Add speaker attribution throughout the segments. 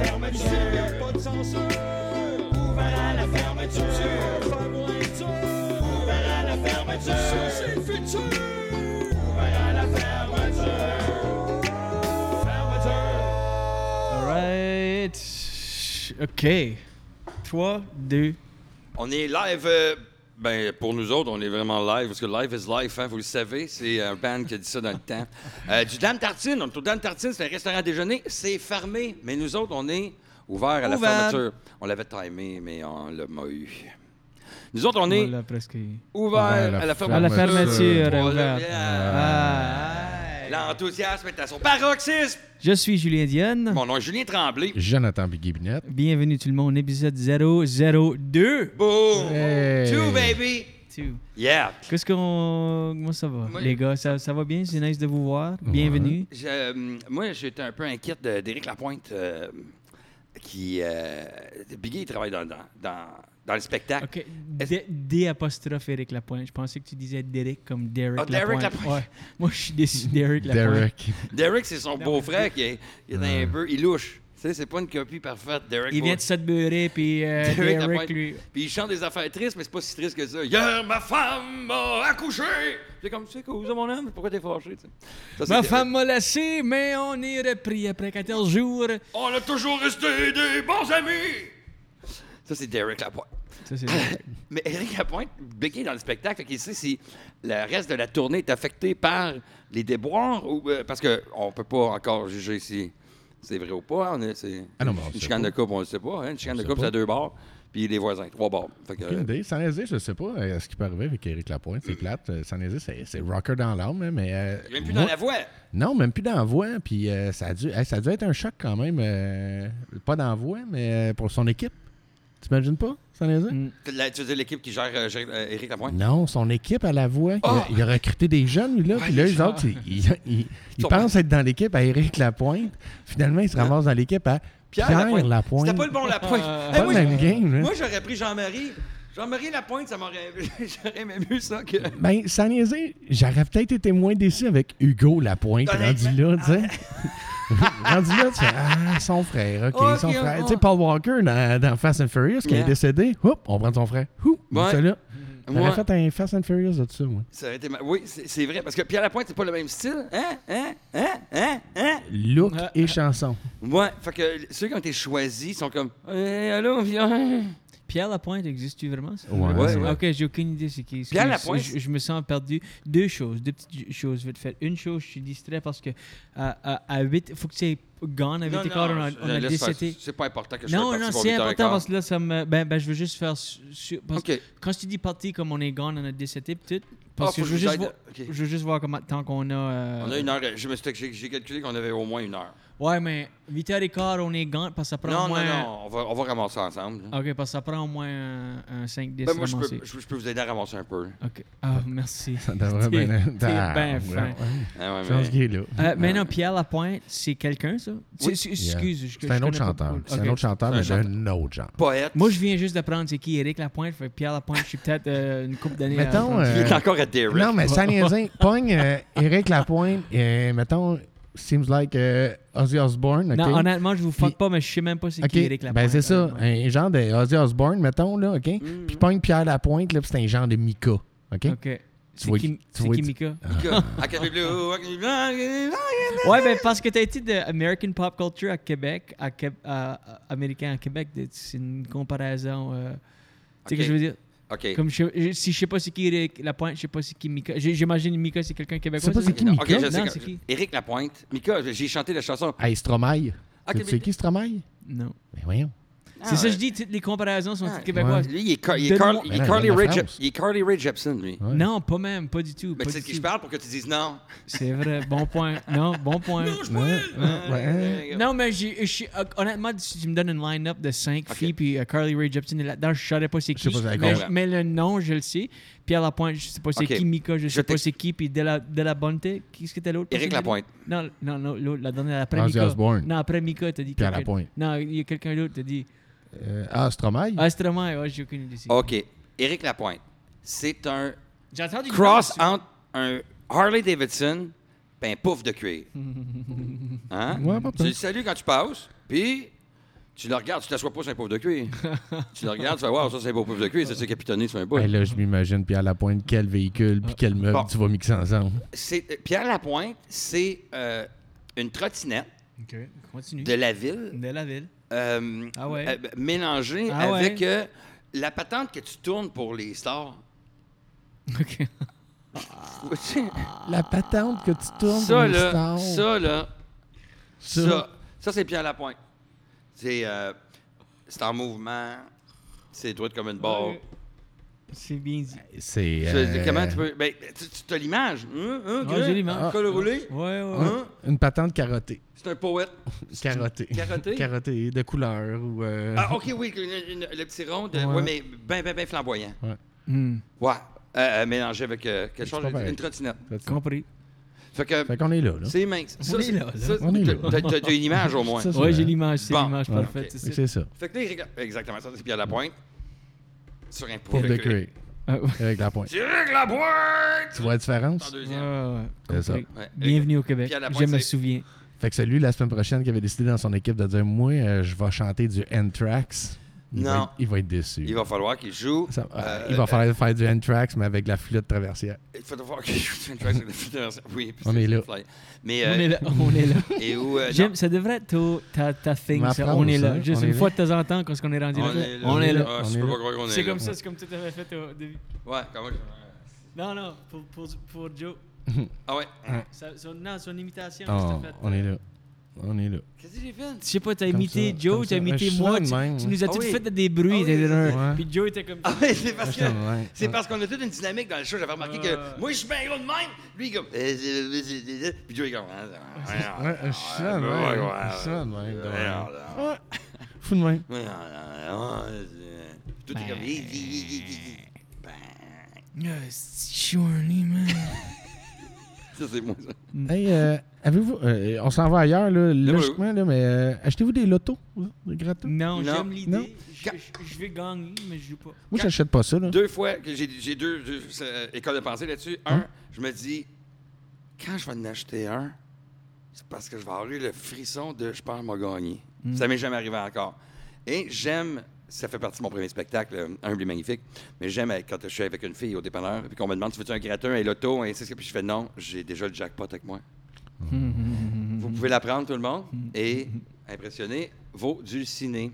Speaker 1: fermeture. Pas de censure. Ouvert à la fermeture. Fermeture. Ouvert à la fermeture. C'est le futur. Ouvert à la fermeture. Fermeture.
Speaker 2: Alright. OK. 3, 2,
Speaker 3: On est live. euh, ben, pour nous autres, on est vraiment live parce que live is life, hein, vous le savez. C'est un band qui a dit ça dans le temps. Euh, du Dame Tartine. On est au Dame Tartine, c'est un restaurant à déjeuner. C'est fermé. Mais nous autres, on est ouvert à la
Speaker 2: Ouvert.
Speaker 3: fermeture. On l'avait timé, mais on l'a pas eu. Nous autres, on est
Speaker 2: on l'a presque. eu.
Speaker 3: ouvert
Speaker 4: Ah, la
Speaker 3: à la
Speaker 2: À
Speaker 3: fermeture.
Speaker 2: la
Speaker 4: fermeture.
Speaker 2: fermeture,
Speaker 3: On l'a-
Speaker 2: ouverte. Ah.
Speaker 3: L'enthousiasme est à son paroxysme.
Speaker 2: Je suis Julien Dionne.
Speaker 3: Mon nom est Julien Tremblay.
Speaker 4: Jonathan Biguibinette.
Speaker 2: Bienvenue tout le monde, épisode 002.
Speaker 3: Boom!
Speaker 4: Hey.
Speaker 3: Two, baby!
Speaker 2: Two.
Speaker 3: Yeah!
Speaker 2: Qu'est-ce qu'on. Comment ça va?
Speaker 3: Moi-
Speaker 2: Les gars, ça, ça va bien? C'est nice de vous voir. Bienvenue.
Speaker 3: Je- euh, moi, j'étais un peu inquiète de- d'Éric Lapointe, euh, qui... Euh, Biggie, il travaille dans, dans, dans, dans le spectacle.
Speaker 2: OK. D, D apostrophe Eric Lapointe. Je pensais que tu disais Derek comme Derek
Speaker 3: Ah, Derek Lapointe.
Speaker 2: Ouais. Moi, je suis déçu. Derek Lapointe.
Speaker 4: Derek.
Speaker 3: Derek, c'est son beau-frère qui est, qui est un peu... Il louche. Tu sais, c'est pas une copie parfaite, Derek.
Speaker 2: Il vient de Sudbury, puis euh,
Speaker 3: Derek
Speaker 2: Derek,
Speaker 3: Lapointe.
Speaker 2: lui.
Speaker 3: Puis il chante des affaires tristes, mais c'est pas si triste que ça. « Hier, ma femme m'a accouché! » C'est comme, tu sais, cause de mon âme, pourquoi t'es fâché, tu sais? Ça, c'est
Speaker 2: Ma
Speaker 3: Derek.
Speaker 2: femme m'a laissé, mais on est repris après 14 jours.
Speaker 3: On a toujours resté des bons amis! Ça, c'est Derek Lapointe.
Speaker 2: Ça, c'est
Speaker 3: Mais Eric Lapointe, béqué dans le spectacle, fait qu'il sait si le reste de la tournée est affecté par les déboires ou. euh, parce qu'on ne peut pas encore juger si c'est vrai ou pas. hein, On est, c'est-
Speaker 4: Ah non, mais on
Speaker 3: une
Speaker 4: sait
Speaker 3: chicane
Speaker 4: pas.
Speaker 3: de coupe, on ne sait pas. hein, une chicane
Speaker 4: On
Speaker 3: de
Speaker 4: sait
Speaker 3: coupe,
Speaker 4: pas.
Speaker 3: c'est à deux bars, puis les voisins, trois bars. Fait que,
Speaker 4: Aucune idée. Sans hésiter, je sais pas euh, ce qui peut arriver avec Eric Lapointe. C'est plate. Euh, Sans hésiter, c'est- c'est rocker dans l'âme. hein, Mais, euh,
Speaker 3: il est même plus
Speaker 4: moi-
Speaker 3: dans la voix.
Speaker 4: Non, même plus dans la voix. Puis euh, ça, a dû, eh, ça a dû être un choc quand même. euh, pas dans la voix, mais euh, pour son équipe. T'imagines pas, sans hésiter?
Speaker 3: La- tu veux dire l'équipe qui gère euh, gère, euh, Éric Lapointe?
Speaker 4: Non, son équipe à la voix. Il,
Speaker 3: Ah!
Speaker 4: a, il a recruté des jeunes, lui, là. puis là, les autres, ils, ils- ils- ils
Speaker 3: sont- Hein?
Speaker 4: pensent être dans l'équipe à Eric Lapointe. Finalement, ils se ramassent dans l'équipe à Pierre, Lapointe.
Speaker 3: C'était pas le bon Lapointe.
Speaker 2: Euh,
Speaker 3: Hey,
Speaker 4: Pas
Speaker 3: moi,
Speaker 4: le
Speaker 3: j'-
Speaker 4: même game, hein. là.
Speaker 3: moi, j'aurais pris Jean-Marie. Jean-Marie Lapointe, ça m'aurait. j'aurais même eu ça que.
Speaker 4: Ben, sans niaiser, j'aurais peut-être été moins déçu avec Hugo Lapointe, rendu là, tu sais. rendu là, tu fais, ah, son frère, OK,
Speaker 3: Ok,
Speaker 4: son frère.
Speaker 3: on-
Speaker 4: Tu sais, Paul Walker dans, dans Fast and Furious, qui
Speaker 3: Yeah.
Speaker 4: est décédé, hop, on prend son frère. Hou,
Speaker 3: Ouais.
Speaker 4: c'est là. J'aurais
Speaker 3: Moi-
Speaker 4: fait un Fast and Furious de ça, moi.
Speaker 3: Ça aurait été ma- Oui, c'est c'est vrai, parce que Pierre Lapointe, c'est pas le même style. Hein? Hein? Hein? Hein? Hein?
Speaker 4: Look
Speaker 2: Ah,
Speaker 4: et chanson.
Speaker 3: Ouais, fait que ceux qui ont été choisis sont comme. Eh, allô, viens.
Speaker 2: Pierre Lapointe, existe-tu vraiment? ça?
Speaker 4: Ouais,
Speaker 3: Ouais,
Speaker 4: c'est-
Speaker 3: ouais.
Speaker 2: Ok, j'ai aucune idée c'est qui. Excuse,
Speaker 3: Pierre Lapointe,
Speaker 2: Je, je me sens perdu. Deux choses, deux petites choses vite fait. Une chose, je suis distrait parce que à, à, à 8, faut que tu aies gone à 8 h on a, on a
Speaker 3: laisse faire.
Speaker 2: décédé.
Speaker 3: C'est pas important que je
Speaker 2: Non,
Speaker 3: sois parti
Speaker 2: non,
Speaker 3: pour
Speaker 2: c'est
Speaker 3: 8 heures et
Speaker 2: important
Speaker 3: quart.
Speaker 2: parce que là, ça me. Ben, ben je veux juste faire. su- su- parce
Speaker 3: Ok. Ah,
Speaker 2: que quand tu dis parti comme on est gone, on a décédé, peut-être. Parce que
Speaker 3: faut que
Speaker 2: je veux,
Speaker 3: je
Speaker 2: juste
Speaker 3: vous
Speaker 2: voir,
Speaker 3: aide. Ok.
Speaker 2: je veux juste voir comment tant qu'on a. euh,
Speaker 3: On a une heure. Je me suis j'ai j'ai calculé qu'on avait au moins une heure.
Speaker 2: Ouais, mais 8h15, on est gone parce que ça prend
Speaker 3: Non,
Speaker 2: au
Speaker 3: non,
Speaker 2: moins. Ah,
Speaker 3: non, on va, on va ramasser ensemble. là.
Speaker 2: Ok, parce que ça prend au moins un, un 5 10
Speaker 3: Ben, moi, je peux, je, je peux vous aider à ramasser un peu.
Speaker 2: Ok. Ah, merci.
Speaker 4: Ça devrait
Speaker 2: T'es-
Speaker 4: bien être-
Speaker 2: t'es ben
Speaker 4: Ah,
Speaker 2: fin.
Speaker 4: ouais.
Speaker 3: Ah, ouais,
Speaker 4: Je pense
Speaker 3: mais-
Speaker 4: qu'il est là.
Speaker 2: Euh, mais non, Pierre Lapointe, c'est quelqu'un, ça? C'est- c'est-
Speaker 4: Yeah.
Speaker 2: Excuse, je-
Speaker 4: C'est
Speaker 2: je
Speaker 4: un autre
Speaker 2: connais pas
Speaker 4: chanteur.
Speaker 2: beaucoup.
Speaker 4: C'est
Speaker 2: Ok.
Speaker 4: un autre chanteur,
Speaker 3: C'est un
Speaker 4: mais d'un autre genre.
Speaker 3: Poète.
Speaker 2: Moi, je viens juste d'apprendre c'est qui Éric Lapointe. Fait que Pierre Lapointe, je suis peut-être euh, une couple d'années. à
Speaker 4: Mettons,
Speaker 2: apprendre.
Speaker 4: euh,
Speaker 3: Il est encore à Derek.
Speaker 4: Non, mais sans niaiser, pogne euh, Eric Lapointe, euh, mettons, seems like euh, Ozzy Osbourne. ok?
Speaker 2: Non, honnêtement, je vous fuck
Speaker 4: Puis-
Speaker 2: pas, mais je sais même pas c'est
Speaker 4: OK,
Speaker 2: qui Éric Lapointe. euh,
Speaker 4: ben c'est ça,
Speaker 2: honnêtement.
Speaker 4: un genre de Ozzy Osbourne, mettons, là, OK? Puis pogne Pierre Lapointe, là, puis c'est un genre de Mika, OK?
Speaker 2: Ok. C'est
Speaker 4: vois-
Speaker 2: qui,
Speaker 4: tu
Speaker 2: c'est
Speaker 4: vois-
Speaker 2: qui Mika?
Speaker 3: Academy Blue, Academy Blue.
Speaker 2: Ouais, ben parce que t'as été de American Pop Culture à Québec, à Qué- à- à- américain à Québec, de- c'est une comparaison. euh, Tu sais ce que
Speaker 3: Ok.
Speaker 2: je veux dire?
Speaker 3: OK.
Speaker 2: Comme je- je- si je sais pas c'est qui Éric Lapointe, je sais pas c'est qui Mika. J'ai- J'imagine Mika, c'est quelqu'un québécois.
Speaker 4: pas
Speaker 2: ça?
Speaker 4: c'est qui
Speaker 3: Non,
Speaker 4: Mika?
Speaker 3: OK, je
Speaker 2: Non,
Speaker 3: sais.
Speaker 2: c'est qui?
Speaker 3: que- Éric Lapointe. Mika, j'ai chanté la chanson.
Speaker 4: Hey, Stromae.
Speaker 3: Ah,
Speaker 4: tu
Speaker 3: Québec-
Speaker 4: sais qui Stromae?
Speaker 2: Non.
Speaker 4: Ben voyons.
Speaker 2: C'est ça,
Speaker 3: Ah, ouais.
Speaker 2: je dis, toutes les comparaisons sont
Speaker 3: Ah,
Speaker 2: toutes québécoises.
Speaker 3: Lui, il est, Car- il est
Speaker 2: Donne-moi-
Speaker 3: Carl- il est
Speaker 4: Mais non,
Speaker 3: Carly
Speaker 4: il vient de
Speaker 3: Rae
Speaker 4: la
Speaker 3: Jep-
Speaker 4: France.
Speaker 3: il est Carly Rae Jepsen, lui.
Speaker 4: Ouais.
Speaker 2: Non, pas même, pas du tout.
Speaker 3: Mais
Speaker 2: pas
Speaker 3: tu sais de
Speaker 2: du
Speaker 3: qui je
Speaker 2: tout.
Speaker 3: parle pour que tu dises non.
Speaker 2: C'est vrai, bon point. Non, bon point. non,
Speaker 4: Ouais, ouais.
Speaker 2: mais j'ai, j'ai- euh, honnêtement, si tu me donnes une line-up de cinq
Speaker 3: Ok.
Speaker 2: filles, puis euh, Carly Rae Jepsen est là-dedans, je ne saurais pas c'est
Speaker 4: Je
Speaker 2: qui.
Speaker 4: sais pas c'est
Speaker 2: mais,
Speaker 3: quoi.
Speaker 2: mais le nom, je le sais. Pierre Lapointe, je ne sais pas c'est
Speaker 3: Ok.
Speaker 2: qui. Mika, je ne
Speaker 3: Je
Speaker 2: sais pas
Speaker 3: t'ex-
Speaker 2: c'est qui. Puis De La, de la Bonte, qui est-ce que t'as l'autre?
Speaker 3: Éric
Speaker 2: personne?
Speaker 3: Lapointe.
Speaker 2: Non, non, non, l'autre, la dernière, après
Speaker 4: Ozzy
Speaker 2: Mika.
Speaker 4: Osbourne.
Speaker 2: Non, après Mika, t'as dit
Speaker 4: Pierre
Speaker 2: quelqu'un-
Speaker 4: Lapointe.
Speaker 2: Non, il y a quelqu'un d'autre, t'as dit.
Speaker 4: Euh, ah, Stromae?
Speaker 2: Ah, c'est vraiment, ouais, j'ai aucune idée. c'est qui.
Speaker 3: OK. Éric Lapointe, c'est un
Speaker 2: J'ai entendu du
Speaker 3: cross
Speaker 2: nom
Speaker 3: entre un Harley Davidson et un pouf de cuir. Hein?
Speaker 4: Ouais, pas
Speaker 3: tu
Speaker 4: pire.
Speaker 3: le salues quand tu passes, puis tu Tu le regardes, tu t'assois pas sur un pauvre de cuir. tu le regardes, tu vas voir, ça, c'est un beau pauvre de cuir, ça, c'est capitonné sur un bout.
Speaker 4: Ben là, je m'imagine Pierre Lapointe, quel véhicule, puis quel meuble
Speaker 3: Bon.
Speaker 4: tu vas mixer ensemble.
Speaker 3: C'est- euh, Pierre Lapointe, c'est euh, une trottinette
Speaker 2: OK. Continue.
Speaker 3: de la ville
Speaker 2: De la ville.
Speaker 3: euh,
Speaker 2: Ah ouais.
Speaker 3: euh, mélangée
Speaker 2: Ah ouais.
Speaker 3: avec euh, la patente que tu tournes pour les stars.
Speaker 2: OK.
Speaker 4: La patente que tu tournes
Speaker 3: ça, là, ça, là, ça, ça, c'est Pierre Lapointe. C'est euh, c'est en mouvement, c'est droit comme une barre.
Speaker 2: Ouais. C'est bien dit.
Speaker 4: c'est...
Speaker 3: Je-
Speaker 4: euh,
Speaker 3: Comment tu peux. Ben, tu, tu as l'image. Hein, hein,
Speaker 2: Ouais, j'ai l'image.
Speaker 4: Ah.
Speaker 3: Col roulé.
Speaker 2: Ouais, ouais.
Speaker 3: Hein?
Speaker 4: Une patente carottée.
Speaker 3: C'est un poète.
Speaker 4: Carottée.
Speaker 3: Carottée?
Speaker 4: Carottée, de couleur ou... euh,
Speaker 3: Ah, ok, oui, une- une- le petit rond. de-
Speaker 4: Ouais.
Speaker 3: Ouais. mais ben, ben, ben flamboyant.
Speaker 2: Hmm.
Speaker 3: Ouais. Euh, euh, mélangé avec euh, quelque chose,
Speaker 4: pas pareil.
Speaker 3: une trottinette.
Speaker 2: Compris.
Speaker 3: Fait que
Speaker 4: Fait qu'on est là, là.
Speaker 3: c'est mince. Ça,
Speaker 2: On est
Speaker 3: c'est-
Speaker 2: là, là.
Speaker 3: ça,
Speaker 4: On est là.
Speaker 3: t'as- t'as- T'as une image au moins.
Speaker 4: Ça, c'est
Speaker 2: Ouais,
Speaker 4: vrai.
Speaker 2: j'ai l'image. C'est
Speaker 3: Bon.
Speaker 2: l'image
Speaker 4: Voilà.
Speaker 2: parfaite.
Speaker 4: Fait que
Speaker 2: C'est ça.
Speaker 4: C'est ça.
Speaker 3: Fait que là, il regarde- Exactement, ça, c'est Pierre Lapointe. Sur un
Speaker 4: Pour
Speaker 3: pauvre
Speaker 4: de cuir.
Speaker 2: Ah, ouais.
Speaker 4: Avec la pointe.
Speaker 3: Pierre Lapointe!
Speaker 4: Tu vois la
Speaker 3: En
Speaker 4: différence?
Speaker 2: Ouais,
Speaker 3: deuxième.
Speaker 2: Ah, ouais,
Speaker 4: C'est
Speaker 2: ouais.
Speaker 4: ça.
Speaker 2: Compris.
Speaker 3: Ouais.
Speaker 2: Bienvenue au Québec.
Speaker 3: Puis à la
Speaker 2: Je
Speaker 3: pointe,
Speaker 2: me
Speaker 3: c'est-
Speaker 2: souviens.
Speaker 4: Fait que c'est lui, la semaine prochaine, qui avait décidé dans son équipe de dire « Moi, euh, je vais chanter du N-Trax. » Il va
Speaker 3: Non.
Speaker 4: être- Il va être déçu.
Speaker 3: Il va falloir qu'il joue.
Speaker 4: Ça- ah,
Speaker 3: euh,
Speaker 4: il va falloir faire du N-Trax, mais avec la flûte traversière.
Speaker 3: Il faut falloir qu'il joue sur une track sur la fédération. Oui, puis
Speaker 4: On
Speaker 3: c'est-
Speaker 4: est là.
Speaker 3: c'est fly. Mais,
Speaker 2: On est
Speaker 3: euh,
Speaker 2: là. On est là.
Speaker 3: et où. euh,
Speaker 2: J'aime,
Speaker 3: non,
Speaker 2: ça devrait être ta- ta, ta thing,
Speaker 4: Ma
Speaker 2: ça.
Speaker 4: phrase,
Speaker 2: On est là.
Speaker 4: hein,
Speaker 2: Juste
Speaker 4: on
Speaker 2: une
Speaker 4: est
Speaker 2: fois
Speaker 4: là.
Speaker 2: de temps en temps, quand on est rendu
Speaker 3: On
Speaker 2: là.
Speaker 3: est là.
Speaker 2: On est là.
Speaker 3: Ah,
Speaker 4: On
Speaker 3: je
Speaker 4: est
Speaker 3: peux
Speaker 4: là.
Speaker 3: pas croire qu'on est
Speaker 2: C'est
Speaker 3: là.
Speaker 2: comme ça, c'est comme tu avais fait au début.
Speaker 3: Ouais, comment.
Speaker 2: Non, non, pour, pour, pour Joe.
Speaker 3: Ah ouais.
Speaker 2: Sa- son, non, son imitation,
Speaker 4: Oh,
Speaker 2: que t'as faite,
Speaker 4: on
Speaker 2: euh,
Speaker 4: est là. On est là.
Speaker 3: Qu'est-ce que j'ai fait?
Speaker 2: Je sais pas, t'as
Speaker 4: Comme
Speaker 2: imité
Speaker 4: ça, comme
Speaker 2: Joe,
Speaker 4: ça.
Speaker 2: t'as imité
Speaker 4: Je suis
Speaker 2: moi,
Speaker 4: de
Speaker 2: tu,
Speaker 4: même,
Speaker 2: tu
Speaker 4: ouais.
Speaker 2: nous as
Speaker 3: Ah
Speaker 2: tout
Speaker 3: oui.
Speaker 2: fait des bruits.
Speaker 3: Ah oui,
Speaker 2: t'as-
Speaker 3: c'est
Speaker 4: ça.
Speaker 2: Puis Joe était comme
Speaker 3: Ah ouais, c'est parce que.
Speaker 4: J'étais de même.
Speaker 3: C'est
Speaker 4: Ouais.
Speaker 3: parce qu'on a toute une dynamique dans le show. J'avais remarqué
Speaker 2: Ouais.
Speaker 4: Euh.
Speaker 3: que moi, je suis bien gros de même. Lui, il est comme. euh, euh, euh, euh, euh, Puis Joe, il est comme. hein, euh,
Speaker 4: Ouais, je suis de même.
Speaker 3: ouais, ouais,
Speaker 4: Je suis de même, de
Speaker 3: euh,
Speaker 4: même.
Speaker 3: euh,
Speaker 4: Ouais. Fou de même.
Speaker 3: euh, euh, euh, euh, Tout est comme. euh, euh, euh, ben.
Speaker 2: Euh, c'est surely, man.
Speaker 3: Ça, c'est moi, ça.
Speaker 4: Hey, euh, avez-vous. euh, on s'en va ailleurs, là,
Speaker 3: moi,
Speaker 4: logiquement, là, mais euh, achetez-vous des lotos, là, des grattos.
Speaker 2: Non,
Speaker 3: Non.
Speaker 2: j'aime
Speaker 4: Non.
Speaker 2: l'idée. Je- Je je vais gagner, mais je joue pas.
Speaker 4: Moi, j'achète pas ça, là.
Speaker 3: deux fois que j'ai j'ai deux, deux, euh, écoles de pensée là-dessus. Un, je me dis, quand je vais en acheter un, c'est parce que je vais avoir eu le frisson de je perds m'a gagné. Ça m'est jamais arrivé encore. Et j'aime, ça fait partie de mon premier spectacle, euh, un des magnifiques, mais j'aime euh, quand je suis avec une fille au dépanneur, puis qu'on me demande si veux-tu un gratteur, un loto, et c'est ce que puis je fais non, j'ai déjà le jackpot avec moi. Vous pouvez l'apprendre, tout le monde, et impressionner vos dulcinés.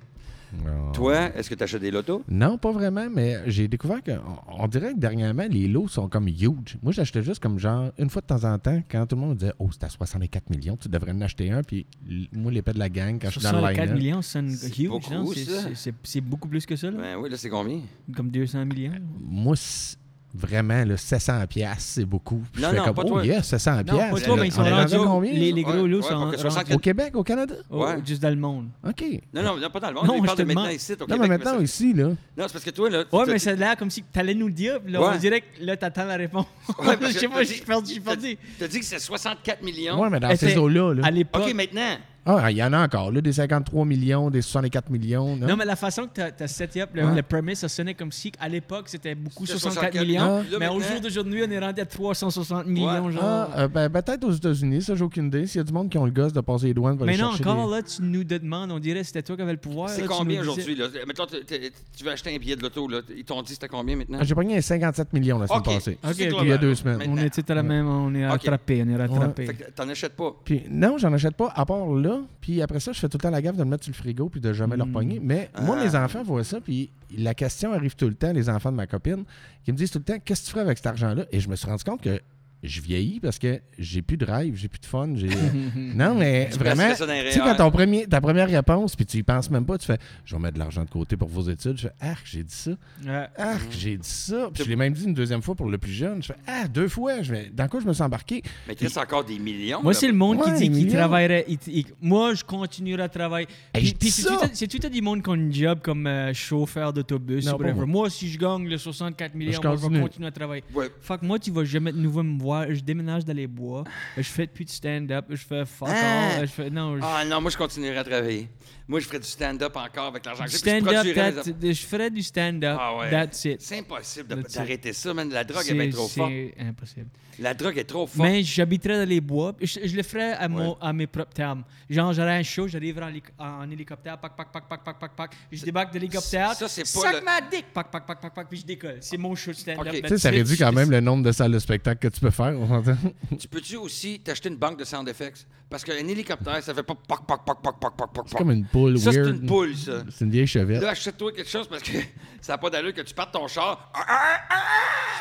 Speaker 4: Non.
Speaker 3: Toi, est-ce que tu achètes des lotos?
Speaker 4: Non, pas vraiment, mais j'ai découvert que on, on dirait que dernièrement, les lots sont comme huge. Moi, j'achetais juste comme genre une fois de temps en temps, quand tout le monde disait Oh, c'est à 64 millions, tu devrais en acheter un. Puis l- moi, l'épée de la gang, quand je suis dans le
Speaker 2: 64
Speaker 4: line
Speaker 2: millions, c'est une
Speaker 3: C'est
Speaker 2: huge,
Speaker 3: beaucoup,
Speaker 2: non? C'est-
Speaker 3: ça.
Speaker 2: c'est- C'est c'est beaucoup plus que ça, là.
Speaker 3: Ben oui, là, c'est combien?
Speaker 2: Comme 200 millions.
Speaker 4: moi, c- vraiment, le 700 piastres, c'est beaucoup. Puis
Speaker 3: Non,
Speaker 4: je fais
Speaker 3: non,
Speaker 4: comme,
Speaker 3: pas
Speaker 4: oh,
Speaker 3: toi.
Speaker 4: yes, 700
Speaker 2: Non, pas
Speaker 4: piastres.
Speaker 2: toi,
Speaker 4: Là,
Speaker 2: mais ils
Speaker 4: on
Speaker 2: sont
Speaker 4: est
Speaker 2: rendus.
Speaker 4: rendu à combien?
Speaker 2: les,
Speaker 4: là?
Speaker 2: les gros
Speaker 3: Ouais,
Speaker 2: lots
Speaker 3: ouais,
Speaker 2: sont
Speaker 3: parce que
Speaker 2: rendus
Speaker 3: 64
Speaker 4: Au Québec, au Canada?
Speaker 2: au-
Speaker 3: Ouais.
Speaker 2: juste dans le monde.
Speaker 4: OK.
Speaker 3: Non, non, non, pas dans le monde.
Speaker 2: Non,
Speaker 3: il parle
Speaker 2: je
Speaker 3: de
Speaker 2: te
Speaker 3: maintenant
Speaker 2: demande.
Speaker 3: ici, au
Speaker 4: Non,
Speaker 3: Québec,
Speaker 4: mais
Speaker 3: mais
Speaker 4: maintenant,
Speaker 3: ça-
Speaker 4: ici, là.
Speaker 3: Non, c'est parce que toi, là. tu-
Speaker 2: Ouais,
Speaker 3: tu-
Speaker 2: mais ça a l'air comme si t'allais nous le dire, puis là, on
Speaker 3: Ouais.
Speaker 2: dirait que là, t'attends la réponse.
Speaker 3: Ouais, parce
Speaker 2: je
Speaker 3: que
Speaker 2: sais
Speaker 3: t'as
Speaker 2: pas, je suis
Speaker 3: dit-
Speaker 2: perdu, je suis
Speaker 3: t'as-
Speaker 2: perdu.
Speaker 3: T'as dit que c'est 64 millions.
Speaker 4: Ouais, mais dans
Speaker 2: Elle
Speaker 4: ces
Speaker 2: fait-
Speaker 4: eaux-là. là.
Speaker 2: À l'époque.
Speaker 3: OK, maintenant.
Speaker 4: Ah, il y en a encore, là, des 53 millions, des 64 millions. Non,
Speaker 2: Non, mais la façon que t'as- t'as set up le,
Speaker 4: Ouais.
Speaker 2: le premise, ça sonnait comme si à l'époque c'était beaucoup
Speaker 3: C'était
Speaker 2: 64
Speaker 3: 64
Speaker 2: millions, Ah,
Speaker 3: millions. Là,
Speaker 2: mais au
Speaker 3: maintenant-
Speaker 2: jour d'aujourd'hui, on est rendu à 360 millions, genre.
Speaker 4: Ah, euh, ben, peut-être aux États-Unis, ça, j'ai aucune idée. S'il y a du monde qui ont le gosse de passer les douanes, va
Speaker 2: mais
Speaker 4: aller
Speaker 2: non,
Speaker 4: chercher
Speaker 2: encore
Speaker 4: des-
Speaker 2: là, tu nous te demandes, on dirait que c'était toi qui avais le pouvoir.
Speaker 3: C'est
Speaker 2: là, tu
Speaker 3: combien
Speaker 2: nous disais-
Speaker 3: aujourd'hui, là? Mettons, t'es- t'es- tu veux acheter un billet de l'auto, là. Ils t'ont dit c'était combien maintenant?
Speaker 4: Ah, J'ai pogné un 57 millions la semaine
Speaker 3: OK.
Speaker 4: passée.
Speaker 2: Ok, Ah, ben,
Speaker 3: C'est
Speaker 2: ok.
Speaker 3: toi,
Speaker 4: Il y a
Speaker 3: là.
Speaker 4: deux semaines.
Speaker 2: On
Speaker 3: Maintenant.
Speaker 2: était à la même, on est rattrapé, on est rattrapé.
Speaker 3: Fait que t'en achètes pas.
Speaker 4: Puis, non, j'en achète pas, à part là. Puis après ça, je fais tout le temps la gaffe de le mettre sur le frigo puis de jamais
Speaker 2: Mm.
Speaker 4: le repogner. Mais moi,
Speaker 3: Ah.
Speaker 4: mes enfants voient ça, puis la question arrive tout le temps, les enfants de ma copine, qui me disent tout le temps Qu'est-ce que tu ferais avec cet argent-là Et je me suis rendu compte que je vieillis parce que j'ai plus de rêve, j'ai plus de fun. j'ai- Mm-hmm. non, mais vraiment.
Speaker 3: placerais ça dans les
Speaker 4: Tu sais,
Speaker 3: REER.
Speaker 4: quand ton premier, ta première réponse, puis tu y penses même pas, tu fais Je vais mettre de l'argent de côté pour vos études. Je fais Arc, j'ai dit ça.
Speaker 2: Ouais.
Speaker 4: Arc,
Speaker 3: Mm-hmm.
Speaker 4: j'ai dit ça. Puis je l'ai même dit une deuxième fois pour le plus jeune. Je fais Ah, deux fois. Je fais, dans quoi je me suis embarqué
Speaker 3: Mais il reste encore des millions.
Speaker 2: Moi,
Speaker 3: là.
Speaker 2: c'est le monde
Speaker 4: Ouais,
Speaker 2: qui dit qu'il
Speaker 4: millions.
Speaker 2: travaillerait. il- il- moi, je continuerai à travailler.
Speaker 4: Hey,
Speaker 2: Puis,
Speaker 4: je dis
Speaker 2: puis c'est
Speaker 4: ça.
Speaker 2: tout à- c'est tout à des monde qui ont une job comme euh, chauffeur d'autobus
Speaker 4: Non,
Speaker 2: ou
Speaker 4: pas
Speaker 2: whatever.
Speaker 4: moi.
Speaker 2: Moi, si je gagne le 64 millions,
Speaker 4: Je
Speaker 2: moi, je vais
Speaker 4: continue.
Speaker 2: continuer à travailler.
Speaker 3: Ouais.
Speaker 2: Fuck, moi, tu vas jamais de nouveau me voir, je déménage dans les bois, je fais plus de stand-up, je fais fuck
Speaker 3: Hein?
Speaker 2: all, je fais non, je,
Speaker 3: Ah non, moi, je continuerai à travailler. Moi, je ferais du stand-up encore avec l'argent que
Speaker 2: du
Speaker 3: j'ai. puis je
Speaker 2: stand-up,
Speaker 3: produirais
Speaker 2: that-
Speaker 3: les-
Speaker 2: je ferais du stand-up,
Speaker 3: Ah ouais.
Speaker 2: that's it.
Speaker 3: C'est impossible de-
Speaker 2: That's it.
Speaker 3: d'arrêter ça, man. La drogue est
Speaker 2: C'est
Speaker 3: bien trop forte.
Speaker 2: c'est impossible.
Speaker 3: La drogue est trop forte.
Speaker 2: Mais j'habiterais dans les bois. Je, je le ferais à, mon- à mes propres termes. Genre, j'aurais un show, j'arriverais en, hélic- en- en hélicoptère, pac, pac, pac, pac, pac, pac, pac. Je débarque de l'hélicoptère.
Speaker 3: ça, c'est pas
Speaker 2: Suck
Speaker 3: le-
Speaker 2: ma dick! Pac, pac, pac, pac, pac, puis je décolle. C'est mon show de stand-up.
Speaker 3: Ok.
Speaker 2: that's
Speaker 4: Tu sais, ça
Speaker 2: it.
Speaker 4: réduit quand même le nombre de salles de spectacle que tu peux faire, on s'entend?
Speaker 3: Tu peux-tu aussi t'acheter une banque de sound effects? Parce qu'un hélicoptère, ça fait pas poc, poc, poc, poc, poc, poc, poc.
Speaker 4: C'est comme une poule
Speaker 3: Ça, c'est
Speaker 4: weird.
Speaker 3: une poule, ça.
Speaker 4: C'est une vieille chevette.
Speaker 3: Là, achète-toi quelque chose parce que ça n'a pas d'allure que tu partes ton char.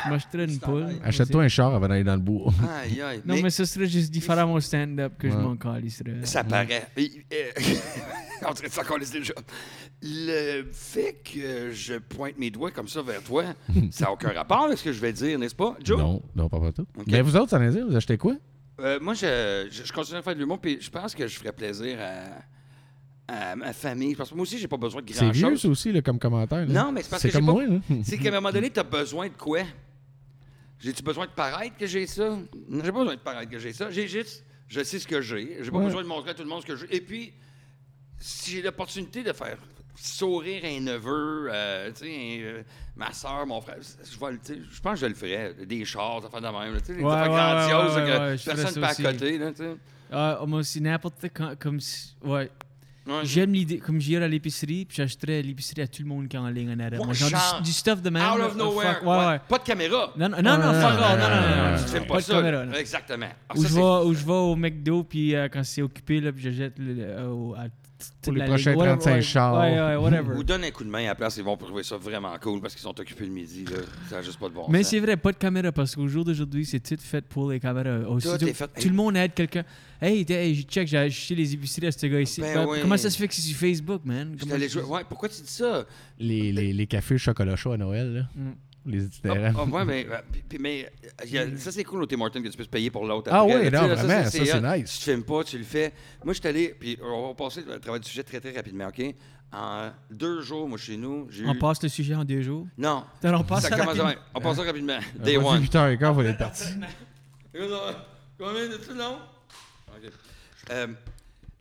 Speaker 2: Je m'achèterais une poule.
Speaker 4: Achète-toi un char avant d'aller dans le bois.
Speaker 3: Aïe, aïe.
Speaker 2: Non, mais, ce serait juste différent à mon stand-up que je
Speaker 4: Ouais.
Speaker 2: m'en calisserais.
Speaker 3: Ça paraît. Et- et- On dirait que ça connaît déjà. Le fait que je pointe mes doigts comme ça vers toi, ça n'a aucun rapport avec ce que je vais dire, n'est-ce pas, Joe?
Speaker 4: Non, non, pas partout. Mais vous autres, ça veut dire, vous achetez quoi?
Speaker 3: Euh, moi, je, je, je continue à faire de l'humour, puis je pense que je ferais plaisir à, à ma famille. Parce que moi aussi, j'ai pas besoin de
Speaker 4: C'est vieux,
Speaker 3: grand-chose.
Speaker 4: ça aussi, là, comme commentaire. là.
Speaker 3: Non, mais c'est parce que
Speaker 4: C'est
Speaker 3: j'ai
Speaker 4: comme
Speaker 3: pas-
Speaker 4: moi, là.
Speaker 3: C'est qu'à un moment donné, t'as besoin de quoi? J'ai-tu besoin de paraître que j'ai ça? Non, j'ai pas besoin de paraître que j'ai ça. J'ai juste, je sais ce que j'ai. J'ai pas
Speaker 4: Ouais.
Speaker 3: besoin de montrer à tout le monde ce que j'ai. Et puis, si j'ai l'opportunité de faire sourire un neveu, euh, tu sais, un, euh, ma soeur, mon frère, je vais le- tu sais, je pense que je le ferais. Des chars, ça fait de même. là, Tu sais, des
Speaker 2: Ouais,
Speaker 3: affaires
Speaker 2: ouais,
Speaker 3: grandioses
Speaker 2: ouais, ouais,
Speaker 3: que
Speaker 2: ouais, je ferais
Speaker 3: personne
Speaker 2: ça
Speaker 3: peut
Speaker 2: aussi.
Speaker 3: à côté. Là, tu sais.
Speaker 2: Ah, moi aussi, n'importe quand. Comme si- ouais.
Speaker 3: Ouais.
Speaker 2: J'aime l'idée. Comme j'irais à l'épicerie, puis j'achèterais à l'épicerie à tout le monde qui est en ligne en arrêt.
Speaker 3: Ouais,
Speaker 2: Moi, genre,
Speaker 3: genre,
Speaker 2: du, du stuff de même.
Speaker 3: Out
Speaker 2: là,
Speaker 3: of
Speaker 2: fuck,
Speaker 3: nowhere.
Speaker 2: ouais,
Speaker 3: ouais.
Speaker 2: ouais.
Speaker 3: Pas de caméra.
Speaker 2: Non, non, non, non,
Speaker 4: non,
Speaker 2: fuck
Speaker 4: non,
Speaker 2: off,
Speaker 4: non,
Speaker 2: non, non, non,
Speaker 4: non,
Speaker 2: non,
Speaker 3: Tu fais
Speaker 2: non,
Speaker 3: pas,
Speaker 2: pas de
Speaker 3: ça.
Speaker 2: caméra. non.
Speaker 3: Exactement. Ah,
Speaker 2: Ou
Speaker 3: ça,
Speaker 2: je
Speaker 3: c'est-
Speaker 2: vais- ou je vais au McDo, puis euh, quand c'est occupé, là, puis je jette le- le- au- à toute
Speaker 4: Pour les
Speaker 2: la
Speaker 4: prochains
Speaker 2: ligne. Whatever,
Speaker 4: 35
Speaker 2: ouais.
Speaker 4: chars.
Speaker 2: Ouais, ouais, whatever.
Speaker 3: Ou donne un coup de main à la place, ils vont trouver ça vraiment cool parce qu'ils sont occupés le midi. Là. Ça n'a juste pas de bon
Speaker 2: Mais
Speaker 3: sens.
Speaker 2: c'est vrai, pas de caméra, parce qu'au jour d'aujourd'hui, c'est tout fait pour les caméras. Aussitôt-
Speaker 3: est fait.
Speaker 2: Tout le monde aide quelqu'un. Hey, t'es- hey, check, j'ai acheté les épiceries à ce gars ici.
Speaker 3: Ben
Speaker 2: Ben,
Speaker 3: oui.
Speaker 2: Comment ça se fait que c'est sur Facebook, man?
Speaker 3: Je suis
Speaker 2: Comment
Speaker 3: allé
Speaker 2: ça-
Speaker 3: jouer- Ouais, pourquoi tu dis ça?
Speaker 4: Les, les, les cafés au chocolat chaud à Noël, là.
Speaker 2: Mm.
Speaker 4: Les
Speaker 3: Ah,
Speaker 4: itinérants.
Speaker 3: ah, ouais, mais, euh, puis- puis- mais, euh, il y a- ça, c'est cool au Tim Hortons que tu peux se payer pour l'autre.
Speaker 4: Ah
Speaker 3: après,
Speaker 4: ouais,
Speaker 3: là,
Speaker 4: non,
Speaker 3: tu sais, là,
Speaker 4: vraiment, ça, c'est
Speaker 3: hot.
Speaker 4: nice.
Speaker 3: Si tu ne filmes pas, tu le fais. Moi, je suis allé, puis on va passer à travers du sujet très, très rapidement, OK? En deux jours, moi, chez nous, j'ai
Speaker 2: On
Speaker 3: eu...
Speaker 2: passe le sujet en deux jours.
Speaker 3: Non,
Speaker 2: Non, on passe
Speaker 3: ça
Speaker 2: à la- Ah.
Speaker 3: commence à... On passe ça rapidement. Day
Speaker 4: Vas-y,
Speaker 3: one.
Speaker 4: 8h15, on est parti.
Speaker 3: Combien de tout long? Euh,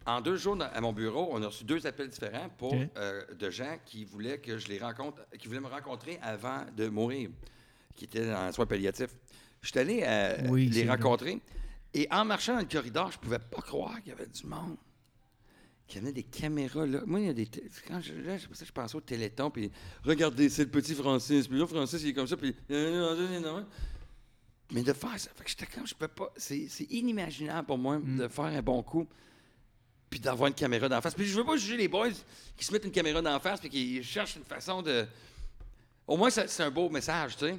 Speaker 3: en deux jours, dans- à mon bureau, on a reçu deux appels différents pour,
Speaker 2: Ok.
Speaker 3: euh, de gens qui voulaient que je les rencontre, qui voulaient me rencontrer avant de mourir, qui étaient en soins palliatifs. Je suis allé euh,
Speaker 2: Oui, c'est
Speaker 3: les
Speaker 2: vrai.
Speaker 3: rencontrer et en marchant dans le corridor, je pouvais pas croire qu'il y avait du monde. Qu'il y avait des caméras là. Moi, il y a des. té- Quand je, là, c'est pour ça que je pensais au Téléthon, puis regardez, c'est le petit Francis. Puis là, Francis, il est comme ça, puis. Mais de faire ça, fait que j'étais comme, je peux pas. C'est c'est inimaginable pour moi
Speaker 2: Mm.
Speaker 3: de faire un bon coup puis d'avoir une caméra d'en face. Puis je veux pas juger les boys qui se mettent une caméra d'en face puis qui cherchent une façon de. Au moins, ça- c'est un beau message, tu sais.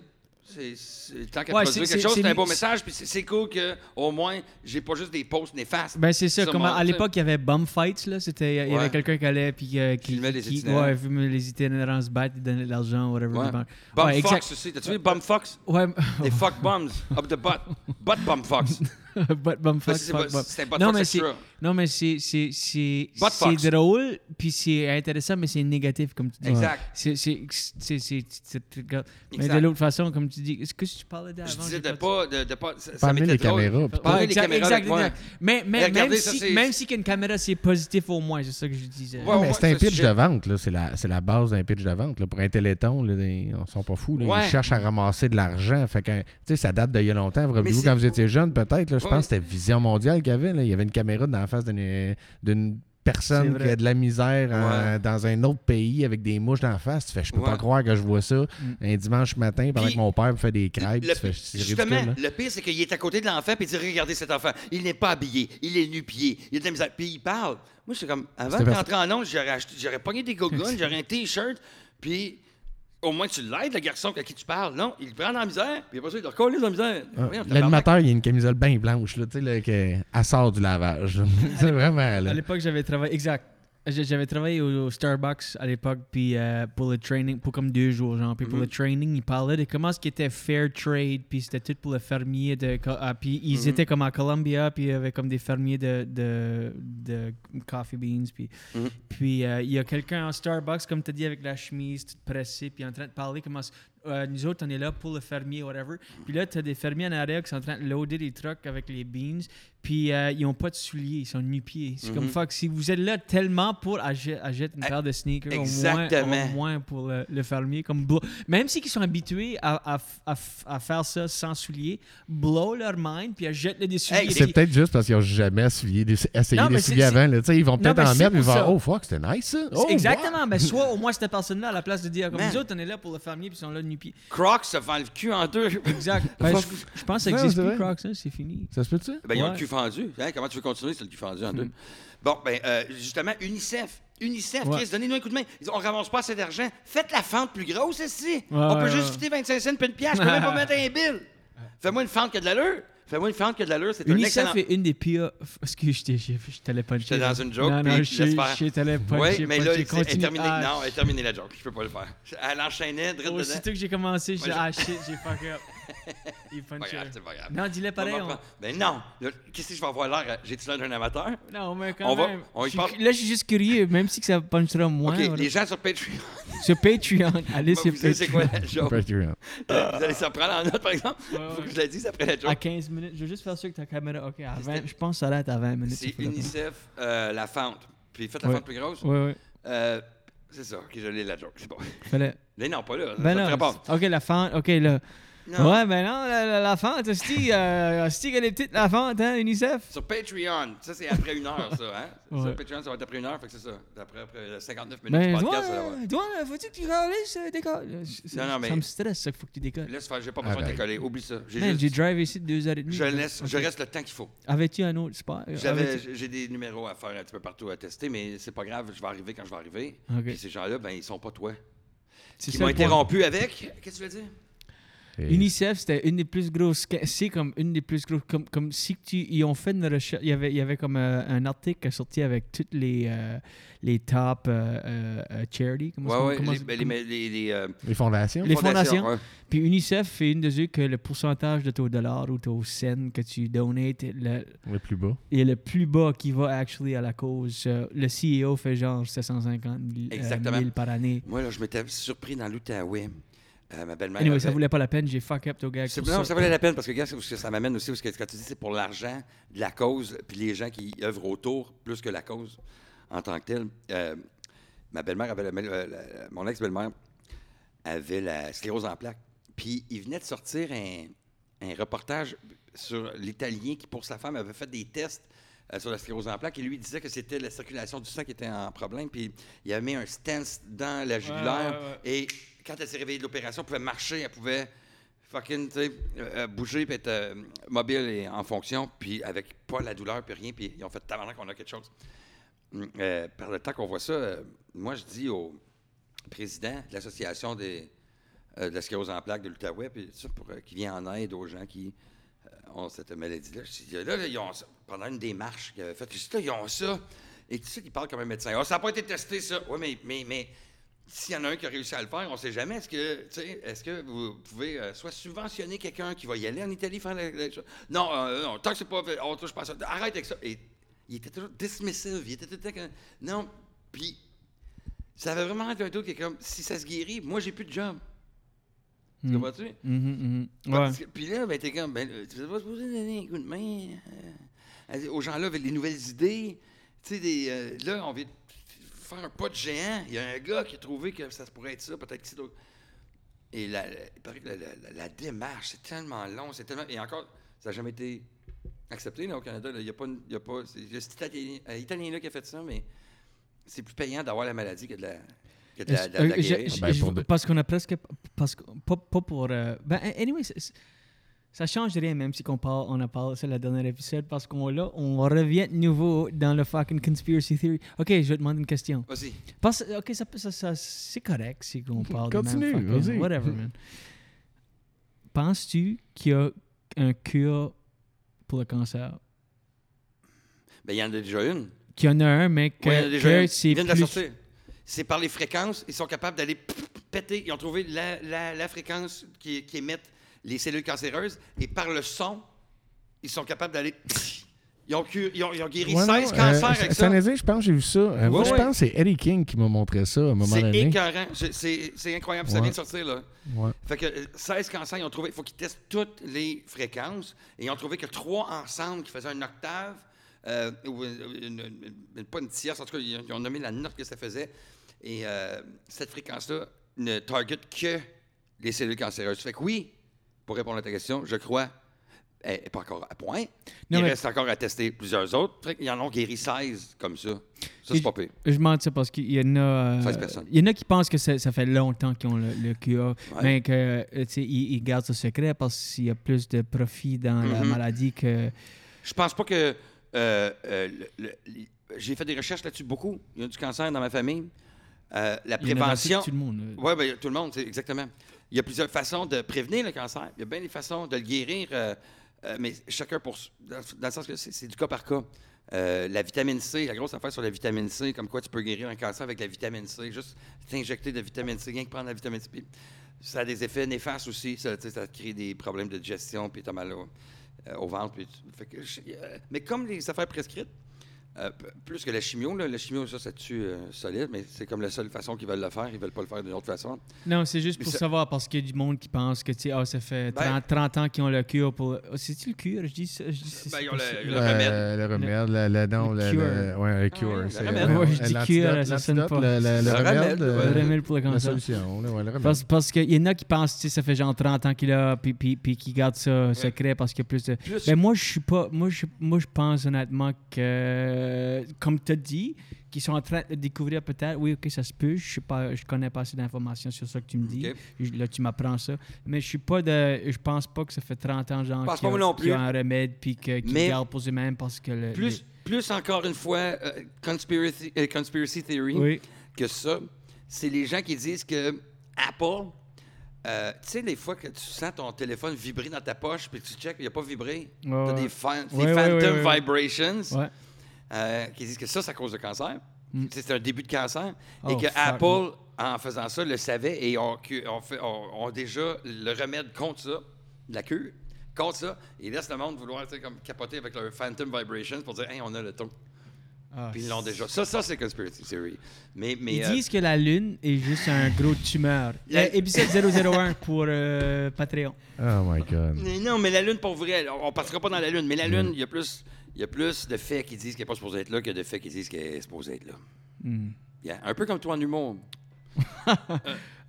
Speaker 3: C'est- c'est- Tant qu'à
Speaker 2: Ouais,
Speaker 3: produire
Speaker 2: c'est-
Speaker 3: quelque
Speaker 2: c'est-
Speaker 3: chose, c'est
Speaker 2: c'est
Speaker 3: un beau
Speaker 2: li-
Speaker 3: message. Puis c'est- c'est cool que, au moins, j'ai pas juste des posts néfastes.
Speaker 2: Ben c'est ça,
Speaker 3: Ça
Speaker 2: comme à-
Speaker 3: monte,
Speaker 2: à
Speaker 3: tu sais.
Speaker 2: l'époque il y avait bum fights là, c'était il y
Speaker 3: Ouais.
Speaker 2: avait quelqu'un qui allait puis euh, qui
Speaker 3: Filmait les
Speaker 2: qui-
Speaker 3: itinérants.
Speaker 2: ouais, filmait les itinérants se battre, il donnait de l'argent whatever.
Speaker 3: Ouais.
Speaker 2: des banques.
Speaker 3: Bum
Speaker 2: ouais,
Speaker 3: Fox
Speaker 2: exact.
Speaker 3: aussi. T'as-tu vu Bum Fox?
Speaker 2: Ouais,
Speaker 3: Des fuck bums up the butt. Butt Bum Fox.
Speaker 2: but bum
Speaker 3: Ça,
Speaker 2: fuck,
Speaker 3: c'est
Speaker 2: fuck,
Speaker 3: pas-
Speaker 2: bum.
Speaker 3: c'est un butt
Speaker 2: Non
Speaker 3: fuck
Speaker 2: mais c'est
Speaker 3: extra.
Speaker 2: non mais c'est c'est c'est
Speaker 3: Butt fucks.
Speaker 2: c'est drôle puis c'est intéressant mais c'est négatif comme tu dis.
Speaker 3: Exact.
Speaker 2: C'est c'est c'est c'est- c'est- c'est- mais
Speaker 3: Exact.
Speaker 2: de l'autre façon comme tu dis, est-ce que tu parlais d'avant
Speaker 3: Je
Speaker 2: j'ai
Speaker 3: disais de
Speaker 2: pas-
Speaker 3: pas. De, de pas ça
Speaker 4: Pas
Speaker 3: ça
Speaker 4: amener
Speaker 3: m'était
Speaker 4: les
Speaker 3: drôle.
Speaker 4: caméras, putain.
Speaker 3: Pas amener les
Speaker 2: exact,
Speaker 3: caméras.
Speaker 2: exact,
Speaker 3: avec moi.
Speaker 2: exact. Mais, mais-
Speaker 3: Mais regardez,
Speaker 2: même,
Speaker 3: ça,
Speaker 2: si,
Speaker 3: c'est-
Speaker 2: même si qu'il y a une caméra, c'est positif au moins, c'est ça que je disais.
Speaker 3: Ouais,
Speaker 4: mais
Speaker 3: ouais,
Speaker 4: c'est un
Speaker 3: ça,
Speaker 4: pitch
Speaker 3: c'est-
Speaker 4: de vente, là. C'est la, c'est la base d'un pitch de vente. Là. Pour un téléthon, là, des- on sont pas fous. Là.
Speaker 3: Ouais.
Speaker 4: Ils cherchent à ramasser de l'argent. Fait que, tu sais, ça date d'il y a longtemps. Vous rappelez-vous
Speaker 3: c'est-
Speaker 4: quand vous étiez jeune, peut-être. là, Je
Speaker 3: Ouais.
Speaker 4: pense que c'était Vision Mondiale qu'il y avait. là. Il y avait une caméra dans la face d'une- d'une personne
Speaker 2: C'est
Speaker 4: qui a de la misère en-
Speaker 3: Ouais.
Speaker 4: dans un autre pays avec des mouches dans la face. Tu fais, je peux
Speaker 3: Ouais. Mm.
Speaker 4: pas croire que je vois ça un dimanche matin pendant
Speaker 3: Puis-
Speaker 4: que mon père me fait des crêpes.
Speaker 3: Le-
Speaker 4: Tu fais, c'est
Speaker 3: justement,
Speaker 4: ridicule, hein? là.
Speaker 3: le pire, c'est qu'il est à côté de l'enfant puis il dit Regardez cet enfant, il n'est pas habillé, il est nu-pied, il a de la misère. Puis il parle. Moi, c'est comme Avant
Speaker 4: C'était
Speaker 3: de
Speaker 4: parce-
Speaker 3: rentrer en onde, j'aurais, acheté, j'aurais pogné des gogoons, j'aurais un T-shirt, puis au moins tu l'aides, le garçon à qui tu parles. Non, il le prend dans la misère, puis après ça, il le recolle dans la misère.
Speaker 4: Ah,
Speaker 3: Ben Voyons, tabarnak.
Speaker 4: L'animateur, il a une camisole bien blanche, là, tu sais, là, que- elle sort du lavage. là. c'est vraiment, là.
Speaker 2: À l'époque, j'avais travaillé. Exact. J'ai- J'avais travaillé au, au Starbucks à l'époque, puis euh, pour le training, pour comme deux jours, genre. Puis pour le training, ils parlaient de comment ce qui était fair trade, puis c'était tout pour le fermier. De, Co- ah, puis ils étaient comme à Columbia, puis il y avait comme des fermiers de, de, de coffee beans. Puis
Speaker 3: Mhm.
Speaker 2: puis, euh, il y a quelqu'un en Starbucks, comme tu as dit, avec la chemise, toute pressée, puis en train de parler. Comment, s- euh, nous autres, on est là pour le fermier, whatever. Puis là, tu as des fermiers en arrière qui sont en train de loader des trucks avec les beans. Puis euh, ils n'ont pas de souliers, ils sont nu-pieds. C'est
Speaker 3: Mhm.
Speaker 2: comme fuck. Si vous êtes là tellement pour achète une paire de sneakers, au moins- au moins,
Speaker 3: Eh, Exactement.
Speaker 2: pour le, le fermier. Comme blow- Même s'ils sont habitués à, à f- à f- à faire ça sans souliers, blow leur mind, puis achète les des souliers.
Speaker 3: Hey,
Speaker 4: C'est
Speaker 2: Puis-
Speaker 4: peut-être juste parce qu'ils n'ont jamais souillé des- essayé
Speaker 2: Non, mais
Speaker 4: des
Speaker 2: c'est-
Speaker 4: souliers
Speaker 2: c'est-
Speaker 4: avant. là. Tu sais, Ils vont peut-être
Speaker 2: mais
Speaker 4: en
Speaker 2: c'est
Speaker 4: mettre et ils vont
Speaker 2: pour ça.
Speaker 4: faire, Oh fuck, c'était nice ça. Oh, wow.
Speaker 2: Exactement, mais soit au moins cette personne-là, à la place de dire comme
Speaker 3: Man.
Speaker 2: nous autres, on est là pour le fermier, puis ils sont là de nu-pieds.
Speaker 3: Crocs se fend le cul en deux.
Speaker 2: Exact.
Speaker 4: Ben,
Speaker 2: je,
Speaker 4: je-
Speaker 2: je pense que ça
Speaker 4: Non,
Speaker 2: existe
Speaker 4: c'est
Speaker 2: plus,
Speaker 4: vrai.
Speaker 2: Crocs, hein, c'est fini.
Speaker 4: Ça se peut-tu?
Speaker 3: Ben, ils ont le
Speaker 2: Ouais. Hmm.
Speaker 3: cul fendu. Hein, Comment tu veux continuer si t'as le cul fendu en deux? Bon, ben, euh, justement, UNICEF. UNICEF,
Speaker 2: Ouais.
Speaker 3: Chris, donnez-nous un coup de main. Ils- On ramasse pas assez d'argent. Faites la fente plus grosse ici.
Speaker 2: Ouais,
Speaker 3: on
Speaker 2: ouais,
Speaker 3: peut
Speaker 2: ouais.
Speaker 3: juste foutre 25 cents puis une pièce. Je peux même pas mettre un bill. Fais-moi une fente qui a de l'allure. Fais-moi une fente qui a de l'allure. C'est un
Speaker 2: UNICEF
Speaker 3: excellent.
Speaker 2: est une des pires. Excuse, je t'ai- je je t'allais puncher.
Speaker 3: J'étais dans
Speaker 2: là.
Speaker 3: une joke,
Speaker 2: Non, non,
Speaker 3: puis
Speaker 2: je
Speaker 3: j'espère.
Speaker 2: je t'allais puncher.
Speaker 3: Oui, mais
Speaker 2: puncher,
Speaker 3: là, c'est- elle est
Speaker 2: continue.
Speaker 3: terminée.
Speaker 2: Ah,
Speaker 3: Non, elle est terminée la joke. Je peux pas le faire. Elle enchaînait, drette dedans.
Speaker 2: Aussitôt que j'ai commencé, j'ai
Speaker 3: Moi,
Speaker 2: ah shit, j'ai fuck up. Il
Speaker 3: Pas
Speaker 2: punchait.
Speaker 3: grave, c'est pas grave.
Speaker 2: Non, dis-le pareil.
Speaker 3: Moi,
Speaker 2: on-
Speaker 3: m'en prends- Ben non. Là, Qu'est-ce que je vais avoir l'air? à- J'ai-tu l'air d'un amateur?
Speaker 2: Non, mais quand
Speaker 3: On va-
Speaker 2: même.
Speaker 3: on y
Speaker 2: Je suis-
Speaker 3: parle.
Speaker 2: Là, je suis juste curieux, même si que ça punchera moins.
Speaker 3: OK,
Speaker 2: voilà.
Speaker 3: les gens sur Patreon,
Speaker 2: Sur Patreon, allez
Speaker 3: vous
Speaker 2: sur
Speaker 3: savez c'est quoi
Speaker 2: Patreon.
Speaker 3: la joke?
Speaker 4: Patreon.
Speaker 3: Euh, Vous allez s'en prendre en note, par exemple? Faut que je la dise après la
Speaker 2: À
Speaker 3: joke.
Speaker 2: 15 minutes, je veux juste faire sûr que ta caméra. Ok, à 20, je pense que ça arrête à 20 minutes.
Speaker 3: C'est
Speaker 2: faut le prendre.
Speaker 3: UNICEF, euh, la fente. Puis faites la
Speaker 2: Ouais.
Speaker 3: fente plus grosse.
Speaker 2: Ouais, ouais.
Speaker 3: Euh, c'est ça. OK, je l'ai, la joke. C'est bon.
Speaker 2: Fallait.
Speaker 3: Mais non, pas là.
Speaker 2: Ben
Speaker 3: ça Euh, te
Speaker 2: non.
Speaker 3: rapporte.
Speaker 2: Ok, la fente. Ok, là.
Speaker 3: Non.
Speaker 2: Ouais, ben non, la, la, la fente, Asti, euh, Asti, qu'elle est petite, la fente, hein, UNICEF.
Speaker 3: Sur Patreon, ça c'est après une heure, ça, hein?
Speaker 2: Ouais.
Speaker 3: Sur Patreon, ça va être après une heure, fait que c'est ça. Après, après 59 minutes
Speaker 2: Ben,
Speaker 3: du
Speaker 2: toi,
Speaker 3: podcast, ça va.
Speaker 2: euh, toi, euh, faut-tu que tu réalisses, euh, décolle? Euh, c-
Speaker 3: Non, non,
Speaker 2: Ça
Speaker 3: mais-
Speaker 2: me stresse, ça, qu'il faut que tu décolles.
Speaker 3: Laisse faire, j'ai pas
Speaker 4: Ah,
Speaker 3: besoin de
Speaker 4: ben.
Speaker 3: décoller. Oublie ça. J'ai
Speaker 2: Man, Ben,
Speaker 3: juste-
Speaker 2: j'ai drive ici de deux heures et demie.
Speaker 3: Je laisse, je
Speaker 2: Ok. Ah,
Speaker 3: reste le temps qu'il faut.
Speaker 2: Avais-tu un autre sport?
Speaker 3: J'avais,
Speaker 2: Avais-tu-
Speaker 3: j'ai des numéros à faire un petit peu partout à tester, mais c'est pas grave, je vais arriver quand je vais arriver.
Speaker 2: Ok.
Speaker 3: Puis ces gens-là, ben ils sont pas toi.
Speaker 2: C'est
Speaker 3: Ils
Speaker 2: ça,
Speaker 3: m'ont
Speaker 2: le point.
Speaker 3: interrompu avec. Qu'est-ce que tu veux dire?
Speaker 4: Et-
Speaker 2: UNICEF, c'était une des plus grosses. ca- C'est comme une des plus grosses. Comme, comme si que tu, ils ont fait une recherche. Il y avait, il y avait comme euh, un article qui est sorti avec toutes les, euh, les top euh, euh, euh, charity. Comment ça-
Speaker 3: Ouais, ouais,
Speaker 2: comment-
Speaker 3: les, ben, les,
Speaker 2: comment-
Speaker 3: les, les, euh,
Speaker 4: Les fondations?
Speaker 2: Les fondations.
Speaker 3: ouais.
Speaker 2: Puis UNICEF fait une de ceux que le pourcentage de ton dollar ou ton scène que tu donates est le,
Speaker 4: Le plus bas.
Speaker 2: est le plus bas qui va actually à la cause. Euh, Le CEO fait genre 750 000, euh,
Speaker 3: Exactement.
Speaker 2: 000 par année.
Speaker 3: Moi, là, je m'étais surpris dans l'Outaouais. Euh, ma belle-mère.
Speaker 2: Anyway, ça
Speaker 3: avait-
Speaker 2: voulait pas la peine, j'ai fuck up ton gars.
Speaker 3: C'est- Non, ça valait la peine parce que, regarde, c'est parce que ça m'amène aussi, parce que quand tu dis c'est pour l'argent de la cause, puis les gens qui œuvrent autour, plus que la cause en tant que telle. euh, ma belle-mère avait, la mal- euh, la- la- mon ex-belle-mère avait la sclérose en plaques. Puis il venait de sortir un, un reportage sur l'Italien qui, pour sa femme, avait fait des tests euh, sur la sclérose en plaques et lui disait que c'était la circulation du sang qui était en problème. Puis il avait mis un stence dans la jugulaire
Speaker 2: ouais, ouais.
Speaker 3: et quand elle s'est réveillée de l'opération, elle pouvait marcher, elle pouvait fucking, tu sais, euh, euh, bouger, puis être euh, mobile et en fonction, puis avec pas la douleur, puis rien, puis ils ont fait tellement qu'on a quelque chose. Mm, euh, par le temps qu'on voit ça, euh, moi, je dis au président de l'association des, euh, de la sclérose en plaques de l'Outaouais, puis ça, pour, euh, qui vient en aide aux gens qui euh, ont cette maladie-là. Je dis, là, là, ils ont ça. Pendant une démarche qu'ils avaient faite, je dis, là, ils ont ça. Et tu sais qu'ils parlent comme un médecin. Ah, ça n'a pas été testé, ça. Oui, mais, mais, mais s'il y en a un qui a réussi à le faire, on ne sait jamais. Est-ce que, tu sais, est-ce que vous pouvez euh, soit subventionner quelqu'un qui va y aller en Italie faire la, la- Non, euh, non, tant que c'est pas fait, on touche pas à ça. Arrête avec ça. Et il était toujours dismissive. Il était tout le temps que- Non, puis ça avait vraiment été un truc qui est comme, si ça se guérit, moi, j'ai plus de job. Tu comprends-tu?
Speaker 2: Mhm, Ouais.
Speaker 3: Parce que- Puis là, ben, t'es comme, ben, euh, tu vas pas supposé donner un coup de main euh, à- aux gens-là avec les nouvelles idées. Tu sais, des, euh, là, on vient de faire un pas de géant. Il y a un gars qui a trouvé que ça se pourrait être ça, peut-être que c'est d'autres. Et la, la- il paraît que la, la- la- la démarche, c'est tellement long, c'est tellement. Et encore, ça n'a jamais été accepté là, au Canada. là. Il n'y a pas. une- il y a pas c'est juste Italien, euh, Italien-là qui a fait ça, mais c'est plus payant d'avoir la maladie que de la. Que de la, de la- de la
Speaker 2: Euh, je-
Speaker 3: guérir.
Speaker 2: je-
Speaker 4: Ben,
Speaker 2: je-
Speaker 4: pour de-
Speaker 2: Parce qu'on a presque. Parce que, pas, pas pour. euh, ben, anyway, c'est- c'est- ça change rien, même si qu'on parle, on a parlé, c'est le dernier épisode, parce qu'on là, on revient de nouveau dans le fucking conspiracy theory. Ok, je vais te demander une question.
Speaker 3: Vas-y.
Speaker 2: Parce, ok, ça, peut- ça, ça- c'est correct si on parle
Speaker 4: Continue,
Speaker 2: de même fucking-
Speaker 4: vas-y.
Speaker 2: Whatever, man. Penses-tu qu'il y a un cure pour le cancer?
Speaker 3: Ben, il y en a déjà une.
Speaker 2: Qu'il y en a un, mais que,
Speaker 3: Ouais, il y en a déjà
Speaker 2: que
Speaker 3: eu.
Speaker 2: c'est
Speaker 3: Ils viennent de la
Speaker 2: plus-
Speaker 3: sortir. C'est par les fréquences, ils sont capables d'aller p- p- péter. Ils ont trouvé la, la- la fréquence qui, qui émettent les cellules cancéreuses et par le son, ils sont capables d'aller. Ils ont, cu- ils ont- ils ont guéri
Speaker 4: Ouais, non,
Speaker 3: 16
Speaker 4: euh,
Speaker 3: cancers
Speaker 4: c-
Speaker 3: avec
Speaker 4: cette
Speaker 3: ça.
Speaker 4: année, je pense que j'ai vu ça. Euh, moi,
Speaker 3: Ouais,
Speaker 4: je
Speaker 3: ouais.
Speaker 4: pense que c'est Eddie King qui m'a montré ça à un moment
Speaker 3: C'est
Speaker 4: donné.
Speaker 3: écœurant. Je- C'est c'est incroyable. Ça
Speaker 4: Ouais.
Speaker 3: vient de sortir, là.
Speaker 4: Ouais.
Speaker 3: Fait que euh, 16 cancers, ils ont trouvé. Il faut qu'ils testent toutes les fréquences. Et ils ont trouvé que trois ensemble qui faisaient une octave, euh, ou une- une- une- pas une tierce, en tout cas, ils, ont- ils ont nommé la note que ça faisait. Et euh, cette fréquence-là ne target que les cellules cancéreuses. Fait que oui, pour répondre à ta question, je crois. Elle n'est pas encore à point.
Speaker 2: Non,
Speaker 3: Il
Speaker 2: mais-
Speaker 3: reste encore à tester plusieurs autres. Fait qu'ils en ont guéri 16 comme ça. Ça,
Speaker 2: Et-
Speaker 3: c'est pas pire.
Speaker 2: Je mentais parce qu'il y en a. euh,
Speaker 3: 16 personnes.
Speaker 2: Il y en a qui pensent que ça, ça fait longtemps qu'ils ont le, le QA,
Speaker 3: Ouais.
Speaker 2: mais que euh, tu sais, ils, ils gardent ce secret parce qu'il y a plus de profit dans la
Speaker 3: Mhm.
Speaker 2: maladie que.
Speaker 3: Je pense pas que. euh, euh, le- le- les- j'ai fait des recherches là-dessus beaucoup. Il y a du cancer dans ma famille. Euh, la
Speaker 2: il y en a dans
Speaker 3: prévention.
Speaker 2: Tout le monde.
Speaker 3: Oui, ben, tout le monde, c'est exactement. Il y a plusieurs façons de prévenir le cancer. Il y a bien des façons de le guérir, euh, euh, mais chacun pour. Dans, dans le sens que c'est, c'est du cas par cas. Euh, la vitamine C, la grosse affaire sur la vitamine C, comme quoi tu peux guérir un cancer avec la vitamine C, juste t'injecter de vitamine C, rien que prendre la vitamine C. Puis ça a des effets néfastes aussi, ça, tu sais, ça te crée des problèmes de digestion, puis t'as mal au, euh, au ventre. puis tu- fait que je- euh, mais comme les affaires prescrites, euh, p- plus que la chimio, là, la chimio, ça, ça tue euh, solide, mais c'est comme la seule façon qu'ils veulent le faire. Ils veulent pas le faire d'une autre façon.
Speaker 2: Non, c'est juste
Speaker 3: Mais
Speaker 2: pour
Speaker 3: ça-
Speaker 2: savoir parce qu'il y a du monde qui pense que tu sais, ah, ça fait
Speaker 3: Ben-
Speaker 2: 30, 30 ans qu'ils ont le cure pour. Oh, C'est-tu le cure Je dis ça. Je dis, c'est-
Speaker 3: Ben, ils ont
Speaker 2: c'est-
Speaker 3: le-
Speaker 2: c'est-
Speaker 3: le remède.
Speaker 4: Euh, le remède, la, la, non,
Speaker 2: Le
Speaker 4: la-
Speaker 2: cure.
Speaker 4: la- ouais, le cure.
Speaker 3: Ah oui,
Speaker 4: c'est-
Speaker 3: le remède.
Speaker 4: euh,
Speaker 2: Ouais, je dis
Speaker 4: l'antidote-
Speaker 2: cure, ça sonne pas.
Speaker 4: l'antidote, Le, le- le
Speaker 3: Le
Speaker 4: remède,
Speaker 3: remède,
Speaker 4: euh,
Speaker 3: ouais.
Speaker 2: Le remède pour le
Speaker 4: la
Speaker 2: cancer.
Speaker 4: solution. ben. là, ouais, le remède.
Speaker 2: Parce, parce qu'il y en a qui pensent, tu sais, ça fait genre 30 ans qu'il a, puis, puis, puis qui garde ça secret parce qu'il y a plus de.
Speaker 3: Plus-
Speaker 2: Mais Ben, moi, je suis pas. Moi, je, moi, je pense honnêtement que, comme tu as dit, qu'ils sont en train de découvrir peut-être, oui, ok, ça se peut, je suis pas, je connais pas assez d'informations sur ça que tu me dis.
Speaker 3: Ok.
Speaker 2: Je- Là, tu m'apprends ça. Mais je suis pas de. Je pense pas que ça fait 30 ans, genre,
Speaker 3: Je pense
Speaker 2: qu'il y a-
Speaker 3: pas moi non
Speaker 2: qu'il y a
Speaker 3: plus.
Speaker 2: un remède, puis que- qu'ils
Speaker 3: Mais-
Speaker 2: gardent pour eux-mêmes parce que. le-
Speaker 3: Plus, plus encore une fois, euh, conspiracy, euh, conspiracy theory
Speaker 2: les- Oui.
Speaker 3: que ça, c'est les gens qui disent que Apple, euh, tu sais, les fois que tu sens ton téléphone vibrer dans ta poche, puis tu checkes, il n'a pas vibré.
Speaker 2: Ouais,
Speaker 3: T'as
Speaker 2: ouais.
Speaker 3: des, fan- des
Speaker 2: Ouais, ouais,
Speaker 3: phantom
Speaker 2: ouais, ouais, ouais.
Speaker 3: vibrations.
Speaker 2: Ouais.
Speaker 3: euh, qui disent que ça, ça cause le cancer. C'est un début de cancer.
Speaker 2: Mm. Oh,
Speaker 3: et que
Speaker 2: fuck.
Speaker 3: Apple, en faisant ça, le savait et ont, cu- ont fait- ont- ont déjà le remède contre ça, la cure, contre ça. Et laisse le monde vouloir tu sais, comme capoter avec leur Phantom Vibrations pour dire, hey, on a le ton.
Speaker 2: Ah,
Speaker 3: Puis ils l'ont déjà. Ça, ça c'est Conspiracy Theory. Mais, mais,
Speaker 2: Ils
Speaker 3: euh,
Speaker 2: disent que la Lune est juste un gros tumeur.
Speaker 3: La-
Speaker 2: Euh, épisode 001 pour euh, Patreon.
Speaker 4: Oh my God.
Speaker 3: mais non, mais la Lune, pour vrai, on ne passera pas dans la Lune. Mais la
Speaker 2: Mm.
Speaker 3: Lune, il y a plus. Il y a plus de faits qui disent qu'elle n'est pas supposée être là que de faits qui disent qu'elle est supposée être là. Hmm. Yeah. Un peu comme toi en humour.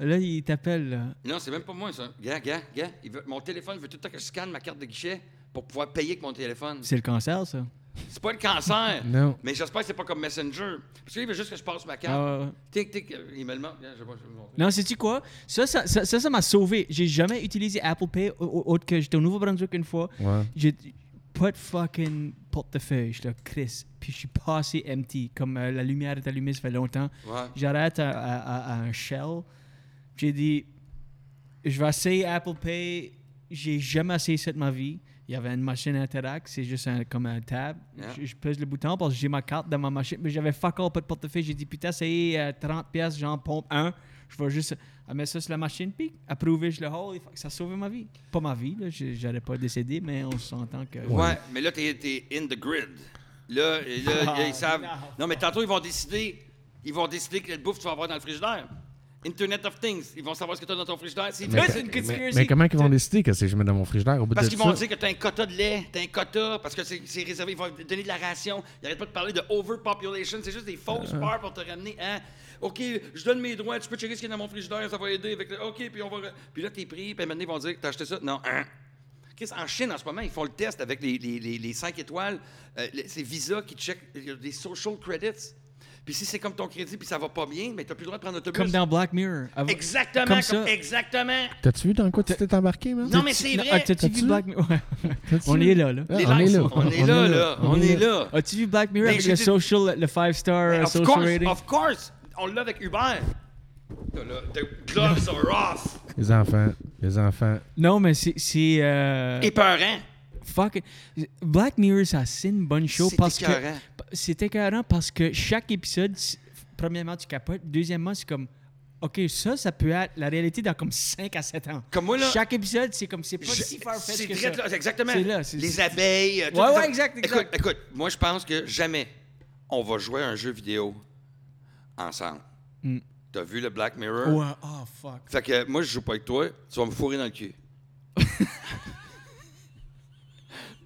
Speaker 2: Là, il t'appelle. là.
Speaker 3: Non, c'est même pas moi, ça. Gars, gars, gars, il veut- mon téléphone veut tout le temps que je scanne ma carte de guichet pour pouvoir payer avec mon téléphone.
Speaker 2: C'est le cancer, ça?
Speaker 3: C'est pas le cancer.
Speaker 4: Non.
Speaker 3: Mais j'espère que c'est pas comme Messenger. Parce qu'il veut juste que je passe ma carte.
Speaker 2: Ah.
Speaker 3: Tic, tic, euh, il me le montre. Gars, je vais pas- je vais vous montrer.
Speaker 2: non, sais-tu quoi? Ça, ça, ça, ça, ça m'a sauvé. J'ai jamais utilisé Apple Pay au- au- autre que j'étais au Nouveau-Brunswick une fois.
Speaker 4: Ouais.
Speaker 2: J'ai pas de fucking portefeuille. Je le Chris. Puis je suis passé empty. Comme euh, la lumière est allumée, ça fait longtemps.
Speaker 3: Ouais.
Speaker 2: J'arrête à, à- à- à un Shell. J'ai dit, je vais essayer Apple Pay. J'ai jamais essayé ça de ma vie. Il y avait une machine Interact, c'est juste un- comme un tab.
Speaker 3: Yeah.
Speaker 2: Je, je pèse le bouton parce que j'ai ma carte dans ma machine. Mais j'avais fuck all, pas de portefeuille. J'ai dit, putain, c'est euh, 30 pièces, j'en pompe un. Je vais juste elle mettre ça sur la machine, puis approuver, je le haul. Ça a sauvé ma vie. Pas ma vie, là, j'ai- j'aurais pas décédé, mais on s'entend que.
Speaker 3: Ouais, mais là, t'es t'es in the grid. Là, et là,
Speaker 2: Ah,
Speaker 3: ils savent.
Speaker 2: non.
Speaker 3: Non. mais tantôt, ils vont décider. Ils vont décider quelle bouffe tu vas avoir dans le frigidaire. Internet of Things. Ils vont savoir ce que t'as dans ton frigidaire. C'est
Speaker 4: Mais,
Speaker 3: vrai, c'est
Speaker 4: mais-
Speaker 3: une
Speaker 4: mais,
Speaker 3: conspiracy.
Speaker 4: comment ils vont décider que c'est je mets dans mon frigidaire au bout
Speaker 3: Parce
Speaker 4: de
Speaker 3: qu'ils
Speaker 4: ça?
Speaker 3: vont dire que t'as un quota de lait, t'as un quota, parce que c'est c'est réservé, ils vont te donner de la ration. Ils arrêtent pas de parler de overpopulation, c'est juste des fausses peurs pour te ramener à OK, je donne mes droits, tu peux checker ce qu'il y a dans mon frigidaire, ça va aider. Avec le- OK, puis on va. re- Puis là, t'es pris, puis maintenant, ils vont dire que t'as acheté ça. Non, hein. Chris, en Chine, en ce moment, ils font le test avec les, les, les, 5 étoiles. Euh, les- c'est Visa qui check euh, des social credits. Puis si c'est comme ton crédit, puis ça va pas bien, mais t'as plus le droit de prendre l'autobus.
Speaker 2: Comme dans Black Mirror. Avant-
Speaker 3: Exactement,
Speaker 2: Comme
Speaker 3: comme-
Speaker 2: ça.
Speaker 3: exactement.
Speaker 4: T'as-tu vu dans quoi tu t'es embarqué, man?
Speaker 3: Non, mais c'est
Speaker 2: Non,
Speaker 3: vrai.
Speaker 2: ah, T'as-tu vu
Speaker 4: T'as-tu-
Speaker 2: Black Mirror? Ouais.
Speaker 4: T'as-tu-
Speaker 2: on est là, là.
Speaker 4: Ah,
Speaker 3: Les
Speaker 4: on est
Speaker 3: likes,
Speaker 4: là.
Speaker 3: on est là, là. On est là.
Speaker 2: As-tu vu Oh, Black Mirror
Speaker 3: Mais
Speaker 2: avec
Speaker 3: j'ai
Speaker 2: le
Speaker 3: dit-
Speaker 2: social, le 5 star euh,
Speaker 3: Oh, of
Speaker 2: social
Speaker 3: course,
Speaker 2: rating?
Speaker 3: of course. On l'a avec Uber. The gloves are off.
Speaker 4: Les enfants, les enfants.
Speaker 2: Non, mais c'est. c'est, euh,
Speaker 3: Épeurant.
Speaker 2: fuck. Black Mirror, ça c'est une bonne show
Speaker 3: C'est
Speaker 2: parce
Speaker 3: écœurant.
Speaker 2: que. C'est écœurant parce que chaque épisode, c'est- premièrement, tu capotes. Deuxièmement, c'est comme. OK, ça, ça peut être la réalité dans comme 5 à 7 ans.
Speaker 3: Comme moi, là-
Speaker 2: Chaque épisode, c'est comme c'est pas
Speaker 3: Je-
Speaker 2: si farfetch
Speaker 3: c'est
Speaker 2: que
Speaker 3: direct
Speaker 2: ça.
Speaker 3: là, exactement.
Speaker 2: C'est là, c'est-
Speaker 3: les
Speaker 2: c'est-
Speaker 3: abeilles. euh, tout
Speaker 2: Ouais,
Speaker 3: ça.
Speaker 2: ouais, exact, exact.
Speaker 3: Écoute, écoute, moi, je pense que jamais on va jouer à un jeu vidéo ensemble. T'as vu le Black Mirror?
Speaker 2: Hmm. Ouais, oh fuck.
Speaker 3: Fait que moi, je joue pas avec toi, tu vas me fourrer dans le cul.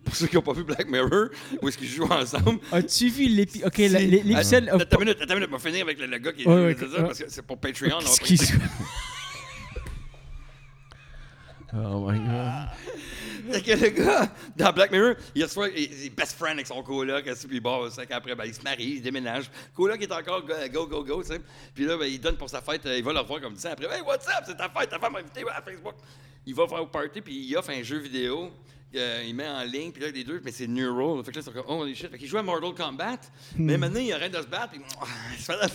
Speaker 3: Pour ceux qui n'ont pas vu Black Mirror, où est-ce qu'ils jouent ensemble?
Speaker 2: As-tu vu l'épisode OK, la-
Speaker 3: C'est- Ah,
Speaker 2: l'é- l'épisode
Speaker 3: Attends une minute, attends une minute, on va finir avec le, le gars qui
Speaker 2: Euh, Ouais, ouais,
Speaker 3: c'est ça,
Speaker 2: ouais.
Speaker 3: parce que c'est pour Patreon. on va pas-
Speaker 2: Excuse-
Speaker 4: Oh my God.
Speaker 3: Fait que le gars, dans Black Mirror, il reçoit il est best friend avec son coloc, ainsi, puis bon, cinq ans après, ben, il se marie, il déménage. Le coloc est encore go, go, go, go, tu sais. Puis là, ben, il donne pour sa fête, euh, il va le revoir comme ça. Après, hey, what's up, c'est ta fête, ta femme m'a invité ouais, à Facebook. Il va faire au party, puis il offre un jeu vidéo. euh, il met en ligne, puis là, les deux, mais c'est Neural. Fait que là, ils sont comme, oh, shit. Fait qu'il joue à Mortal Kombat,
Speaker 2: Hmm.
Speaker 3: mais maintenant, il arrête de se battre, puis il se fait la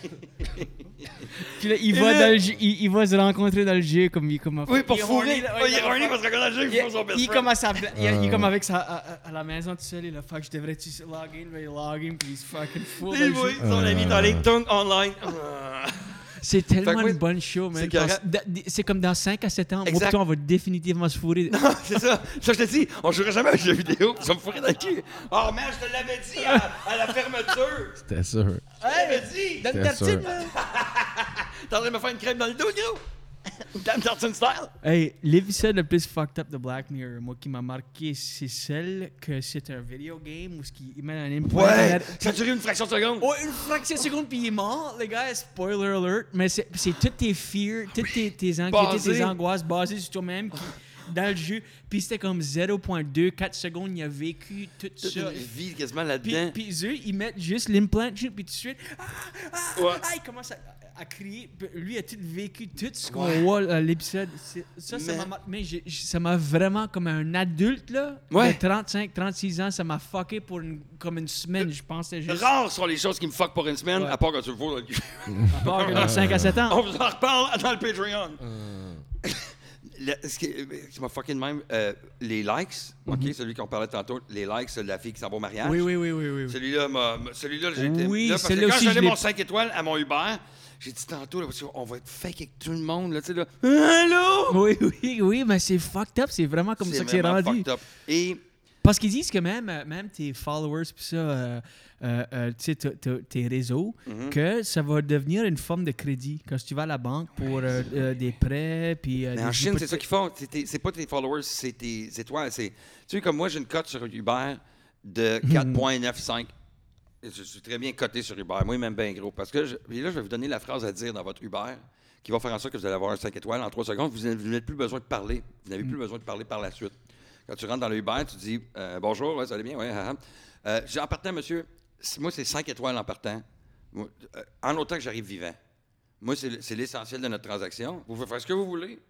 Speaker 2: Puis là, il
Speaker 3: Et
Speaker 2: va,
Speaker 3: là-
Speaker 2: dans le jeu- il, il va se rencontrer dans le jeu comme il comme
Speaker 3: Oui, pour
Speaker 2: il est
Speaker 3: fourrer.
Speaker 2: horny, là,
Speaker 3: Ouais, Il est
Speaker 2: ouais,
Speaker 3: horny parce que quand il joue, il
Speaker 2: Il,
Speaker 3: fourre son best
Speaker 2: il,
Speaker 3: friend.
Speaker 2: comme à sa bla- il, il comme avec sa, à, à- à la maison tout seul, il a fuck, je devrais-tu login, mais il login, puis il se fucking fout.
Speaker 3: Il voit son ami dans les tongues online. Ah.
Speaker 2: C'est
Speaker 3: Fait que
Speaker 2: tellement
Speaker 3: moi,
Speaker 2: une bonne show,
Speaker 3: c'est
Speaker 2: man.
Speaker 3: correct.
Speaker 2: Parce- da- di- C'est comme dans 5 à 7 ans, moi,
Speaker 3: Exact.
Speaker 2: pis toi, on va définitivement se fourrer.
Speaker 3: c'est ça. Ça, je te dis, on jouera jamais à un jeu vidéo. Ça me fourrait dans le cul. Oh, man, je te l'avais dit à, à la fermeture.
Speaker 4: C'était sûr.
Speaker 3: Je t'avais dit.
Speaker 2: Donne
Speaker 4: C'est
Speaker 2: tartine,
Speaker 4: sûr.
Speaker 2: man.
Speaker 3: T'es en train de me faire une crème dans le dos, gros. Dame Tartine style.
Speaker 2: Hey, l'épisode le plus fucked up de Black Mirror, moi, qui m'a marqué, c'est celle que c'est un video game où ce qui met un input.
Speaker 3: Ouais. Ça a duré une fraction de seconde.
Speaker 2: Oh, une fraction de seconde, puis il est mort, les gars. Spoiler alert. Mais c'est c'est toutes tes fears, toutes tes, tes anxiétés,
Speaker 3: Basé.
Speaker 2: tes angoisses basées sur toi-même qui- dans le jeu. Puis c'était comme 0.2, 4 secondes, il a vécu tout
Speaker 3: Toute une
Speaker 2: ça.
Speaker 3: vie quasiment
Speaker 2: Puis,
Speaker 3: là-dedans.
Speaker 2: puis eux, ils mettent juste l'implant, chip, puis tout de suite, ah, ah,
Speaker 3: Ouais.
Speaker 2: ah, il commence à, à crier. Puis Lui a tout vécu, tout ce qu'on
Speaker 3: Ouais.
Speaker 2: voit à l'épisode. C'est- Ça, ça
Speaker 3: Mais-
Speaker 2: m'a mar- mais j'ai- j'ai- ça m'a vraiment, comme un adulte, là,
Speaker 3: Ouais.
Speaker 2: de 35, 36 ans, ça m'a fucké pour une, comme une semaine, je pensais juste.
Speaker 3: Rares sont les choses qui me fuck pour une semaine,
Speaker 2: Ouais. Ah.
Speaker 3: à part quand tu le fous dans le cul.
Speaker 2: Pas que dans 5 à 7 ans.
Speaker 3: On vous en reparle dans le Patreon.
Speaker 2: Euh.
Speaker 3: Le- ce qui ce qui m'a fucking même, euh, les likes, OK, celui qu'on parlait tantôt, les likes, celui de la fille qui s'en va au mariage.
Speaker 2: Mhm. Oh, Oui, oui, oui, oui, oui. oui.
Speaker 3: Celui-là, m'a- m'a- celui-là, j'ai été.
Speaker 2: Oui,
Speaker 3: là, parce
Speaker 2: celui-là
Speaker 3: que quand
Speaker 2: aussi,
Speaker 3: j'ai
Speaker 2: je
Speaker 3: donné
Speaker 2: l'ai-
Speaker 3: mon 5 étoiles à mon Uber, j'ai dit tantôt, là, parce qu'on va être fake avec tout le monde, là, tu sais, là. Allô?
Speaker 2: Oui, oui, oui, mais c'est fucked up. C'est vraiment comme ça que c'est
Speaker 3: vraiment
Speaker 2: rendu.
Speaker 3: fucked up. Et
Speaker 2: Parce qu'ils disent que même, euh, même tes followers, pis ça, euh, euh, euh, tu sais, t'as- t'as- tes réseaux,
Speaker 3: Mm-hmm.
Speaker 2: que ça va devenir une forme de crédit quand tu vas à la banque pour euh, euh, des prêts, puis euh,
Speaker 3: mais
Speaker 2: des
Speaker 3: en Chine, c'est ça
Speaker 2: hypothèques.
Speaker 3: qu'ils font. C'est tes- C'est pas tes followers, c'est tes étoiles. C'est- Tu sais, comme moi, j'ai une cote sur Uber de 4,95. Et Je suis très bien coté sur Uber. Moi, même bien gros. Parce que je- et là, je vais vous donner la phrase à dire dans votre Uber qui va faire en sorte que vous allez avoir un 5 étoiles en 3 secondes. Vous n'avez- vous n'avez plus besoin de parler. Vous n'avez plus besoin de parler par la suite. Quand tu rentres dans le Uber, tu dis euh, Bonjour, ouais, ça va bien, ouais, haha. Euh, j'ai- en partant, monsieur, si- moi, c'est 5 étoiles en partant. Moi, euh, en autant que j'arrive vivant. Moi, c'est le- c'est l'essentiel de notre transaction. Vous pouvez faire ce que vous voulez.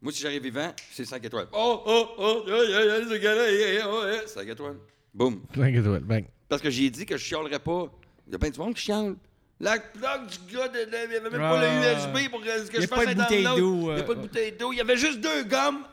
Speaker 3: Moi, si j'arrive vivant, c'est 5 étoiles. Oh, oh, oh, yeah, yeah, yeah, ce gars-là, yeah, yeah, oh, yeah. 5 étoiles. Boum.
Speaker 4: Bang, it well, bang.
Speaker 3: Parce que j'ai dit que je chialerais pas. Il y a bien du monde qui chiale. La plug du gars, de, de- il n'y avait même pas
Speaker 2: Ouais, ouais,
Speaker 3: le
Speaker 2: ouais.
Speaker 3: USB pour que, que
Speaker 2: Ah. Il y
Speaker 3: je
Speaker 2: a pas
Speaker 3: fasse
Speaker 2: de
Speaker 3: un download.
Speaker 2: bouteille d'eau,
Speaker 3: Il n'y a
Speaker 2: euh,
Speaker 3: pas de bouteille d'eau. Il y avait juste deux gommes.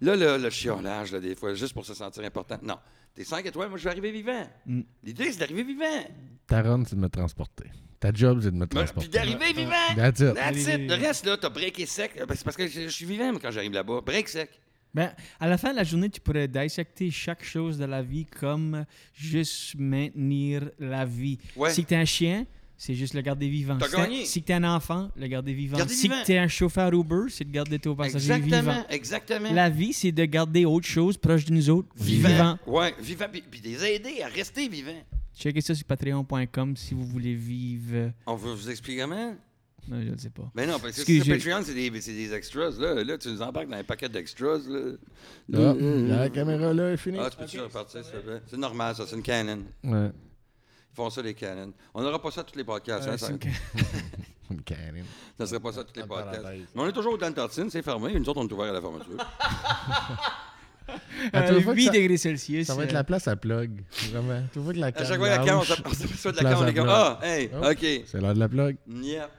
Speaker 3: Là, le, le chiolage, là, des fois, juste pour se sentir important. Non. T'es 5 étoiles, moi, je vais arriver vivant.
Speaker 2: Mm.
Speaker 3: L'idée, c'est d'arriver vivant.
Speaker 4: Ta run, c'est de me transporter. Ta job, c'est de
Speaker 3: Ben,
Speaker 4: me
Speaker 3: Puis
Speaker 4: transporter.
Speaker 3: d'arriver vivant.
Speaker 4: That's it.
Speaker 3: That's
Speaker 2: Allez.
Speaker 3: it. Le reste, là, t'as breaké sec. Ben, C'est parce que je, je suis vivant moi, quand j'arrive là-bas. Break sec.
Speaker 2: Ben, à la fin de la journée, tu pourrais dissecter chaque chose de la vie comme juste maintenir la vie.
Speaker 3: Ouais.
Speaker 2: Si tu es un chien, c'est juste le garder vivant.
Speaker 3: T'as
Speaker 2: Si t'es-
Speaker 3: gagné.
Speaker 2: Si tu es un enfant, le garder vivant.
Speaker 3: Garder
Speaker 2: si
Speaker 3: vivant.
Speaker 2: tu es un chauffeur Uber, c'est de garder tes passagers vivants.
Speaker 3: Exactement. Exactement.
Speaker 2: La vie, c'est de garder autre chose proche de nous autres, vivant.
Speaker 3: Ouais, vivant. Puis, puis de les aider à rester vivants.
Speaker 2: Checkez ça sur patreon.com si vous voulez vivre.
Speaker 3: On veut vous expliquer comment?
Speaker 2: Non, je ne sais pas.
Speaker 3: Ben non, parce que
Speaker 2: Excusez.
Speaker 3: sur Patreon, c'est des, c'est des extras. Là. là, tu nous embarques dans un paquet d'extras. Là.
Speaker 4: Hop, Ah. la caméra là est finie.
Speaker 3: Ah, tu peux-tu repartir, s'il te plaît? C'est normal, ça. C'est une Canon.
Speaker 4: Ouais.
Speaker 3: Ils font ça, les Canon. On n'aura pas ça à tous les podcasts. hein,
Speaker 2: Euh,
Speaker 3: ça
Speaker 2: c'est une-
Speaker 4: Une canine.
Speaker 3: ne serait pas ça à tous les
Speaker 4: En
Speaker 3: podcasts.
Speaker 4: parenthèse.
Speaker 3: Mais on est toujours dans le tartine, c'est fermé. Nous autres, on est ouvert à la fermeture.
Speaker 4: À
Speaker 2: Euh,
Speaker 4: chaque fois que
Speaker 2: 8
Speaker 4: ça-
Speaker 2: degrés Celsius.
Speaker 4: Ça va être
Speaker 2: euh,
Speaker 4: la place à plug. Vraiment. Tu vois que la
Speaker 3: à
Speaker 4: canne
Speaker 3: chaque fois, la
Speaker 4: lâche.
Speaker 3: cam, on s'aperçoit de la
Speaker 4: Place
Speaker 3: cam, on
Speaker 4: à
Speaker 3: est comme
Speaker 4: blanc.
Speaker 3: Ah, hey,
Speaker 4: Oh.
Speaker 3: OK.
Speaker 4: C'est l'heure de la plug.
Speaker 3: Yeah.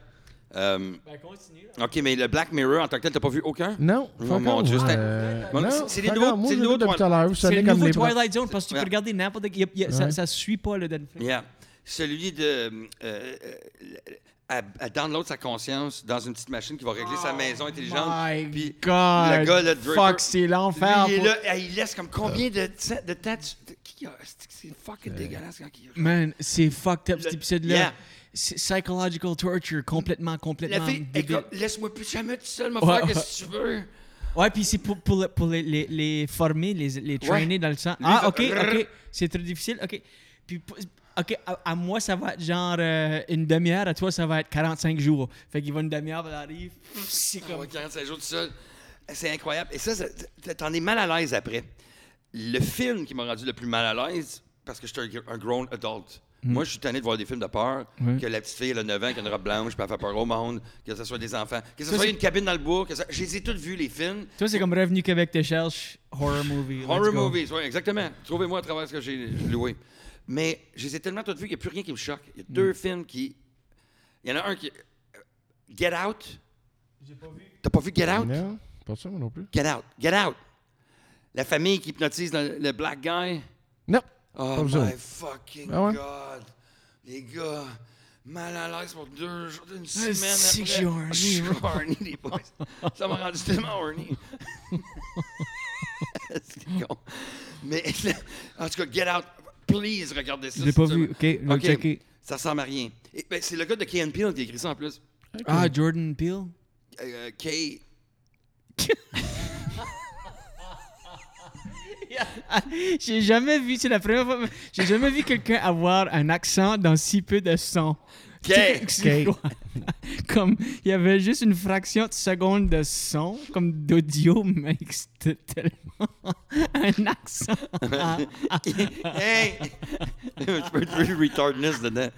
Speaker 3: Euh,
Speaker 2: Ben,
Speaker 3: OK, mais le Black Mirror, en tant que tel, t'as pas vu aucun?
Speaker 4: Non,
Speaker 3: Oh,
Speaker 4: fuck
Speaker 3: mon
Speaker 4: off.
Speaker 3: Dieu, c'était-
Speaker 4: Euh,
Speaker 3: Bon,
Speaker 4: non,
Speaker 3: c'est- c'est les
Speaker 4: fuck
Speaker 3: nouveaux-
Speaker 4: off.
Speaker 3: c'est
Speaker 4: Moi, je
Speaker 3: les
Speaker 4: l'ai
Speaker 3: nouveaux
Speaker 4: depuis tout à l'heure. Vous
Speaker 2: C'est
Speaker 4: sonnez
Speaker 2: le
Speaker 4: comme
Speaker 2: nouveau
Speaker 4: les bras.
Speaker 2: Twilight Zone parce que tu peux
Speaker 3: Ouais.
Speaker 2: regarder n'importe quel. il y a- il y a- ça-
Speaker 4: Ouais.
Speaker 2: Ça ne suit pas le Netflix.
Speaker 3: Yeah. Celui de. euh, euh, elle, elle download sa conscience dans une petite machine qui va régler sa maison intelligente.
Speaker 2: My
Speaker 3: puis
Speaker 2: God!
Speaker 3: le gars, le Draper,
Speaker 2: Fuck, c'est
Speaker 3: lui,
Speaker 2: l'enfer.
Speaker 3: il, est
Speaker 2: pour-
Speaker 3: là, hey, il laisse comme combien de, te- de temps tu- de- qui a- C'est c'est fucking
Speaker 2: Euh,
Speaker 3: dégueulasse quand il.
Speaker 2: Man, c'est fucked up cet
Speaker 3: Le-
Speaker 2: épisode-là.
Speaker 3: Yeah.
Speaker 2: C'est psychological torture, complètement,
Speaker 3: La
Speaker 2: complètement.
Speaker 3: fille, elle est
Speaker 2: débile.
Speaker 3: comme, laisse-moi plus jamais tout seul, mon
Speaker 2: Ouais,
Speaker 3: frère,
Speaker 2: ouais.
Speaker 3: qu'est-ce que tu veux?
Speaker 2: Ouais, puis c'est pour, pour, le- pour les, les, les former, les, les trainer dans le sang. ah,
Speaker 3: ça-
Speaker 2: ok, ok. C'est très difficile, ok. Puis, p- ok, à, à moi, ça va être genre euh, une demi-heure, à toi, ça va être 45 jours. Fait qu'il va une demi-heure, elle arrive. pff, C'est
Speaker 3: Ah ouais,
Speaker 2: comme.
Speaker 3: 45 jours tout seul. C'est incroyable. Et ça, ça- ça- t'en es mal à l'aise après. Le film qui m'a rendu le plus mal à l'aise, parce que je suis un gr- un grown adult.
Speaker 2: Hmm.
Speaker 3: Moi, je suis tanné de voir des films de peur, que la petite fille, elle a 9 ans, qui a une robe blanche, puis elle fait peur au monde, que ce soit des enfants, que ce
Speaker 2: Ça,
Speaker 3: soit
Speaker 2: c'est-
Speaker 3: une cabine dans le bois. Que ça... Je les ai tous vus, les films.
Speaker 2: Toi, c'est comme Revenu Québec te cherche, horror movie. let's
Speaker 3: Horror
Speaker 2: go.
Speaker 3: movies, oui, exactement. Trouvez-moi à travers ce que j'ai loué. Mais je les ai tellement toutes vues qu'il n'y a plus rien qui me choque. Il y a
Speaker 2: Hmm.
Speaker 3: deux films qui. Il y en a un qui. euh, Get Out. T'as pas vu Get Out?
Speaker 4: Non, pas ça, moi non plus.
Speaker 3: Get out, get out. La famille qui hypnotise le, le black guy.
Speaker 4: Non.
Speaker 3: Oh
Speaker 4: Pas
Speaker 3: my
Speaker 4: besoin.
Speaker 3: fucking
Speaker 4: Ah ouais?
Speaker 3: God. Les gars, mal à l'aise pour deux jours, une
Speaker 2: Ah,
Speaker 3: semaine.
Speaker 2: c'est que
Speaker 3: après.
Speaker 2: j'ai horny,
Speaker 3: Je suis
Speaker 2: moi.
Speaker 3: horny, les boys. Ça m'a rendu tellement horny. c'est con. Mais en tout cas, get out. Please, regardez ça.
Speaker 2: Je l'ai
Speaker 3: c'est
Speaker 2: pas
Speaker 3: sûr.
Speaker 2: vu, ok. je vais
Speaker 3: Ok.
Speaker 2: checker.
Speaker 3: Ça ressemble à rien. Et, ben, c'est le gars de K.N. Peele qui a écrit ça en plus.
Speaker 2: Ah, Jordan Peele?
Speaker 3: Euh, K.
Speaker 2: J'ai jamais vu, c'est la première fois, j'ai jamais vu quelqu'un avoir un accent dans si peu de son.
Speaker 3: Gay.
Speaker 2: C'est quoi? Comme, il y avait juste une fraction de seconde de son, comme d'audio, mais c'était tellement un accent.
Speaker 3: hey! Je peux être plus retardness dedans.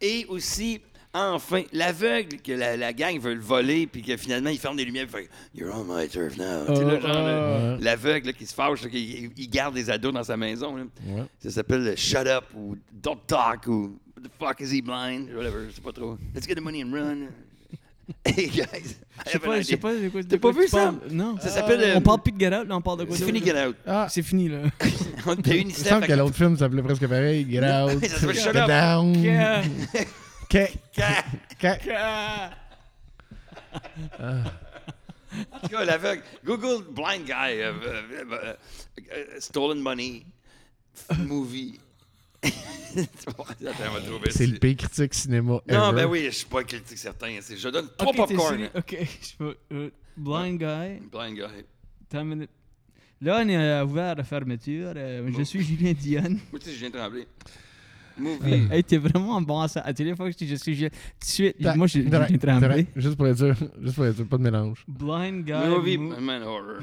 Speaker 3: Et aussi, enfin, l'aveugle que la, la gang veut le voler, puis que finalement, il ferme des lumières, puis fait You're on my turf now. Tu sais, là, genre,
Speaker 2: Ah.
Speaker 3: le- l'aveugle là, qui se fâche, là, qui- il garde des ados dans sa maison. là.
Speaker 4: Ouais.
Speaker 3: Ça s'appelle le Shut Up ou Don't Talk ou What the fuck is he blind? Whatever, je sais pas trop. Let's get the money and run. hey guys,
Speaker 2: Je
Speaker 3: I
Speaker 2: sais
Speaker 3: have
Speaker 2: pas,
Speaker 3: an
Speaker 2: je sais
Speaker 3: idea.
Speaker 2: pas de quoi de
Speaker 3: T'as
Speaker 2: quoi
Speaker 3: pas
Speaker 2: tu
Speaker 3: vu ça?
Speaker 2: parles. Non.
Speaker 3: Ça s'appelle. euh,
Speaker 2: On parle plus de Get Out, là, on parle de quoi
Speaker 3: C'est
Speaker 2: d'autre,
Speaker 3: fini,
Speaker 2: là?
Speaker 3: Get Out.
Speaker 4: Ah,
Speaker 2: C'est fini, là.
Speaker 3: On t'a
Speaker 4: il me semble
Speaker 3: UNICEF.
Speaker 4: que l'autre film s'appelait presque pareil. Get out.
Speaker 3: Ça s'appelle Shut
Speaker 4: Get
Speaker 3: Up.
Speaker 4: down.
Speaker 2: Yeah.
Speaker 4: K-
Speaker 3: avec-
Speaker 4: K-
Speaker 2: Ah.
Speaker 3: En tout cas, l'aveugle. Google Blind Guy, euh, euh, euh, euh, Stolen Money, f- Movie. Attends, on va trouver.
Speaker 4: C'est le pire critique cinéma ever.
Speaker 3: Non, ben oui, je suis pas critique certain. c'est- Je donne trois
Speaker 2: Ok, t'es
Speaker 3: popcorn.
Speaker 2: sérieux? Ok, je vais- euh, Blind Guy.
Speaker 3: Blind Guy.
Speaker 2: Attends une minute. Là, on est euh, ouvert à la fermeture. Euh, Je suis Julien Dionne.
Speaker 3: Moi, tu sais, je viens de trembler. Movie.
Speaker 2: Hey, t'es vraiment bon à ça. À téléphone, je dis je suis Julien. Tout de suite,
Speaker 4: Tac,
Speaker 2: moi, j'ai
Speaker 4: tac,
Speaker 2: Julien Tremblay.
Speaker 4: tac. Juste pour être sûr, juste pour être sûr, pas de mélange.
Speaker 2: Blind Guy.
Speaker 3: Movie, Ah.
Speaker 2: mo-
Speaker 3: Man Horror.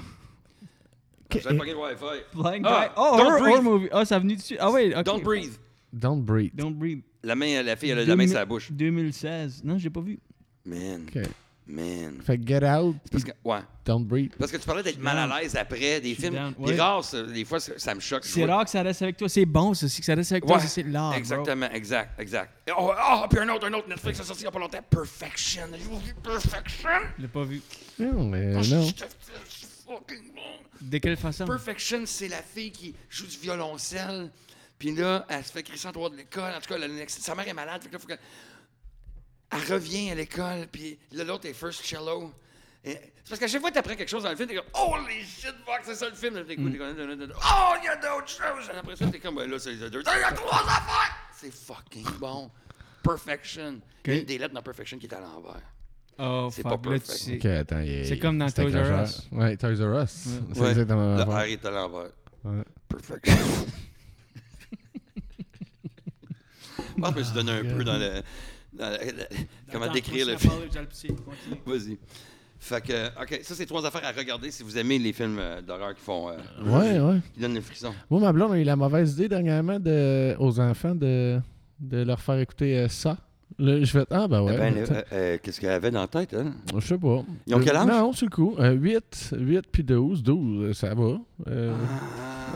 Speaker 3: J'avais pas gagné le Wi-Fi.
Speaker 2: Blind
Speaker 3: Ah,
Speaker 2: Guy. Oh,
Speaker 3: Don't
Speaker 2: horror,
Speaker 3: Breathe.
Speaker 2: horror movie. Ah, ça a venu dessus. Ah, ouais. ok.
Speaker 3: Don't Breathe.
Speaker 4: Don't breathe.
Speaker 2: Don't breathe.
Speaker 3: La, main, euh, la fille, elle a la main sur la
Speaker 2: 2000
Speaker 3: bouche.
Speaker 2: 2016. Non, j'ai pas vu.
Speaker 3: Man.
Speaker 4: OK.
Speaker 3: Man.
Speaker 4: Fait que get out,
Speaker 3: Parce que, ouais.
Speaker 4: don't breathe.
Speaker 3: Parce que tu parlais d'être mal à l'aise après des
Speaker 2: suis
Speaker 3: films.
Speaker 2: down,
Speaker 3: Puis
Speaker 2: ouais.
Speaker 3: rare, ça, des fois, ça, ça me choque. Je
Speaker 2: C'est
Speaker 3: vois-
Speaker 2: rare que ça reste avec toi. C'est bon, ça. C'est que ça reste avec toi.
Speaker 3: Ouais,
Speaker 2: ça, C'est l'art. bro.
Speaker 3: Exactement, exact, exact. Et Oh, oh, puis un autre, un autre Netflix a sorti il n'y a pas longtemps. Perfection. Avez-vous vu Perfection?
Speaker 2: Je l'ai pas vu.
Speaker 4: Non, mais
Speaker 3: Oh,
Speaker 4: non.
Speaker 3: c'est- c'est fucking bon.
Speaker 2: De quelle façon?
Speaker 3: Perfection, c'est la fille qui joue du violoncelle. Puis là, elle se fait crisser en droit de l'école. En tout cas, elle a une ex- sa mère est malade. fait que là, faut que- Elle revient à l'école. Puis là, l'autre est first cello. Et- C'est parce qu'à chaque fois que tu apprends quelque chose dans le film, t'es comme Holy shit, fuck, c'est ça le film. Là, t'écoutes, t'es comme, Oh, il y a d'autres choses. Après ça, t'es comme Ben Là, c'est les deux. Il y a trois affaires. C'est fucking bon. Perfection. Il y a une des lettres dans Perfection qui est à l'envers.
Speaker 2: Oh,
Speaker 3: C'est
Speaker 2: fuck.
Speaker 3: pas
Speaker 2: là, tu
Speaker 3: perfect.
Speaker 2: sais.
Speaker 4: OK, attends, il-
Speaker 2: C'est comme dans
Speaker 4: c'était
Speaker 2: Toys R
Speaker 4: accrocheur.
Speaker 2: Us.
Speaker 4: Ouais, Toys R Us. C'est
Speaker 3: Ouais.
Speaker 4: exactement la
Speaker 3: Le
Speaker 4: même
Speaker 3: R
Speaker 4: affaire.
Speaker 3: est à l'envers.
Speaker 4: Ouais.
Speaker 3: Perfection. Moi, Ah, je me suis donné un peu dans le. dans le- le- comment
Speaker 2: Attends,
Speaker 3: décrire le
Speaker 2: continue à
Speaker 3: film.
Speaker 2: parler, je vais le pisser. Continue.
Speaker 3: Vas-y. Fait que, OK, ça, c'est trois affaires à regarder si vous aimez les films euh, d'horreur qui font. euh,
Speaker 4: Ouais, ouais.
Speaker 3: qui donnent le frisson.
Speaker 4: Moi, ma blonde a eu la mauvaise idée dernièrement de, aux enfants de, de leur faire écouter euh, ça. Là, je fais Ah, ben ouais.
Speaker 3: Eh ben,
Speaker 4: mais
Speaker 3: euh,
Speaker 4: t'sais,
Speaker 3: euh, Qu'est-ce qu'elle avait dans la tête, hein?
Speaker 4: Je sais pas.
Speaker 3: Ils ont quel âge?
Speaker 4: Non, c'est le coup. Euh, 8, 8 puis 12. 12, euh, ça va. Euh,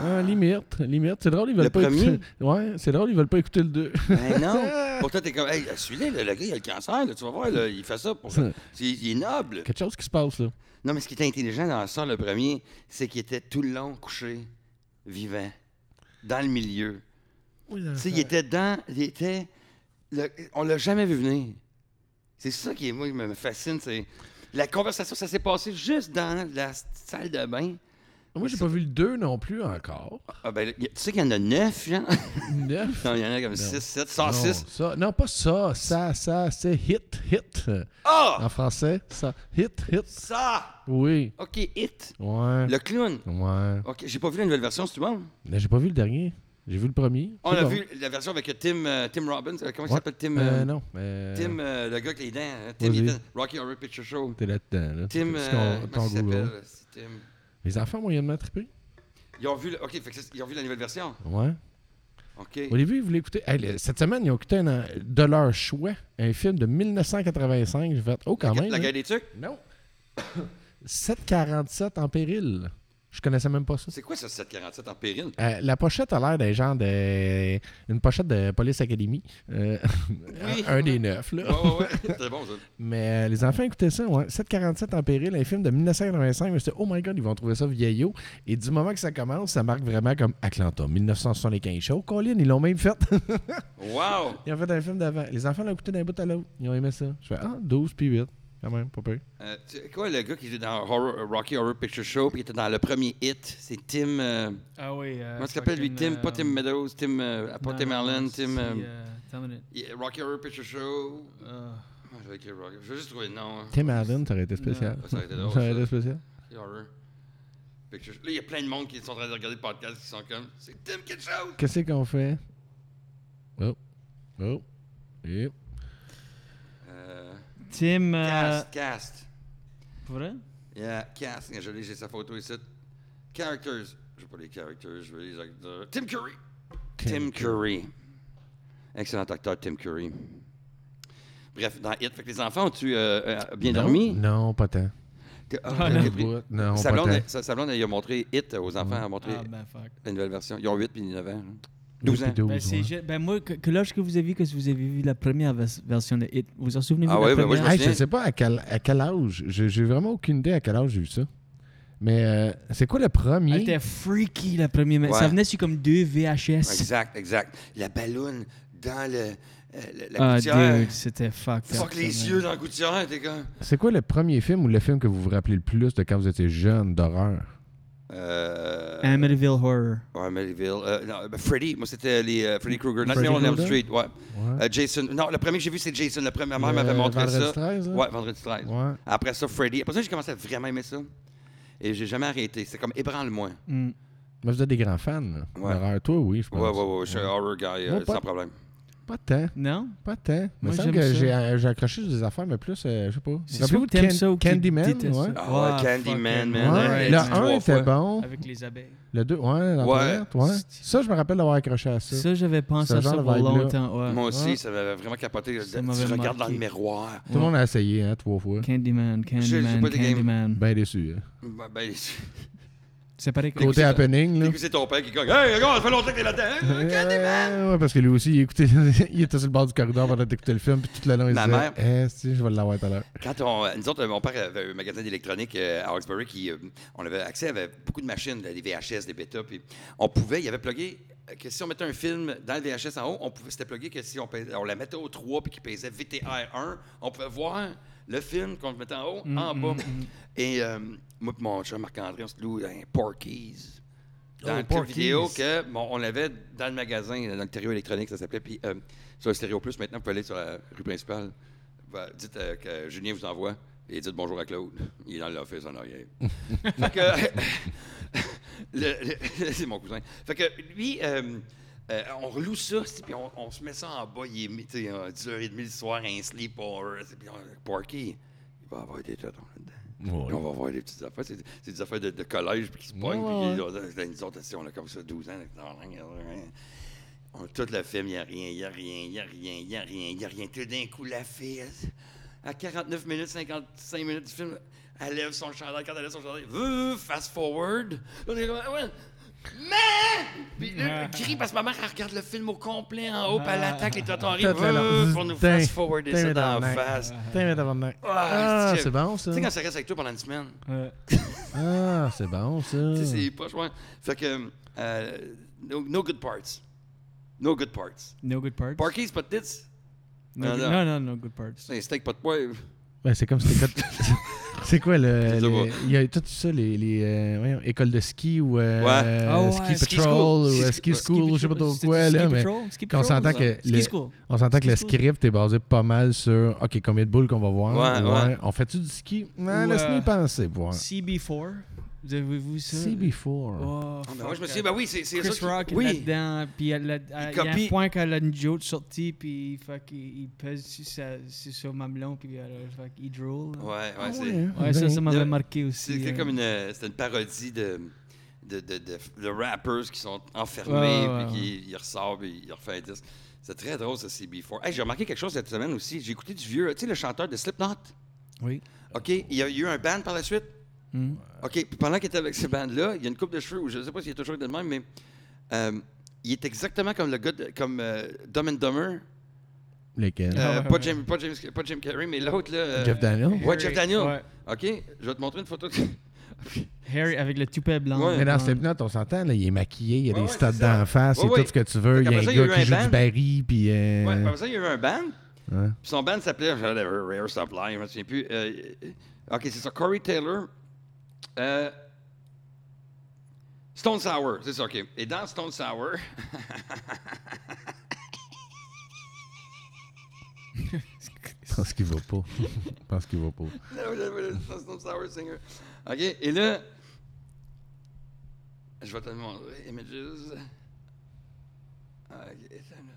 Speaker 4: ah, limite, limite. C'est drôle, ils veulent
Speaker 3: Le
Speaker 4: pas
Speaker 3: premier?
Speaker 4: écouter. Ouais, c'est drôle, ils veulent pas écouter le 2.
Speaker 3: Ben non! Pourtant, t'es comme, hey, celui-là, le, le gars, il a le cancer, là, tu vas voir, là, il fait ça pour. Il, il est noble!
Speaker 4: Quelque chose qui se passe, là.
Speaker 3: Non, mais ce qui était intelligent dans ça, le premier, c'est qu'il était tout le long couché, vivant, dans le milieu. Tu sais, il était dans. Il était. le- on l'a jamais vu venir. C'est ça qui moi, qui me fascine. C'est la conversation, ça s'est passé juste dans la s- salle de bain.
Speaker 4: Moi, j'ai pas vu le 2 non plus encore.
Speaker 3: Ah, ben, y a- tu sais qu'il y en a neuf, genre?
Speaker 4: 9.
Speaker 3: non, il y en a comme six, sept, cent
Speaker 4: Non,
Speaker 3: six.
Speaker 4: ça, non, pas ça. Ça, ça, c'est hit, hit. euh,
Speaker 3: Ah!
Speaker 4: En français, ça. Hit, hit.
Speaker 3: Ça!
Speaker 4: Oui.
Speaker 3: OK, hit.
Speaker 4: Ouais.
Speaker 3: Le clown.
Speaker 4: Ouais.
Speaker 3: OK, j'ai pas vu la nouvelle version, c'est tout bon?
Speaker 4: Mais j'ai pas vu le dernier. J'ai vu le premier.
Speaker 3: On
Speaker 4: C'est
Speaker 3: a
Speaker 4: bon.
Speaker 3: vu la version avec Tim, euh, Tim Robbins. euh, Comment il
Speaker 4: Ouais.
Speaker 3: s'appelle Tim?
Speaker 4: Euh,
Speaker 3: euh,
Speaker 4: non. euh,
Speaker 3: Tim, euh, le gars avec les dents. hein, Tim,
Speaker 4: Vas-y.
Speaker 3: il était- Rocky Horror Picture Show.
Speaker 4: T'es là-dedans, là.
Speaker 3: Tim,
Speaker 4: C'est
Speaker 3: euh,
Speaker 4: qu'on-
Speaker 3: comment
Speaker 4: ton
Speaker 3: il
Speaker 4: Google.
Speaker 3: s'appelle? C'est Tim.
Speaker 4: Les enfants moyennement trippés?
Speaker 3: Ils ont vu, le- OK, fait que c'est- ils ont vu la nouvelle version.
Speaker 4: Ouais.
Speaker 3: OK.
Speaker 4: Au début, ils voulaient écouter. Hey, le- cette semaine, ils ont écouté un an- de leur choix un film de 1985. J'ai fait, oh, quand
Speaker 3: la,
Speaker 4: même.
Speaker 3: la
Speaker 4: là.
Speaker 3: guerre des trucs.
Speaker 4: Non. 747 en péril. Je connaissais même pas ça.
Speaker 3: C'est quoi ça, 747 en péril?
Speaker 4: Euh, la pochette a l'air des gens de. Une pochette de Police Academy. Euh,
Speaker 3: Oui.
Speaker 4: un, un des neuf, là.
Speaker 3: Ouais, ouais, ouais. C'est bon, ça.
Speaker 4: Mais euh, les enfants écoutaient ça, ouais. 747 en péril, un film de 1985. Je me suis dit, oh my god, ils vont trouver ça vieillot. Et du moment que ça commence, ça marque vraiment comme Atlanta, 1975. Show. Colin, ils l'ont même fait.
Speaker 3: Wow!
Speaker 4: ils ont fait un film d'avant. Les enfants l'ont écouté d'un bout à l'autre. Ils ont aimé ça. Je fais, ah, 12 puis 8. Quand même, pas peur.
Speaker 3: Euh, tu sais quoi, le gars qui était dans Horror- euh, Rocky Horror Picture Show puis qui était dans le premier hit? C'est Tim. euh,
Speaker 2: Ah oui. euh,
Speaker 3: comment il s'appelle lui? Tim,
Speaker 2: fucking,
Speaker 3: pas Tim
Speaker 2: euh,
Speaker 3: Meadows, Tim. euh, pas
Speaker 2: non,
Speaker 3: Tim
Speaker 2: non,
Speaker 3: Allen,
Speaker 2: non,
Speaker 3: Tim.
Speaker 2: c'est,
Speaker 3: euh,
Speaker 2: euh, attends une minute.
Speaker 3: yeah, Rocky Horror Picture Show.
Speaker 2: Euh,
Speaker 3: Ah, je vais écrire Rocky- je vais juste trouver le nom. hein.
Speaker 4: Tim Allen, ça aurait été spécial.
Speaker 3: Ça aurait été drôle,
Speaker 4: Ça aurait
Speaker 3: ça.
Speaker 4: été spécial.
Speaker 3: Rocky Horror Picture Show. Là, il y a plein de monde qui sont en train de regarder le podcast qui sont comme. C'est Tim quelque chose!
Speaker 4: Qu'est-ce qu'on fait? Oh. Oh. Yep.
Speaker 3: Euh,
Speaker 2: Tim. euh,
Speaker 3: cast, cast.
Speaker 2: pour vrai?
Speaker 3: Yeah, cast. Je l'ai, j'ai sa photo ici. Characters. Je veux pas les characters, je veux les acteurs. Tim Curry! Tim Curry. Excellent acteur, Tim Curry. Bref, dans Hit, fait que les enfants, ont-tu euh, euh, bien
Speaker 4: Non,
Speaker 3: dormi?
Speaker 4: Non, pas tant.
Speaker 3: Que- ah,
Speaker 2: Ah,
Speaker 3: ok,
Speaker 2: non.
Speaker 3: ok.
Speaker 4: Bout, Non,
Speaker 3: Sa
Speaker 4: pas
Speaker 3: blonde, elle-
Speaker 4: tant.
Speaker 3: sa, sa blonde, elle a montré Hit euh, aux enfants, elle a montré
Speaker 2: Ah ben fuck.
Speaker 3: la nouvelle version. Ils ont 8 puis 9 ans. hein. 12 ans.
Speaker 2: Ben,
Speaker 4: hein.
Speaker 2: c'est ju- ben moi, que, que l'âge que vous avez, que si vous avez vu la première vers- version de Hit, vous en souvenez-vous?
Speaker 3: Ah
Speaker 2: de la
Speaker 3: ouais, ben moi, je me
Speaker 2: première?
Speaker 4: Hey, je sais pas à quel, à quel âge. J'ai j'ai vraiment aucune idée à quel âge j'ai vu ça. Mais euh, c'est quoi le
Speaker 2: Elle
Speaker 3: Ah,
Speaker 4: premier?
Speaker 2: était freaky la première. mais
Speaker 3: Ouais.
Speaker 2: Ça venait sur comme deux VHS.
Speaker 3: Exact, exact. La balloune dans le, euh, le- la
Speaker 2: Ah,
Speaker 3: gouttière.
Speaker 2: dude, c'était fuck.
Speaker 3: Fuck les yeux dans la gouttière, t'es con.
Speaker 4: C'est quoi le premier film ou le film que vous vous rappelez le plus de quand vous étiez jeune d'horreur?
Speaker 3: Euh,
Speaker 2: Amityville Horror.
Speaker 3: ouais, Amityville. Euh, non, ben, Freddy, moi, c'était les euh, Freddy Krueger.
Speaker 4: Freddy
Speaker 3: Nightmare on Elm
Speaker 4: Krueger?
Speaker 3: Street, ouais.
Speaker 4: Ouais.
Speaker 3: Euh, Jason. Non, le premier que j'ai vu, c'est Jason. Le premier, ma mère
Speaker 4: Le
Speaker 3: m'avait montré
Speaker 4: Euh, Vendredi
Speaker 3: ça.
Speaker 4: 13, là?
Speaker 3: Ouais, vendredi 13.
Speaker 4: Ouais.
Speaker 3: Après ça, Freddy. Après ça, j'ai commencé à vraiment aimer ça. Et j'ai jamais arrêté. C'était comme ébranle-moi.
Speaker 2: Mm.
Speaker 4: Mais vous êtes des grands fans là,
Speaker 3: Ouais.
Speaker 4: d'horreur. Toi, oui, je pense.
Speaker 3: Ouais, ouais, ouais, Je suis un horror guy, euh,
Speaker 4: Moi, pas-
Speaker 3: sans problème.
Speaker 4: Pas tant.
Speaker 2: Non?
Speaker 4: Pas tant.
Speaker 2: Moi,
Speaker 4: Moi, semble
Speaker 2: j'aime
Speaker 4: que
Speaker 2: ça.
Speaker 4: j'ai euh, j'ai accroché sur des affaires, mais plus, euh, je sais pas.
Speaker 2: C'est
Speaker 4: Rappelez-vous
Speaker 2: soit que t'aimes
Speaker 4: Can-
Speaker 2: ça ou que tu
Speaker 4: Candyman,
Speaker 2: détestes
Speaker 4: ouais.
Speaker 2: ça.
Speaker 3: Ah,
Speaker 2: Ouais,
Speaker 3: Candyman,
Speaker 2: fucking
Speaker 3: man.
Speaker 4: Ouais,
Speaker 2: right.
Speaker 4: le
Speaker 2: Ouais.
Speaker 4: 1 était bon.
Speaker 2: Avec les abeilles.
Speaker 4: Le 2, ouais, la
Speaker 3: Ouais.
Speaker 4: toilette, ouais. Ça, je me rappelle d'avoir accroché à ça.
Speaker 2: Ça, j'avais pensé
Speaker 4: Ce
Speaker 2: à ça
Speaker 4: genre de
Speaker 2: pour
Speaker 4: vibe-là.
Speaker 2: longtemps. Ouais.
Speaker 3: Moi aussi,
Speaker 4: Ouais.
Speaker 3: ça m'avait vraiment capoté. Tu
Speaker 2: Ça m'avait
Speaker 3: regardes dans
Speaker 2: marqué.
Speaker 3: le miroir.
Speaker 4: Tout le monde a essayé, hein, trois fois.
Speaker 2: Candyman,
Speaker 3: j'ai
Speaker 2: Candyman,
Speaker 3: pas été game.
Speaker 2: Candyman.
Speaker 4: Ben déçu. hein.
Speaker 3: Ben, ben,
Speaker 2: C'est pareil que...
Speaker 4: Côté
Speaker 3: ça.
Speaker 4: happening, là.
Speaker 3: T'écoutes, c'est ton père qui gagne. Hey, regarde, ça fait longtemps que t'es là-dedans. hein, Candyman!
Speaker 4: Euh, ouais, parce que lui aussi, il, écoutait, il était sur le bord du corridor pendant d'écouter le film, puis toute la long, il
Speaker 3: Ma
Speaker 4: disait,
Speaker 3: mère-
Speaker 4: eh, si, je vais l'avoir tout à l'heure.
Speaker 3: Quand on, euh, nous autres, euh, mon père avait un magasin d'électronique euh, à Hawkesbury qui, euh, on avait accès à beaucoup de machines, des VHS, des bêta, puis on pouvait, il y avait plugué euh, que si on mettait un film dans le VHS en haut, on pouvait, c'était plugué que si on, pais- on la mettait au 3 puis qu'il pesait VTR1, on pouvait voir le film qu'on mettait en haut,
Speaker 4: Mm,
Speaker 3: en bas. Et euh, moi et mon chum Marc-André, on se loue un Porky's dans
Speaker 4: Oh,
Speaker 3: le club
Speaker 4: Porky's.
Speaker 3: vidéo que bon, on l'avait dans le magasin, dans le stéréo électronique, ça s'appelait. Puis euh, sur le stéréo plus, maintenant, vous pouvez aller sur la rue principale. Va- dites euh, que Julien vous envoie et dites bonjour à Claude. Il est dans l'office en arrière. fait que, le- le- c'est mon cousin. Fait que lui, euh, euh, on reloue ça, c'est- puis on, on se met ça en bas. Il est mis, tu sais, euh, à 10h30 le soir, un sleep Puis on, Porky, il va avoir des tatons là-dedans. Puis On va voir des petites affaires. C'est c'est des affaires de, de collège puis qui se pognent.
Speaker 4: Ouais,
Speaker 3: puis qui- Nous autres, assis, on a comme ça 12 ans. On, tout le film, il n'y a rien, il n'y a rien, il n'y a rien, il n'y a rien, il n'y a rien. Tout d'un coup, la fille, elle- à 49 minutes, 55 minutes du film, elle lève son chandail. Quand elle lève son chandail, euh, fast forward. On est comme, Ah ouais. Mais! Puis là, elle crie parce que maman, elle regarde le film au complet en haut, puis elle attaque les tontons arrivent euh, pour nous fast forwarder ça dans la face. Ah,
Speaker 4: Ah,
Speaker 3: c'est-
Speaker 4: c'est bon, ça.
Speaker 3: Tu sais, quand ça reste avec toi pendant une semaine.
Speaker 2: Ouais.
Speaker 4: Ah, c'est bon, ça.
Speaker 3: Tu sais, c'est pas loin. Fait que, euh, no, no good parts. No good parts.
Speaker 2: No Good Parts.
Speaker 3: Parkies, pas de tits.
Speaker 2: No,
Speaker 3: Non,
Speaker 2: good-
Speaker 3: non.
Speaker 2: non, non, no good parts.
Speaker 3: C'est un steak pas de poivre.
Speaker 4: Ben, c'est comme si t'écoutes- c'est quoi le.
Speaker 3: Je sais
Speaker 4: le-
Speaker 3: pas.
Speaker 4: Il y a tout ça, les, les euh, voyons, écoles de ski ou euh,
Speaker 3: Ouais.
Speaker 2: Ah ouais.
Speaker 4: ski
Speaker 3: Ski
Speaker 4: patrol
Speaker 3: school.
Speaker 4: ou euh,
Speaker 3: Ski-
Speaker 4: ski
Speaker 3: ouais,
Speaker 4: school, je sais pas trop
Speaker 2: C'est-
Speaker 4: quoi.
Speaker 2: Ski
Speaker 4: Là, mais
Speaker 2: Patrol? Ski
Speaker 4: on
Speaker 2: Patrol,
Speaker 4: s'entend
Speaker 2: ça.
Speaker 4: que
Speaker 2: Ski
Speaker 4: le-
Speaker 2: School.
Speaker 4: on s'entend que le
Speaker 2: Ski school.
Speaker 4: script est basé pas mal sur OK, combien de boules qu'on va voir.
Speaker 3: Ouais, ouais.
Speaker 4: On fait-tu du ski
Speaker 2: Ou,
Speaker 4: Non, laisse-nous
Speaker 2: euh,
Speaker 4: y penser. voir.
Speaker 2: CB4. Vous avez vu ça?
Speaker 4: CB4.
Speaker 2: Oh,
Speaker 3: Ah, ben
Speaker 2: fuck,
Speaker 3: moi, je me suis
Speaker 2: euh,
Speaker 3: dit, ben oui, c'est c'est ça.
Speaker 2: Chris
Speaker 3: qui-
Speaker 2: Rock est
Speaker 3: oui.
Speaker 2: là-dedans, puis elle a- elle- il y a
Speaker 3: copie-
Speaker 2: un point qu'elle a une joke sortie, puis fuck, il, il pèse sur, sa, sur son mamelon, puis elle, euh, fuck, il drool.
Speaker 3: Ouais, ouais,
Speaker 2: Ah
Speaker 3: c'est.
Speaker 2: Ouais, hein? ça, ça
Speaker 3: Il y
Speaker 2: m'avait
Speaker 3: a-
Speaker 2: marqué aussi.
Speaker 3: C'était
Speaker 2: euh.
Speaker 3: comme une, euh, c'était une parodie de, de, de, de, de rappers qui sont enfermés,
Speaker 2: Ouais, ouais,
Speaker 3: puis qui ils ressortent, puis ils refait un disque. C'est très drôle, ça, CB4. Hey, j'ai remarqué quelque chose cette semaine aussi. J'ai écouté du vieux, tu sais, le chanteur de Slipknot.
Speaker 2: Oui.
Speaker 3: OK, il y a il y a eu un band par la suite.
Speaker 2: Mhm.
Speaker 3: OK, puis pendant qu'il était avec ce band-là, il y a une coupe de cheveux, où je ne sais pas s'il est toujours de même, mais euh, il est exactement comme le gars, de- comme euh, Dumb and Dumber.
Speaker 4: Lesquels
Speaker 3: Euh,
Speaker 2: ouais,
Speaker 3: pas,
Speaker 2: ouais.
Speaker 3: Jim, pas, James, pas Jim Carrey, mais l'autre, là. euh,
Speaker 4: Jeff Daniels
Speaker 3: Ouais, Jeff Daniel.
Speaker 2: Ouais.
Speaker 3: OK, je vais te montrer une photo. de-
Speaker 2: Harry avec le toupet blanc.
Speaker 3: Ouais.
Speaker 4: Mais dans Slipknot, on s'entend, là, il est maquillé, il y a
Speaker 3: Ouais,
Speaker 4: des
Speaker 3: ouais,
Speaker 4: studs
Speaker 3: c'est ça.
Speaker 4: d'en face,
Speaker 3: Ouais,
Speaker 4: c'est
Speaker 3: ouais.
Speaker 4: tout ce que tu veux. Il y a
Speaker 3: Après
Speaker 4: un
Speaker 3: ça, il y a
Speaker 4: gars
Speaker 3: eu un
Speaker 4: qui joue
Speaker 3: band.
Speaker 4: du baril, puis. euh,
Speaker 3: Ouais, après ça, il y a eu un band.
Speaker 4: ouais.
Speaker 3: Puis son band s'appelait euh, Rare Supply, je me souviens plus. Euh, ok, c'est ça. Corey Taylor. euh, Stone Sour, c'est ça, ok. Et dans Stone Sour.
Speaker 4: Je pense qu'il va pas. Je pense qu'il va pas.
Speaker 3: dans Stone Sour Singer. Ok, et là. Je vais te le montrer. Images. Ok, attends une minute.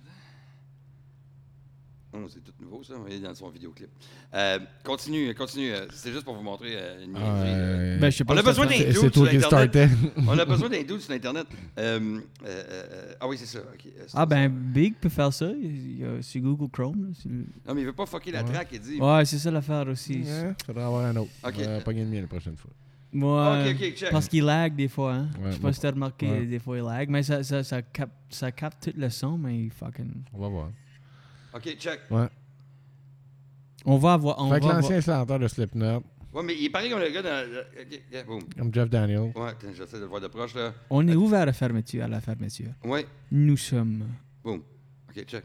Speaker 3: Oh, c'est tout nouveau, ça. Il est dans son vidéoclip. Euh, continue, continue. euh, C'est juste pour vous montrer euh, une niaiserie, là.
Speaker 4: Euh,
Speaker 2: Ben, je sais pas
Speaker 3: On a
Speaker 2: si ça
Speaker 3: besoin
Speaker 2: se
Speaker 3: d'un-
Speaker 2: fait.
Speaker 4: c'est-
Speaker 3: dude
Speaker 4: c'est toi
Speaker 3: sur
Speaker 4: qui
Speaker 3: Internet.
Speaker 4: startais.
Speaker 3: On a besoin d'un doute sur Internet. Euh, euh, euh, euh, ah oui, c'est ça. ok, euh, c'est
Speaker 2: Ah ben,
Speaker 3: ça.
Speaker 2: Big peut faire ça. il y a- C'est Google Chrome. là, c'est le-
Speaker 3: Non, mais il veut pas fucker la
Speaker 4: Ouais.
Speaker 3: track. Il dit.
Speaker 2: Ouais, c'est ça l'affaire aussi.
Speaker 4: Ouais, Faudra avoir un autre.
Speaker 3: Ok.
Speaker 4: On va pogner le mien la prochaine fois.
Speaker 2: Moi,
Speaker 3: Ok, ok, check.
Speaker 2: parce qu'il lag des fois. Hein.
Speaker 4: Ouais,
Speaker 2: je sais
Speaker 4: moi-
Speaker 2: pas si t'as remarqué,
Speaker 4: ouais.
Speaker 2: des fois il lag. Mais ça, ça, ça, capte, ça capte tout le son, mais il fucking.
Speaker 4: On va voir.
Speaker 3: Ok, check.
Speaker 4: Ouais.
Speaker 2: On va avoir. On
Speaker 4: fait que
Speaker 2: va avoir...
Speaker 4: l'ancien chanteur de Slipknot,
Speaker 3: Ouais, mais il est pareil comme le gars dans. le- Ok, ok, boom.
Speaker 4: comme Jeff Daniels.
Speaker 3: Ouais, attends, j'essaie de le voir de proche là.
Speaker 2: On est ouvert à la fermeture, à la fermeture.
Speaker 3: Ouais,
Speaker 2: Nous sommes.
Speaker 3: boom. Ok, check.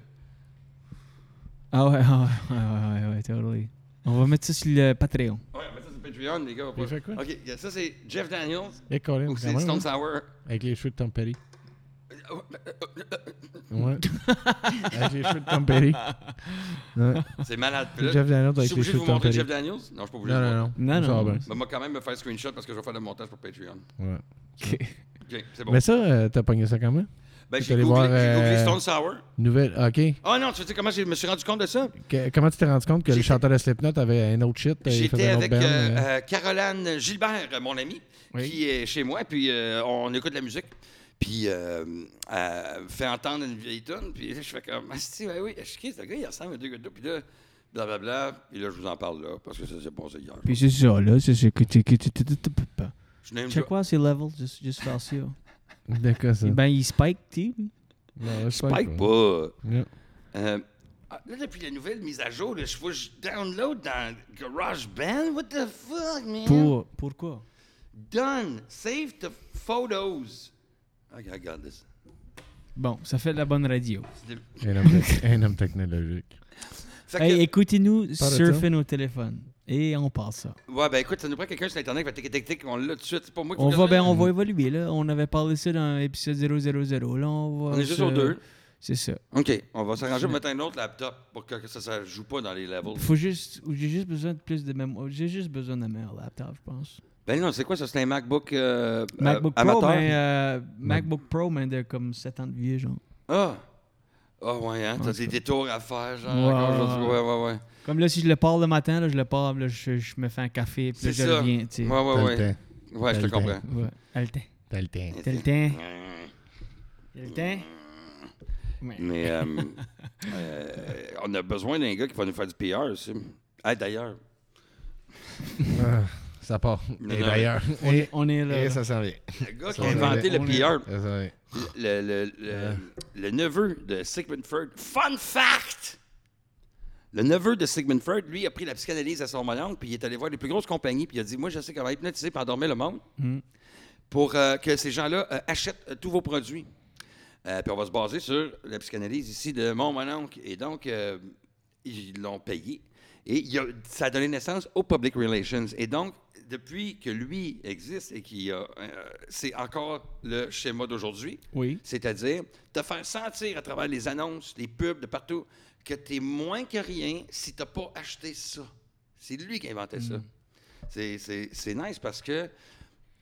Speaker 2: Ah ouais, ah ouais, ouais, ouais, ouais, ouais, totally. On va mettre ça sur le Patreon.
Speaker 3: Ouais, mais ça c'est Patreon, les gars.
Speaker 4: Il fait quoi?
Speaker 3: Ok, yeah, ça c'est Jeff Daniels
Speaker 4: Et Colin,
Speaker 3: ou
Speaker 4: quand
Speaker 3: c'est
Speaker 4: même,
Speaker 3: Stone
Speaker 4: hein,
Speaker 3: Sour.
Speaker 4: avec les cheveux de Tom Petty. Ouais. avec les cheveux de Tom Petty. Ouais.
Speaker 3: C'est malade. Puis là,
Speaker 4: Jeff Daniels
Speaker 3: Je
Speaker 4: avec
Speaker 3: suis obligé
Speaker 4: les
Speaker 3: de
Speaker 4: cheveux
Speaker 3: vous
Speaker 4: de Tom
Speaker 3: montrer
Speaker 4: Petty.
Speaker 3: Jeff Daniels Non, je suis pas obligé.
Speaker 4: Non,
Speaker 3: de vous
Speaker 4: non, non.
Speaker 3: montrer.
Speaker 2: Non,
Speaker 4: Ça
Speaker 2: non,
Speaker 4: va
Speaker 2: non.
Speaker 3: Mais moi, quand même, me faire screenshot parce que je vais faire le montage pour Patreon.
Speaker 4: bien. Ouais.
Speaker 2: Ok.
Speaker 3: Ok, c'est bon.
Speaker 4: Mais ça, euh, t'as pogné ça comment?
Speaker 3: ben,
Speaker 4: t'es
Speaker 3: j'ai
Speaker 4: allé
Speaker 3: googlé,
Speaker 4: voir,
Speaker 3: j'ai googlé
Speaker 4: euh,
Speaker 3: Stone Sour.
Speaker 4: Nouvelle. OK.
Speaker 3: Oh non, tu sais comment je me suis rendu compte de ça?
Speaker 4: Que- comment tu t'es rendu compte que le
Speaker 3: J'étais-
Speaker 4: chanteur de Slipknot avait un autre shit? euh, il
Speaker 3: J'étais
Speaker 4: faisait un autre
Speaker 3: avec
Speaker 4: band,
Speaker 3: euh,
Speaker 4: euh,
Speaker 3: euh, Caroline Gilbert, euh, mon amie,
Speaker 2: Oui.
Speaker 3: qui est chez moi, puis euh, on écoute de la musique. Puis euh, elle me fait entendre une vieille tonne, puis je fais comme, ah, si, ouais, oui, je suis qui, ce gars, il ressemble à deux gars de dos, puis là, blablabla, puis là, je vous en parle là, parce que ça s'est passé hier.
Speaker 2: Puis c'est ça, là. C'est ça que tu. que tu- tu- tu- tu- tu- tu-
Speaker 3: Je n'aime
Speaker 2: Check
Speaker 3: pas.
Speaker 2: quoi, c'est level, juste, juste faire ça.
Speaker 4: De quoi ça?
Speaker 2: Et ben, il spike, tu sais.
Speaker 4: Non, je sais
Speaker 3: Spike pas.
Speaker 4: Yeah.
Speaker 3: Euh, ah, là, depuis la nouvelle mise à jour, là, je faut que je download dans GarageBand. What the fuck, man?
Speaker 2: Pour, pourquoi?
Speaker 3: Done. Save the photos. Ah, Ok, I got this.
Speaker 2: Bon, ça fait de la bonne radio.
Speaker 4: Un homme, tec- un homme technologique.
Speaker 3: Fait que-
Speaker 2: Hey, écoutez-nous,
Speaker 4: Pas de
Speaker 2: surfez nos téléphones. Et on passe ça.
Speaker 3: Ouais, ben écoute, ça nous prend quelqu'un sur Internet qui va tic tic tic, on l'a tout de suite. C'est pas moi qui
Speaker 2: On
Speaker 3: vous
Speaker 2: va,
Speaker 3: le
Speaker 2: ben,
Speaker 3: fais.
Speaker 2: on va évoluer, là. On avait parlé ça dans l'épisode 000. Là, on va.
Speaker 3: On est juste
Speaker 2: se-
Speaker 3: aux deux.
Speaker 2: C'est ça.
Speaker 3: OK, on va s'arranger pour mettre un autre laptop pour que que ça ne joue pas dans les levels.
Speaker 2: Faut juste. J'ai juste besoin de plus de mémoire. J'ai juste besoin d'un meilleur laptop, je pense.
Speaker 3: Ben non, c'est quoi ça? C'est un MacBook, euh,
Speaker 2: MacBook
Speaker 3: euh,
Speaker 2: Pro,
Speaker 3: amateur?
Speaker 2: mais euh, MacBook Pro, mais de comme 7 ans de vieux, genre.
Speaker 3: Ah! Ah ouais, hein? T'as des détours à faire, genre,
Speaker 2: Ouais.
Speaker 3: encore aujourd'hui. Ouais, ouais, ouais.
Speaker 2: Comme là, si je le pars le matin, là, je le pars, là, je, je me fais un café, puis là,
Speaker 3: C'est
Speaker 2: je
Speaker 3: ça.
Speaker 2: reviens, tu sais.
Speaker 3: Ouais, ouais,
Speaker 4: T'as
Speaker 3: ouais.
Speaker 4: le temps.
Speaker 3: Ouais, je te
Speaker 4: T'as le
Speaker 3: comprends.
Speaker 2: Ouais. T'as le temps.
Speaker 4: T'as le temps.
Speaker 2: T'as le temps. T'as le temps.
Speaker 3: Mais euh, euh, on a besoin d'un gars qui va nous faire du PR aussi. Ah, d'ailleurs.
Speaker 4: Ah, ça part.
Speaker 3: Non,
Speaker 4: Et
Speaker 3: non,
Speaker 4: d'ailleurs.
Speaker 2: On est,
Speaker 4: Et,
Speaker 2: on est là.
Speaker 4: et
Speaker 2: là.
Speaker 4: ça s'en vient.
Speaker 3: Le gars qui
Speaker 4: On
Speaker 3: a
Speaker 4: est-
Speaker 3: inventé le
Speaker 2: on est-
Speaker 3: PR,
Speaker 4: Ça s'en vient.
Speaker 3: le, le, le, le neveu de Sigmund Freud. Fun fact! Le neveu de Sigmund Freud, lui, a pris la psychanalyse à son moyen, puis il est allé voir les plus grosses compagnies, puis il a dit Moi, je sais comment hypnotiser et endormir le monde pour euh, que ces gens-là euh, achètent euh, tous vos produits. Euh, puis on va se baser sur la psychanalyse ici de mon mononcle. Et donc, euh, ils l'ont payé. Et il a- ça a donné naissance au Public Relations. Et donc, depuis que lui existe et qu'il a. euh, c'est encore le schéma d'aujourd'hui.
Speaker 2: Oui.
Speaker 3: C'est-à-dire te faire sentir à travers les annonces, les pubs de partout, que tu es moins que rien si tu pas acheté ça. C'est lui qui a inventé ça. C'est- C'est c'est nice parce que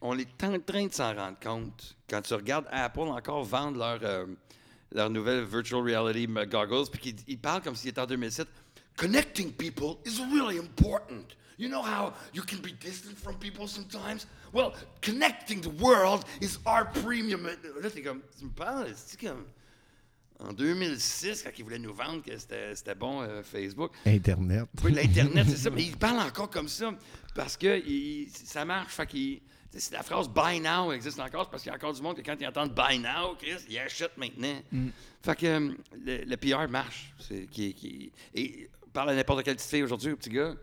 Speaker 3: on est en train de s'en rendre compte. Quand tu regardes Apple encore vendre leur, euh, leur nouvelle virtual reality m- goggles, puis qu'ils- ils parlent comme s'ils étaient en 2007. Connecting people is really important. You know how you can be distant from people sometimes? Well, connecting the world is our premium. Là, t'es comme, tu me parles, c'est comme. En 2006, quand ils voulaient nous vendre que c'était c'était bon euh, Facebook,
Speaker 4: Internet.
Speaker 3: oui, l'Internet, c'est ça. Mais il parle encore comme ça parce que il- ça marche. Fait qu'il- tu sais, si la phrase Buy Now existe encore, c'est parce qu'il y a encore du monde que quand ils entendent Buy Now, Chris, ils achètent maintenant. Fait que euh, le, le PR marche. C'est, qui, qui- et parle à n'importe quelle petite fille aujourd'hui, aux petits gars.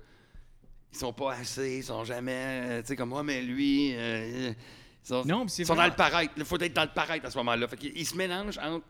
Speaker 3: Ils sont pas assez, ils sont jamais. euh, Tu sais, comme moi, mais lui. euh, ils sont,
Speaker 2: Non, mais c'est
Speaker 3: ils sont dans
Speaker 2: vraiment-
Speaker 3: le paraître. Il faut être dans le paraître à ce moment-là. Fait qu'ils ils se mélangent entre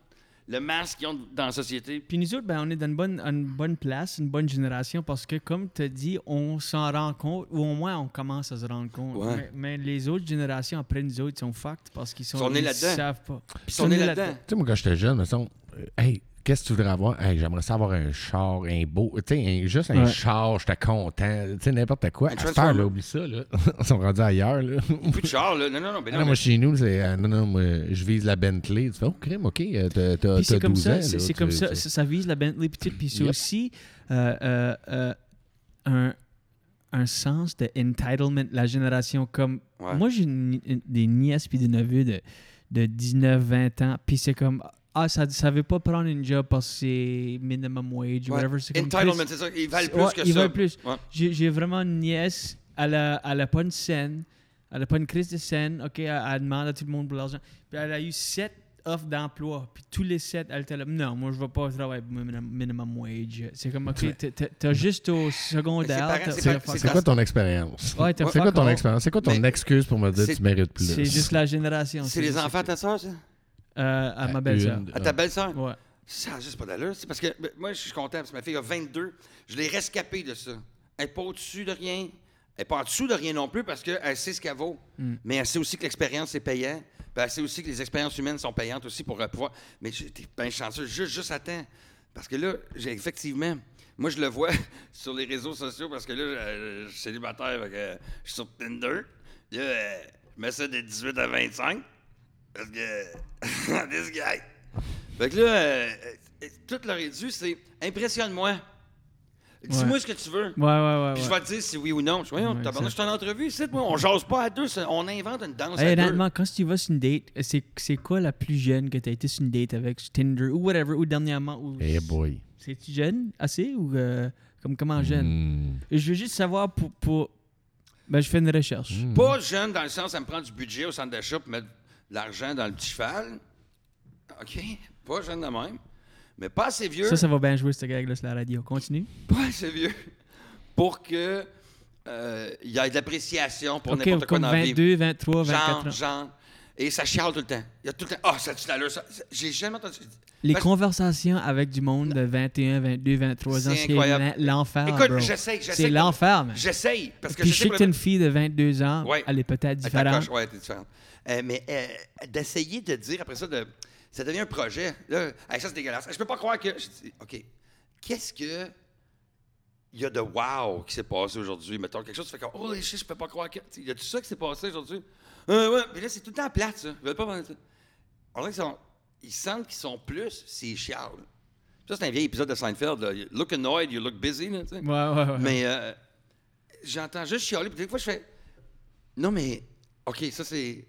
Speaker 3: le masque qu'ils ont dans la société.
Speaker 2: Puis nous autres, ben, on est dans une bonne, une bonne place, une bonne génération, parce que, comme tu as dit, on s'en rend compte, ou au moins on commence à se rendre compte.
Speaker 3: Ouais.
Speaker 2: Mais, mais les autres générations après nous autres, ils sont fucked parce qu'ils sont,
Speaker 3: Ils sont nés là-dedans.
Speaker 2: savent pas.
Speaker 3: Ils sont nés là-dedans.
Speaker 4: Tu sais, moi, quand j'étais jeune, me semble, euh, hey, qu'est-ce que tu voudrais avoir? Hey, j'aimerais ça avoir un char, un beau. Tu sais, un- juste un
Speaker 2: Ouais.
Speaker 4: char, j'étais content. Tu sais, n'importe quoi. À cette heure,
Speaker 3: Transformer.
Speaker 4: là, oublie ça, là. Ils sont rendus ailleurs, là.
Speaker 3: Plus de char, là. Non, non, non. mais
Speaker 4: Ah
Speaker 3: non,
Speaker 4: non, moi, chez nous, c'est. euh, non, non, moi, je vise la Bentley. Tu fais, oh, crime, OK, euh, t'as, t'as,
Speaker 2: Puis
Speaker 4: t'as
Speaker 2: c'est comme
Speaker 4: 12
Speaker 2: ça,
Speaker 4: ans.
Speaker 2: c'est
Speaker 4: là,
Speaker 2: c'est
Speaker 4: tu-
Speaker 2: comme ça,
Speaker 4: tu-
Speaker 2: ça, ça vise la Bentley petite, puis c'est
Speaker 4: Yep.
Speaker 2: aussi euh, euh, euh, un, un sens de entitlement de la génération. Comme
Speaker 3: Ouais.
Speaker 2: moi, j'ai une- une- des nièces puis des neveux de, de 19, 20 ans, puis c'est comme ah, ça, ça veut pas prendre une job parce que c'est minimum wage, ou
Speaker 3: Ouais.
Speaker 2: whatever. C'est comme
Speaker 3: Entitlement,
Speaker 2: Chris,
Speaker 3: c'est ça. Ils valent
Speaker 2: c'est-
Speaker 3: plus
Speaker 2: ouais,
Speaker 3: que
Speaker 2: ils
Speaker 3: ça.
Speaker 2: veulent plus.
Speaker 3: Ouais.
Speaker 2: J'ai j'ai vraiment une nièce, elle a, elle a pas une scène, elle a pas une crise de scène, ok, elle, elle demande à tout le monde pour l'argent. Puis elle a eu sept offres d'emploi, puis tous les sept, elle était là, non, moi je vais pas travailler pour minimum, minimum wage. C'est comme, ok, t'as- t'as- t'as juste au secondaire.
Speaker 3: parents,
Speaker 2: t'as-
Speaker 3: c'est
Speaker 2: t'as
Speaker 3: pas-
Speaker 2: fuck
Speaker 4: C'est
Speaker 2: off.
Speaker 4: quoi ton expérience?
Speaker 2: Ouais, t'as
Speaker 4: c'est quoi
Speaker 2: fuck
Speaker 4: ton
Speaker 2: all.
Speaker 4: expérience? C'est quoi ton
Speaker 3: Mais-
Speaker 4: excuse pour me dire
Speaker 3: C'est-
Speaker 4: tu mérites plus?
Speaker 2: C'est juste la génération.
Speaker 3: C'est les
Speaker 2: juste-
Speaker 3: enfants à ta soeur, ça?
Speaker 2: Euh, à ma
Speaker 4: Une-
Speaker 2: belle-sœur.
Speaker 3: À Ah, ta belle-sœur?
Speaker 2: Ouais.
Speaker 3: Ça a juste pas d'allure. C'est parce que ben, moi, je suis content parce que ma fille a 22. Je l'ai rescapée de ça. Elle n'est pas au-dessus de rien. Elle n'est pas en dessous de rien non plus parce qu'elle sait ce qu'elle vaut. Mais elle sait aussi que l'expérience est payante. Puis elle sait aussi que les expériences humaines sont payantes aussi pour euh, pouvoir. Mais j'étais bien chanceux, juste, juste à temps. Parce que là, j'ai effectivement. Moi, je le vois sur les réseaux sociaux parce que là, je, je suis célibataire. fait que euh, je suis sur Tinder. Là, euh, je mets ça de 18 à 25. Parce que. This guy. Fait que là, euh, euh, tout leur est dû, c'est impressionne-moi. Dis-moi
Speaker 2: Ouais.
Speaker 3: ce que tu veux.
Speaker 2: Ouais, ouais, ouais.
Speaker 3: Puis je
Speaker 2: ouais.
Speaker 3: vais te dire si oui ou non. Je dis, voyons,
Speaker 2: Ouais,
Speaker 3: tabarnak, je
Speaker 2: exact.
Speaker 3: suis en entrevue ici, moi. On jase pas à deux, ça- on invente une danse
Speaker 2: Hey,
Speaker 3: à deux.
Speaker 2: honnêtement, quand tu vas sur une date, c'est c'est quoi la plus jeune que t'as été sur une date avec sur Tinder ou whatever, ou dernièrement, ou
Speaker 4: Eh boy.
Speaker 2: C'est-tu jeune assez ou euh, comme comment jeune?
Speaker 3: Hmm.
Speaker 2: Je veux juste savoir pour. pour... Ben, je fais une recherche.
Speaker 3: Pas jeune dans le sens, ça me prend du budget au centre d'achat pour mettre de l'argent dans le petit cheval. OK? Pas jeune de même. Mais pas assez vieux.
Speaker 2: Ça, ça va bien jouer, ce gag-là, sur la radio. Continue.
Speaker 3: Pas assez vieux. Pour que. euh, Il y ait de l'appréciation pour
Speaker 2: ok,
Speaker 3: n'importe quoi
Speaker 2: comme
Speaker 3: dans la vie.
Speaker 2: 22, 23, 24
Speaker 3: genre,
Speaker 2: ans.
Speaker 3: genre. Et ça chiale tout le temps. Il y a tout le temps. Ah, ça tue l'allure. ça- ça- J'ai jamais entendu.
Speaker 2: Les
Speaker 3: Parce-
Speaker 2: conversations avec du monde de 21, 22, 23 ans,
Speaker 3: C'est
Speaker 2: c'est
Speaker 3: incroyable.
Speaker 2: l'en- l'enfer.
Speaker 3: Écoute,
Speaker 2: bro.
Speaker 3: j'essaie, j'essaie.
Speaker 2: C'est l'enfer, man.
Speaker 3: J'essaye. Parce que
Speaker 2: Puis
Speaker 3: je
Speaker 2: je
Speaker 3: sais
Speaker 2: sais
Speaker 3: que
Speaker 2: que t'es une fille de 22 ans,
Speaker 3: Ouais.
Speaker 2: elle est peut-être
Speaker 3: Ah, t'accroches,
Speaker 2: différente.
Speaker 3: ouais, t'es différente. Euh, mais euh, d'essayer de dire après ça, de, ça devient un projet. Là, Hey, ça, c'est dégueulasse. Je peux pas croire que. je dis, OK. Qu'est-ce que. Il y a de wow qui s'est passé aujourd'hui. Mettons quelque chose, tu fais comme. Oh, shit, je peux pas croire que. Tu sais, Il y a tout ça qui s'est passé aujourd'hui. Euh, ouais. Mais là, c'est tout le temps plate, ça. Ils veulent pas prendre ça. On dirait qu'ils sont- Ils sentent qu'ils sont plus, c'est chial. Ça, c'est un vieil épisode de Seinfeld. là. You Look annoyed, you look busy. Là, tu sais.
Speaker 2: Ouais, ouais, ouais.
Speaker 3: Mais euh, j'entends juste chialer. Puis des fois, je fais Non, mais OK, ça c'est.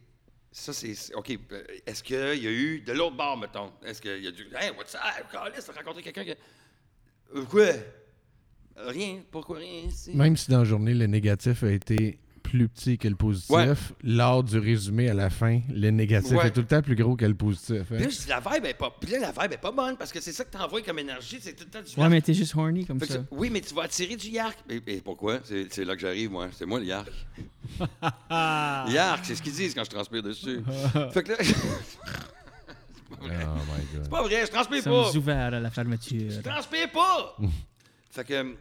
Speaker 3: Ça c'est. c'est- OK, euh, est-ce qu'il y a eu de l'autre bord, mettons Est-ce qu'il y a du. Hey, what's up Caliste, t'as rencontré quelqu'un qui. Euh, Quoi Rien. Pourquoi rien c'est-
Speaker 4: Même si dans la journée, le négatif a été plus petit que le positif,
Speaker 3: Ouais.
Speaker 4: lors du résumé à la fin, le négatif
Speaker 3: Ouais.
Speaker 4: est tout le temps plus gros que le positif. hein.
Speaker 3: Puis là, je dis, la vibe est pas. Puis là, la vibe est pas bonne parce que c'est ça que t'envoies comme énergie. C'est tout le temps du.
Speaker 2: Ouais, mais t'es juste horny comme
Speaker 3: Fait que
Speaker 2: ça.
Speaker 3: tu- oui, mais tu vas attirer du yark. Et, et pourquoi? C'est c'est là que j'arrive, moi. C'est moi le yark. yark, c'est ce qu'ils disent quand je transpire dessus. fait que là.
Speaker 4: Oh my God. Oh
Speaker 3: C'est pas vrai, je transpire
Speaker 2: Nous sommes
Speaker 3: pas.
Speaker 2: ouverts à la fermeture.
Speaker 3: Je transpire pas. Fait que euh,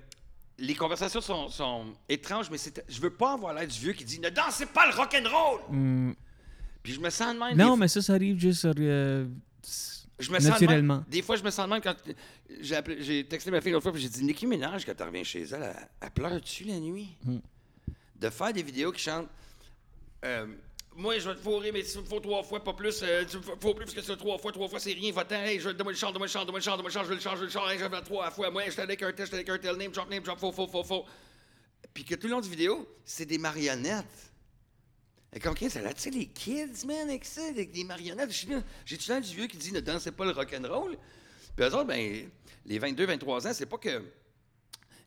Speaker 3: les conversations sont, sont étranges, mais c'est- je veux pas avoir l'air du vieux qui dit ne dansez pas le rock'n'roll. Puis je me sens de même.
Speaker 2: Hmm. Non,
Speaker 3: des-
Speaker 2: mais ça, ça arrive juste sur, euh,
Speaker 3: je me sens de même.
Speaker 2: naturellement.
Speaker 3: des fois, je me sens de même quand j'ai, appelé- j'ai texté ma fille l'autre fois, puis j'ai dit Nicki Minaj, quand elle revient chez elle, elle, elle pleure-tu la nuit De faire des vidéos qui chantent euh, Moi, je vais te fourrer, mais tu me faut trois fois, pas plus. euh, tu me faut- faut plus parce que c'est trois fois, trois fois, c'est rien. Va-t'en, hey, je, donne-moi le chant, donne-moi le chant, donne-moi le chant, donne-moi le chant, je veux le chant, je veux le chant, hey, je veux trois fois. Moi, je t'en ai qu'un tel, je t'en ai qu'un tel, name drop, name drop, faux, faux, faux, faux. Puis que tout le long du vidéo, c'est des marionnettes. Et comme qu'est-ce là, tu sais, les kids, man, avec ça, avec des marionnettes. Je suis là, J'ai-tu l'air du vieux qui dit ne dansez pas le rock'n'roll? Puis eux autres, ben, les 22, 23 ans, c'est pas que.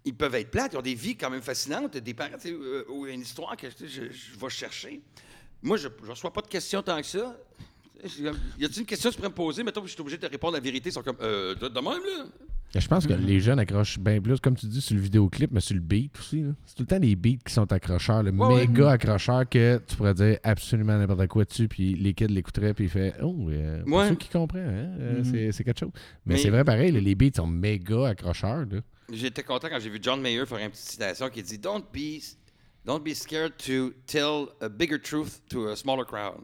Speaker 3: Ils peuvent être plates, ils ont des vies quand même fascinantes, des parents, tu sais, euh, ou une histoire que tu sais, je, je vais chercher. Moi, je ne reçois pas de questions tant que ça. Tu sais, je- Y a-t-il une question que tu pourrais me poser? Mettons que je suis obligé de te répondre la vérité. Ils sont comme, euh, de de même, là.
Speaker 4: Je pense
Speaker 3: Mm-hmm.
Speaker 4: que les jeunes accrochent bien plus, comme tu dis, sur le vidéoclip, mais sur le beat aussi. là. C'est tout le temps les beats qui sont accrocheurs, le
Speaker 3: Ouais, Mm-hmm.
Speaker 4: méga accrocheur que tu pourrais dire absolument n'importe quoi dessus, puis les kids l'écouteraient, puis ils fait Oh, euh, pour
Speaker 3: Ouais. Mm-hmm.
Speaker 4: ceux qui comprennent, hein, euh, c'est- c'est quelque chose. Mais,
Speaker 3: Mais-
Speaker 4: c'est vrai pareil, là, les beats sont méga accrocheurs. là.
Speaker 3: J'étais content quand j'ai vu John Mayer faire une petite citation qui dit Don't be, don't be scared to tell a bigger truth to a smaller crowd.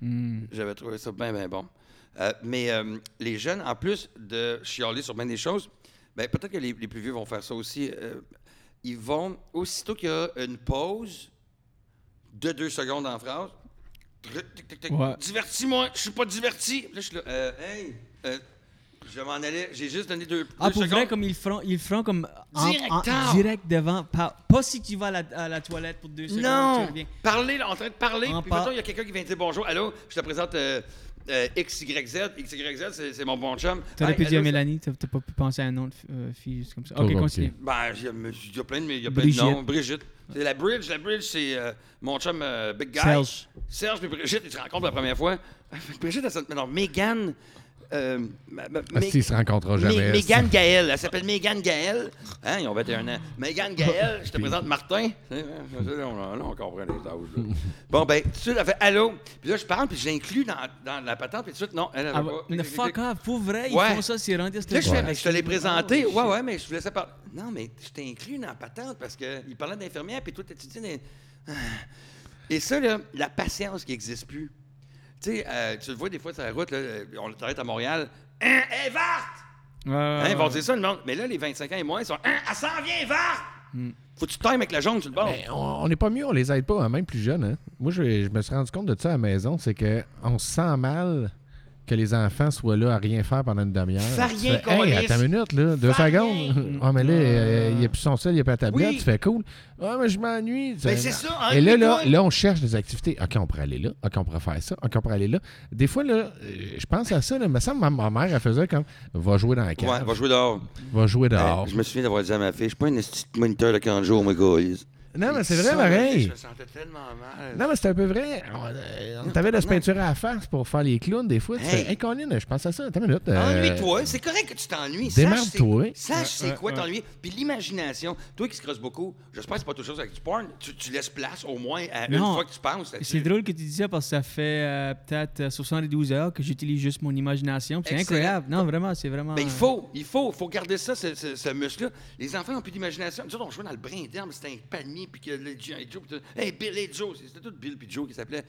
Speaker 2: hmm.
Speaker 3: J'avais trouvé ça bien, bien bon. Euh, mais euh, les jeunes, en plus de chialer sur bien des choses, ben, peut-être que les, les plus vieux vont faire ça aussi. euh, ils vont, aussitôt qu'il y a une pause de deux secondes en phrase, truc, tic, tic, tic,
Speaker 2: Ouais.
Speaker 3: divertis-moi, je suis pas diverti. Là, je suis là, euh, hey, euh, je m'en allais, j'ai juste donné deux,
Speaker 2: Ah,
Speaker 3: deux
Speaker 2: pour
Speaker 3: secondes.
Speaker 2: vrai, comme ils le feront, ils le feront comme en-
Speaker 3: Direct
Speaker 2: en-
Speaker 3: out.
Speaker 2: direct devant. Pas, pas si tu vas à la, à la toilette pour deux secondes, tu
Speaker 3: Non!
Speaker 2: reviens.
Speaker 3: Parler, là, en train de parler,
Speaker 2: En
Speaker 3: puis
Speaker 2: par-
Speaker 3: mettons, il y a quelqu'un qui vient te dire bonjour. Allô, je te présente euh, euh, XYZ. XYZ, c'est- c'est mon bon chum.
Speaker 2: T'aurais
Speaker 3: Hey,
Speaker 2: pu dire
Speaker 3: allô,
Speaker 2: Mélanie, t'as t'as pas pu penser à un nom de fi- euh, fille juste comme ça.
Speaker 4: Trop
Speaker 2: Ok,
Speaker 4: compliqué.
Speaker 2: continue.
Speaker 3: Ben, il y a- il y a plein de, il y a plein de
Speaker 2: Brigitte.
Speaker 3: noms. Brigitte. C'est la Bridge. La Bridge, c'est euh, mon chum euh, Big Guy.
Speaker 2: Serge.
Speaker 3: Serge, mais Brigitte, ils se rencontrent la première fois. Brigitte, elle s'appelle. Non, Megan. Euh, ma- ma-
Speaker 2: Ah,
Speaker 4: Parce qu'ils se rencontreront
Speaker 3: Mé-
Speaker 4: jamais.
Speaker 3: Mégane Gaël. Elle s'appelle Mégane Gaël. Hein, ils ont 21 ans. Mégane Gaël, je te présente Martin. Hein, Là, on, là, on comprend les âges. là. Bon, ben, tout de suite, elle fait Allô. Puis là, je parle, puis je l'inclus dans, dans la patente, puis tout de suite, non, elle
Speaker 2: Ah,
Speaker 3: avait
Speaker 2: ouais,
Speaker 3: pas.
Speaker 2: ne fuck off, pour vrai, ils
Speaker 3: Ouais.
Speaker 2: font ça, c'est rendu à cette
Speaker 3: Là, je fais,
Speaker 2: génération.
Speaker 3: ben, je te l'ai présenté. Ouais, ouais, mais je vous laissais parler. Non, mais je t'ai inclus dans la patente parce qu'il parlait d'infirmière, puis toi, t'étudies. dans- Ah. Et ça, là, la patience qui n'existe plus. Tu sais, euh, tu le vois des fois sur la route, là, euh, on t'arrête à Montréal. Hein, hey, Varte!
Speaker 2: Ouais, ouais,
Speaker 4: Ah.
Speaker 3: Hein, ils
Speaker 2: ouais.
Speaker 3: vont dire ça, le monde. Mais là, les 25 ans et moins, ils sont. Hein, elle s'en vient, Varte! Faut que tu times avec la jaune sur le bord.
Speaker 4: Hmm. Ben, on on n'est pas mieux, on les aide pas, hein, même plus jeunes. hein. Moi, je, je me suis rendu compte de ça à la maison, c'est que on se sent mal que les enfants soient là à rien faire pendant une demi-heure.
Speaker 3: Fais
Speaker 4: Tu
Speaker 3: rien,
Speaker 4: fais, Hey,
Speaker 3: câlisse.
Speaker 4: attends une minute, là, deux
Speaker 3: Fais
Speaker 4: secondes. Ah, mais là, euh, il n'y a plus son sel, il n'y a pas la tablette,
Speaker 3: Oui.
Speaker 4: tu fais cool. Ah, mais je m'ennuie.
Speaker 3: Ben, c'est ça, hein,
Speaker 4: Et là, là,
Speaker 3: l'école.
Speaker 4: là, on cherche des activités. OK, on pourrait aller là. OK, on pourrait faire ça. OK, on pourrait aller là. Des fois, là, euh, je pense à ça, là, mais ça, ma, ma mère, elle faisait comme va jouer dans la cave,
Speaker 3: Ouais, va jouer dehors.
Speaker 4: va jouer dehors.
Speaker 3: Hey, Ben, je me souviens d'avoir dit à ma fille, je suis pas une petite moniteur de 40 jours, moi, gars.
Speaker 4: Non, mais c'est vrai,
Speaker 3: Ça,
Speaker 4: pareil.
Speaker 3: Je me sentais tellement mal.
Speaker 4: Non, mais c'est un peu vrai. On, euh, on t'avait de se peinturer à la face pour faire les clowns des fois. Tu
Speaker 3: Hey.
Speaker 4: fais, hey, Colin, je pense à ça. Attends une minute. euh,
Speaker 3: Ennuie-toi, c'est correct que tu t'ennuies.
Speaker 4: démarre-toi.
Speaker 3: Sache, c'est- sache c'est
Speaker 2: ouais,
Speaker 3: quoi
Speaker 2: ouais.
Speaker 3: t'ennuyer. Puis l'imagination, toi qui se crosses beaucoup, j'espère que c'est pas toujours avec du porn, tu, tu laisses place au moins à
Speaker 2: Non.
Speaker 3: une fois que tu penses. là-dessus.
Speaker 2: C'est drôle que tu dis ça parce que ça fait euh, peut-être euh, 72 heures que j'utilise juste mon imagination. puis C'est
Speaker 3: Excellent.
Speaker 2: incroyable. Non, vraiment, c'est vraiment.
Speaker 3: Ben, il
Speaker 2: euh,
Speaker 3: faut, il faut, faut garder ça, ce, ce- ce muscle-là. Les enfants n'ont plus d'imagination. Nous autres, on jouait dans le brin d'herbe, c'était un palmier, puis que le G.I. Joe, puis tout. Hey, Bill et Joe, c'était tout Bill puis Joe qui s'appelait.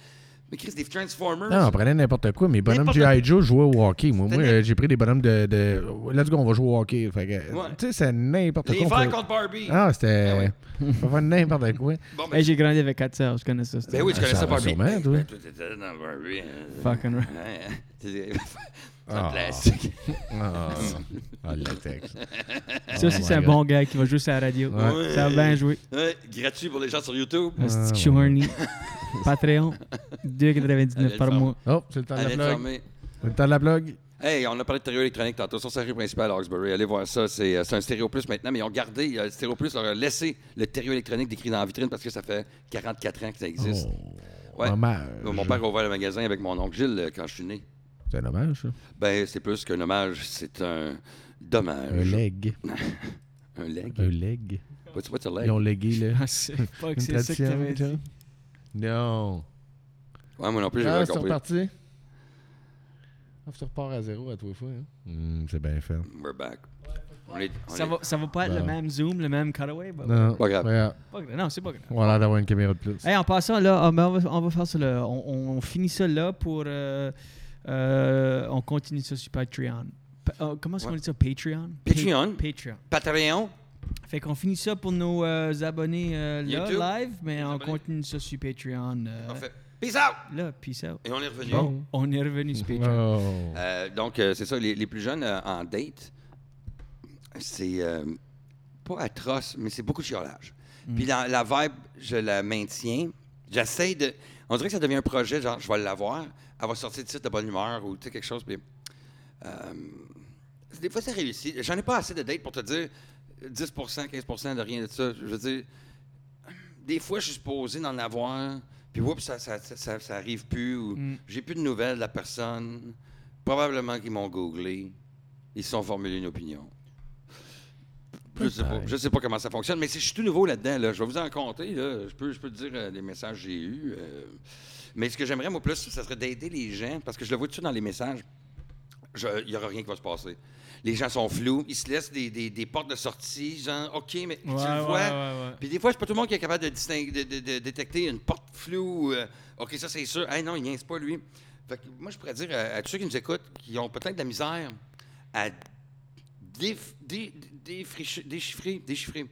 Speaker 3: Mais Chris, des Transformers.
Speaker 2: Ah.
Speaker 4: Non, on prenait n'importe quoi, mais bonhomme
Speaker 3: N'importe
Speaker 4: G.I. Joe jouait au hockey. Moi, moi
Speaker 3: C'était-
Speaker 4: euh, j'ai pris des bonhommes de, de. Let's go, on va jouer au hockey. Fait que,
Speaker 3: Ouais.
Speaker 4: Tu sais, c'est n'importe quoi.
Speaker 3: les
Speaker 4: on
Speaker 3: verts
Speaker 4: peut-
Speaker 3: contre Barbie.
Speaker 4: Ah, c'était.
Speaker 3: Ah ouais.
Speaker 4: on peut faire n'importe quoi.
Speaker 3: Bon, ben,
Speaker 2: Hey, j'ai grandi avec 4 heures, je connais ça.
Speaker 3: ben oui, tu
Speaker 4: Ah,
Speaker 3: connais
Speaker 4: ça
Speaker 3: ça,
Speaker 4: va
Speaker 3: Barbie.
Speaker 4: sûrement,
Speaker 3: Ben,
Speaker 4: toi.
Speaker 3: ben, toi, t'étais dans Barbie. hein.
Speaker 2: Fucking right.
Speaker 3: Ouais, hein. C'est c'est
Speaker 4: Ah.
Speaker 3: un classique.
Speaker 4: Ah, ah, le texte.
Speaker 2: Ça aussi,
Speaker 4: Oh my
Speaker 2: c'est un
Speaker 4: God.
Speaker 2: bon gars qui va jouer sur la radio.
Speaker 4: Ouais.
Speaker 2: Ça a bien joué.
Speaker 3: Ouais, Euh, gratuit pour les gens sur YouTube.
Speaker 2: Ah, c'est-tu que je suis
Speaker 4: ouais.
Speaker 2: horny. Patreon, 2,99 par
Speaker 3: Allez,
Speaker 2: mois.
Speaker 4: Oh, c'est le temps de la
Speaker 3: Allez,
Speaker 4: blog.
Speaker 3: fermez.
Speaker 4: C'est le temps de la blog.
Speaker 3: Hey, on a parlé de stéréo électronique tantôt. Sur sa rue principale à Hawkesbury, allez voir ça. C'est euh, c'est un stéréo plus maintenant, mais ils ont gardé, euh, le stéréo plus leur a laissé le stéréo électronique décrit dans la vitrine parce que ça fait 44 ans que ça existe.
Speaker 4: Oh,
Speaker 3: Ouais.
Speaker 4: Hommage.
Speaker 3: Mon père a ouvert le magasin avec mon oncle Gilles euh, quand je suis né.
Speaker 4: C'est un hommage, ça.
Speaker 3: Ben, c'est plus qu'un hommage, c'est un
Speaker 4: Un
Speaker 3: dommage.
Speaker 4: leg.
Speaker 3: Un leg.
Speaker 4: Un leg.
Speaker 3: What's, what's a
Speaker 4: Ils
Speaker 3: leg?
Speaker 4: ont légué, là.
Speaker 2: Ah, c'est pas que
Speaker 4: Une
Speaker 2: c'est ça que
Speaker 4: tradition,
Speaker 2: t'avais dit.
Speaker 4: genre. Non.
Speaker 3: Ouais, moi non plus, j'ai
Speaker 4: Ah,
Speaker 3: pas
Speaker 4: c'est
Speaker 3: compris.
Speaker 4: reparti. Ah, tu repars à zéro à tous les fois. hein. Hmm, c'est bien fait.
Speaker 3: We're back. On est, on
Speaker 2: Ça
Speaker 3: est-
Speaker 2: va, ça va pas être le
Speaker 4: Bah.
Speaker 2: même zoom, le même cutaway. bah,
Speaker 4: Non,
Speaker 3: Pas grave.
Speaker 4: regarde,
Speaker 2: pas grave. Non, c'est pas grave.
Speaker 4: Ah, on a l'air d'avoir une caméra de plus.
Speaker 2: Hey, en passant, là, ah, ben, on, va, on va faire ça. Là. On, on- on finit ça là pour. euh, euh, on continue ça sur Patreon. Pa- oh, comment est-ce qu'on
Speaker 3: Ouais.
Speaker 2: dit ça Patreon Pa-
Speaker 3: Patreon.
Speaker 2: Patreon.
Speaker 3: Patreon.
Speaker 2: Fait qu'on finit ça pour nos euh, abonnés euh, là,
Speaker 3: YouTube.
Speaker 2: live, mais on
Speaker 3: abonnés.
Speaker 2: continue ça sur Patreon. euh,
Speaker 3: Parfait. Peace out!
Speaker 2: là, peace out.
Speaker 3: Et on est revenu.
Speaker 4: Bon.
Speaker 2: On est revenu sur Patreon.
Speaker 4: Oh.
Speaker 3: Euh, donc, euh, c'est ça, les, les plus jeunes euh, en date, c'est euh, pas atroce, mais c'est beaucoup de chiolage. Puis la, la vibe, je la maintiens. J'essaie de. On dirait que ça devient un projet, genre, je vais l'avoir, elle va sortir de site de bonne humeur ou tu sais, quelque chose. Puis, euh, des fois, ça réussit. J'en ai pas assez de dates pour te dire 10 15 de rien de ça. Je veux dire, des fois, je suis supposé d'en avoir, puis oups, ça, ça, ça, ça- ça arrive plus, ou
Speaker 2: Mm.
Speaker 3: j'ai plus de nouvelles de la personne. Probablement qu'ils m'ont googlé. Ils se sont formulés une opinion. Je sais pas, je sais pas comment ça fonctionne, mais si je suis tout nouveau là-dedans, là, je vais vous en compter. là. Je peux, je peux te dire euh, les messages que j'ai eus. euh. mais ce que j'aimerais, moi, plus, ça serait d'aider les gens, parce que je le vois tout de suite dans les messages. Je- Il n'y aura rien qui va se passer. Les gens sont flous, ils se laissent des, des- des portes de sortie, genre, OK, mais tu le
Speaker 2: Ouais, ouais,
Speaker 3: vois,
Speaker 2: ouais, ouais.
Speaker 3: puis des fois, c'est pas tout le monde qui est capable de, distinguer, de, de- de détecter une porte floue. euh, OK, ça, c'est sûr. Hey, non, il niaise pas, lui. Fait que moi, je pourrais dire à, à tous ceux qui nous écoutent, qui ont peut-être de la misère à déf- dé- dé- défricher- déchiffrer, déchiffrer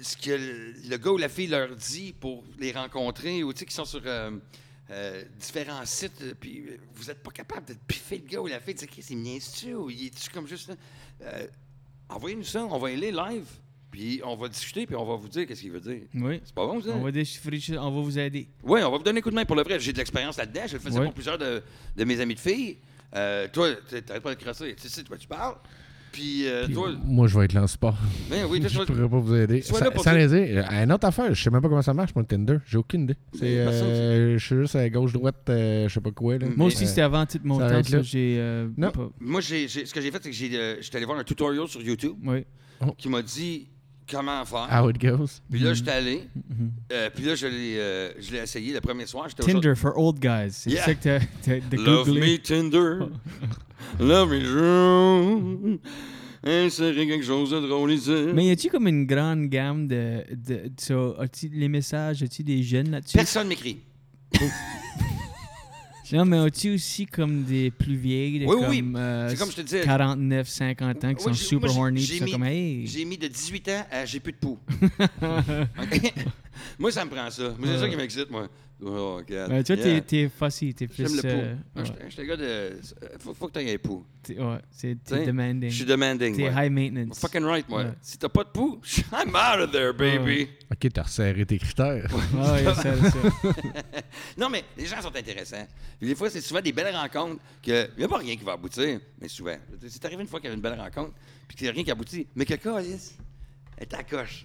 Speaker 3: ce que le, le gars ou la fille leur dit pour les rencontrer, ou tu sais, qui sont sur euh, euh, différents sites, euh, puis euh, vous n'êtes pas capable de piffer le gars ou la fille, de dire, Qu'est-ce qu'il me niaise-tu ou il est-tu comme juste. là? Euh, Envoyez-nous ça, on va y aller live, puis on va discuter, puis on va vous dire qu'est-ce qu'il veut dire.
Speaker 2: Oui.
Speaker 3: C'est pas bon, ça?
Speaker 2: On va déchiffrer, on va vous aider.
Speaker 3: Oui, on va vous donner un coup de main pour le vrai. J'ai de l'expérience là-dedans. Je le faisais
Speaker 2: Ouais.
Speaker 3: pour plusieurs de, de mes amis de filles. Euh, toi, t'sais, t'arrêtes pas de crasser. Tu sais de quoi tu parles. Puis, euh,
Speaker 4: Puis,
Speaker 3: toi,
Speaker 4: Moi, je vais être là en sport.
Speaker 3: ben oui, toi,
Speaker 4: je
Speaker 3: toi,
Speaker 4: pourrais pas vous aider.
Speaker 3: Sois
Speaker 4: Sa-
Speaker 3: là pour
Speaker 4: sans
Speaker 3: dire-
Speaker 4: les aider. Euh, Une autre affaire, je sais même pas comment ça marche, mon Tinder. J'ai aucune idée. C'est,
Speaker 3: Mais personne,
Speaker 4: euh, je suis juste à gauche-droite, euh, je sais pas quoi. là.
Speaker 2: Moi
Speaker 3: Mais-
Speaker 2: aussi,
Speaker 4: Euh,
Speaker 2: c'était avant tout mon
Speaker 4: ça
Speaker 2: temps.
Speaker 4: arrête
Speaker 2: ça,
Speaker 4: là.
Speaker 2: J'ai. euh,
Speaker 4: Non.
Speaker 2: pas-
Speaker 3: moi, j'ai, j'ai- ce que j'ai fait, c'est que j'ai, euh, j'étais allé voir un tutoriel sur YouTube
Speaker 2: Oui.
Speaker 3: qui m'a dit comment faire.
Speaker 4: How it goes.
Speaker 3: Puis là, j'étais allé. Euh, puis là, je l'ai, euh, je l'ai essayé le premier soir. J'étais au-
Speaker 2: Tinder for old guys. C'est
Speaker 3: Yeah.
Speaker 2: ça que t'as- t'as t'as
Speaker 3: Love me
Speaker 2: googlé.
Speaker 3: Tinder. Love me Hein, June. Insérer quelque chose de drôle ici.
Speaker 2: Mais y a-tu comme une grande gamme de. de, de- so, as-tu les messages, as-tu des jeunes là-dessus?
Speaker 3: Personne m'écrit.
Speaker 2: Non, mais as-tu aussi comme des plus vieilles, de
Speaker 3: Oui,
Speaker 2: comme,
Speaker 3: oui.
Speaker 2: euh,
Speaker 3: C'est comme je te disais.
Speaker 2: 49, 50 ans qui
Speaker 3: Oui,
Speaker 2: sont
Speaker 3: j'ai-
Speaker 2: super
Speaker 3: moi, j'ai-
Speaker 2: horny,
Speaker 3: j'ai
Speaker 2: qui sont
Speaker 3: mis-
Speaker 2: comme hey.
Speaker 3: J'ai mis de 18 ans à j'ai plus de poux. OK? moi, ça me prend ça. Moi, c'est ça qui m'excite, moi. Oh, regarde.
Speaker 2: Euh, toi, t'es-
Speaker 3: Yeah.
Speaker 2: t'es fussy, t'es plus.
Speaker 3: J'aime le
Speaker 2: euh,
Speaker 3: poux. Moi,
Speaker 2: ouais,
Speaker 3: j'étais- J'étais un gars de. Faut, faut que t'aies un poux.
Speaker 2: t'es- ouais, c'est-
Speaker 3: T'sais,
Speaker 2: t'es demanding.
Speaker 3: Je suis demanding.
Speaker 2: T'es
Speaker 3: ouais.
Speaker 2: high maintenance.
Speaker 3: Fucking right, moi.
Speaker 2: Ouais.
Speaker 3: Si t'as pas de poux, I'm out of there, baby.
Speaker 4: Ok, t'as resserré tes critères.
Speaker 2: Ah ouais, ça, ça.
Speaker 3: Non, mais les gens sont intéressants. Puis Des fois, c'est souvent des belles rencontres que. Il n'y a pas rien qui va aboutir, mais souvent. C'est arrivé une fois qu'il y avait une belle rencontre, puis qu'il n'y a rien qui aboutit. Mais que Alice, elle est à la coche.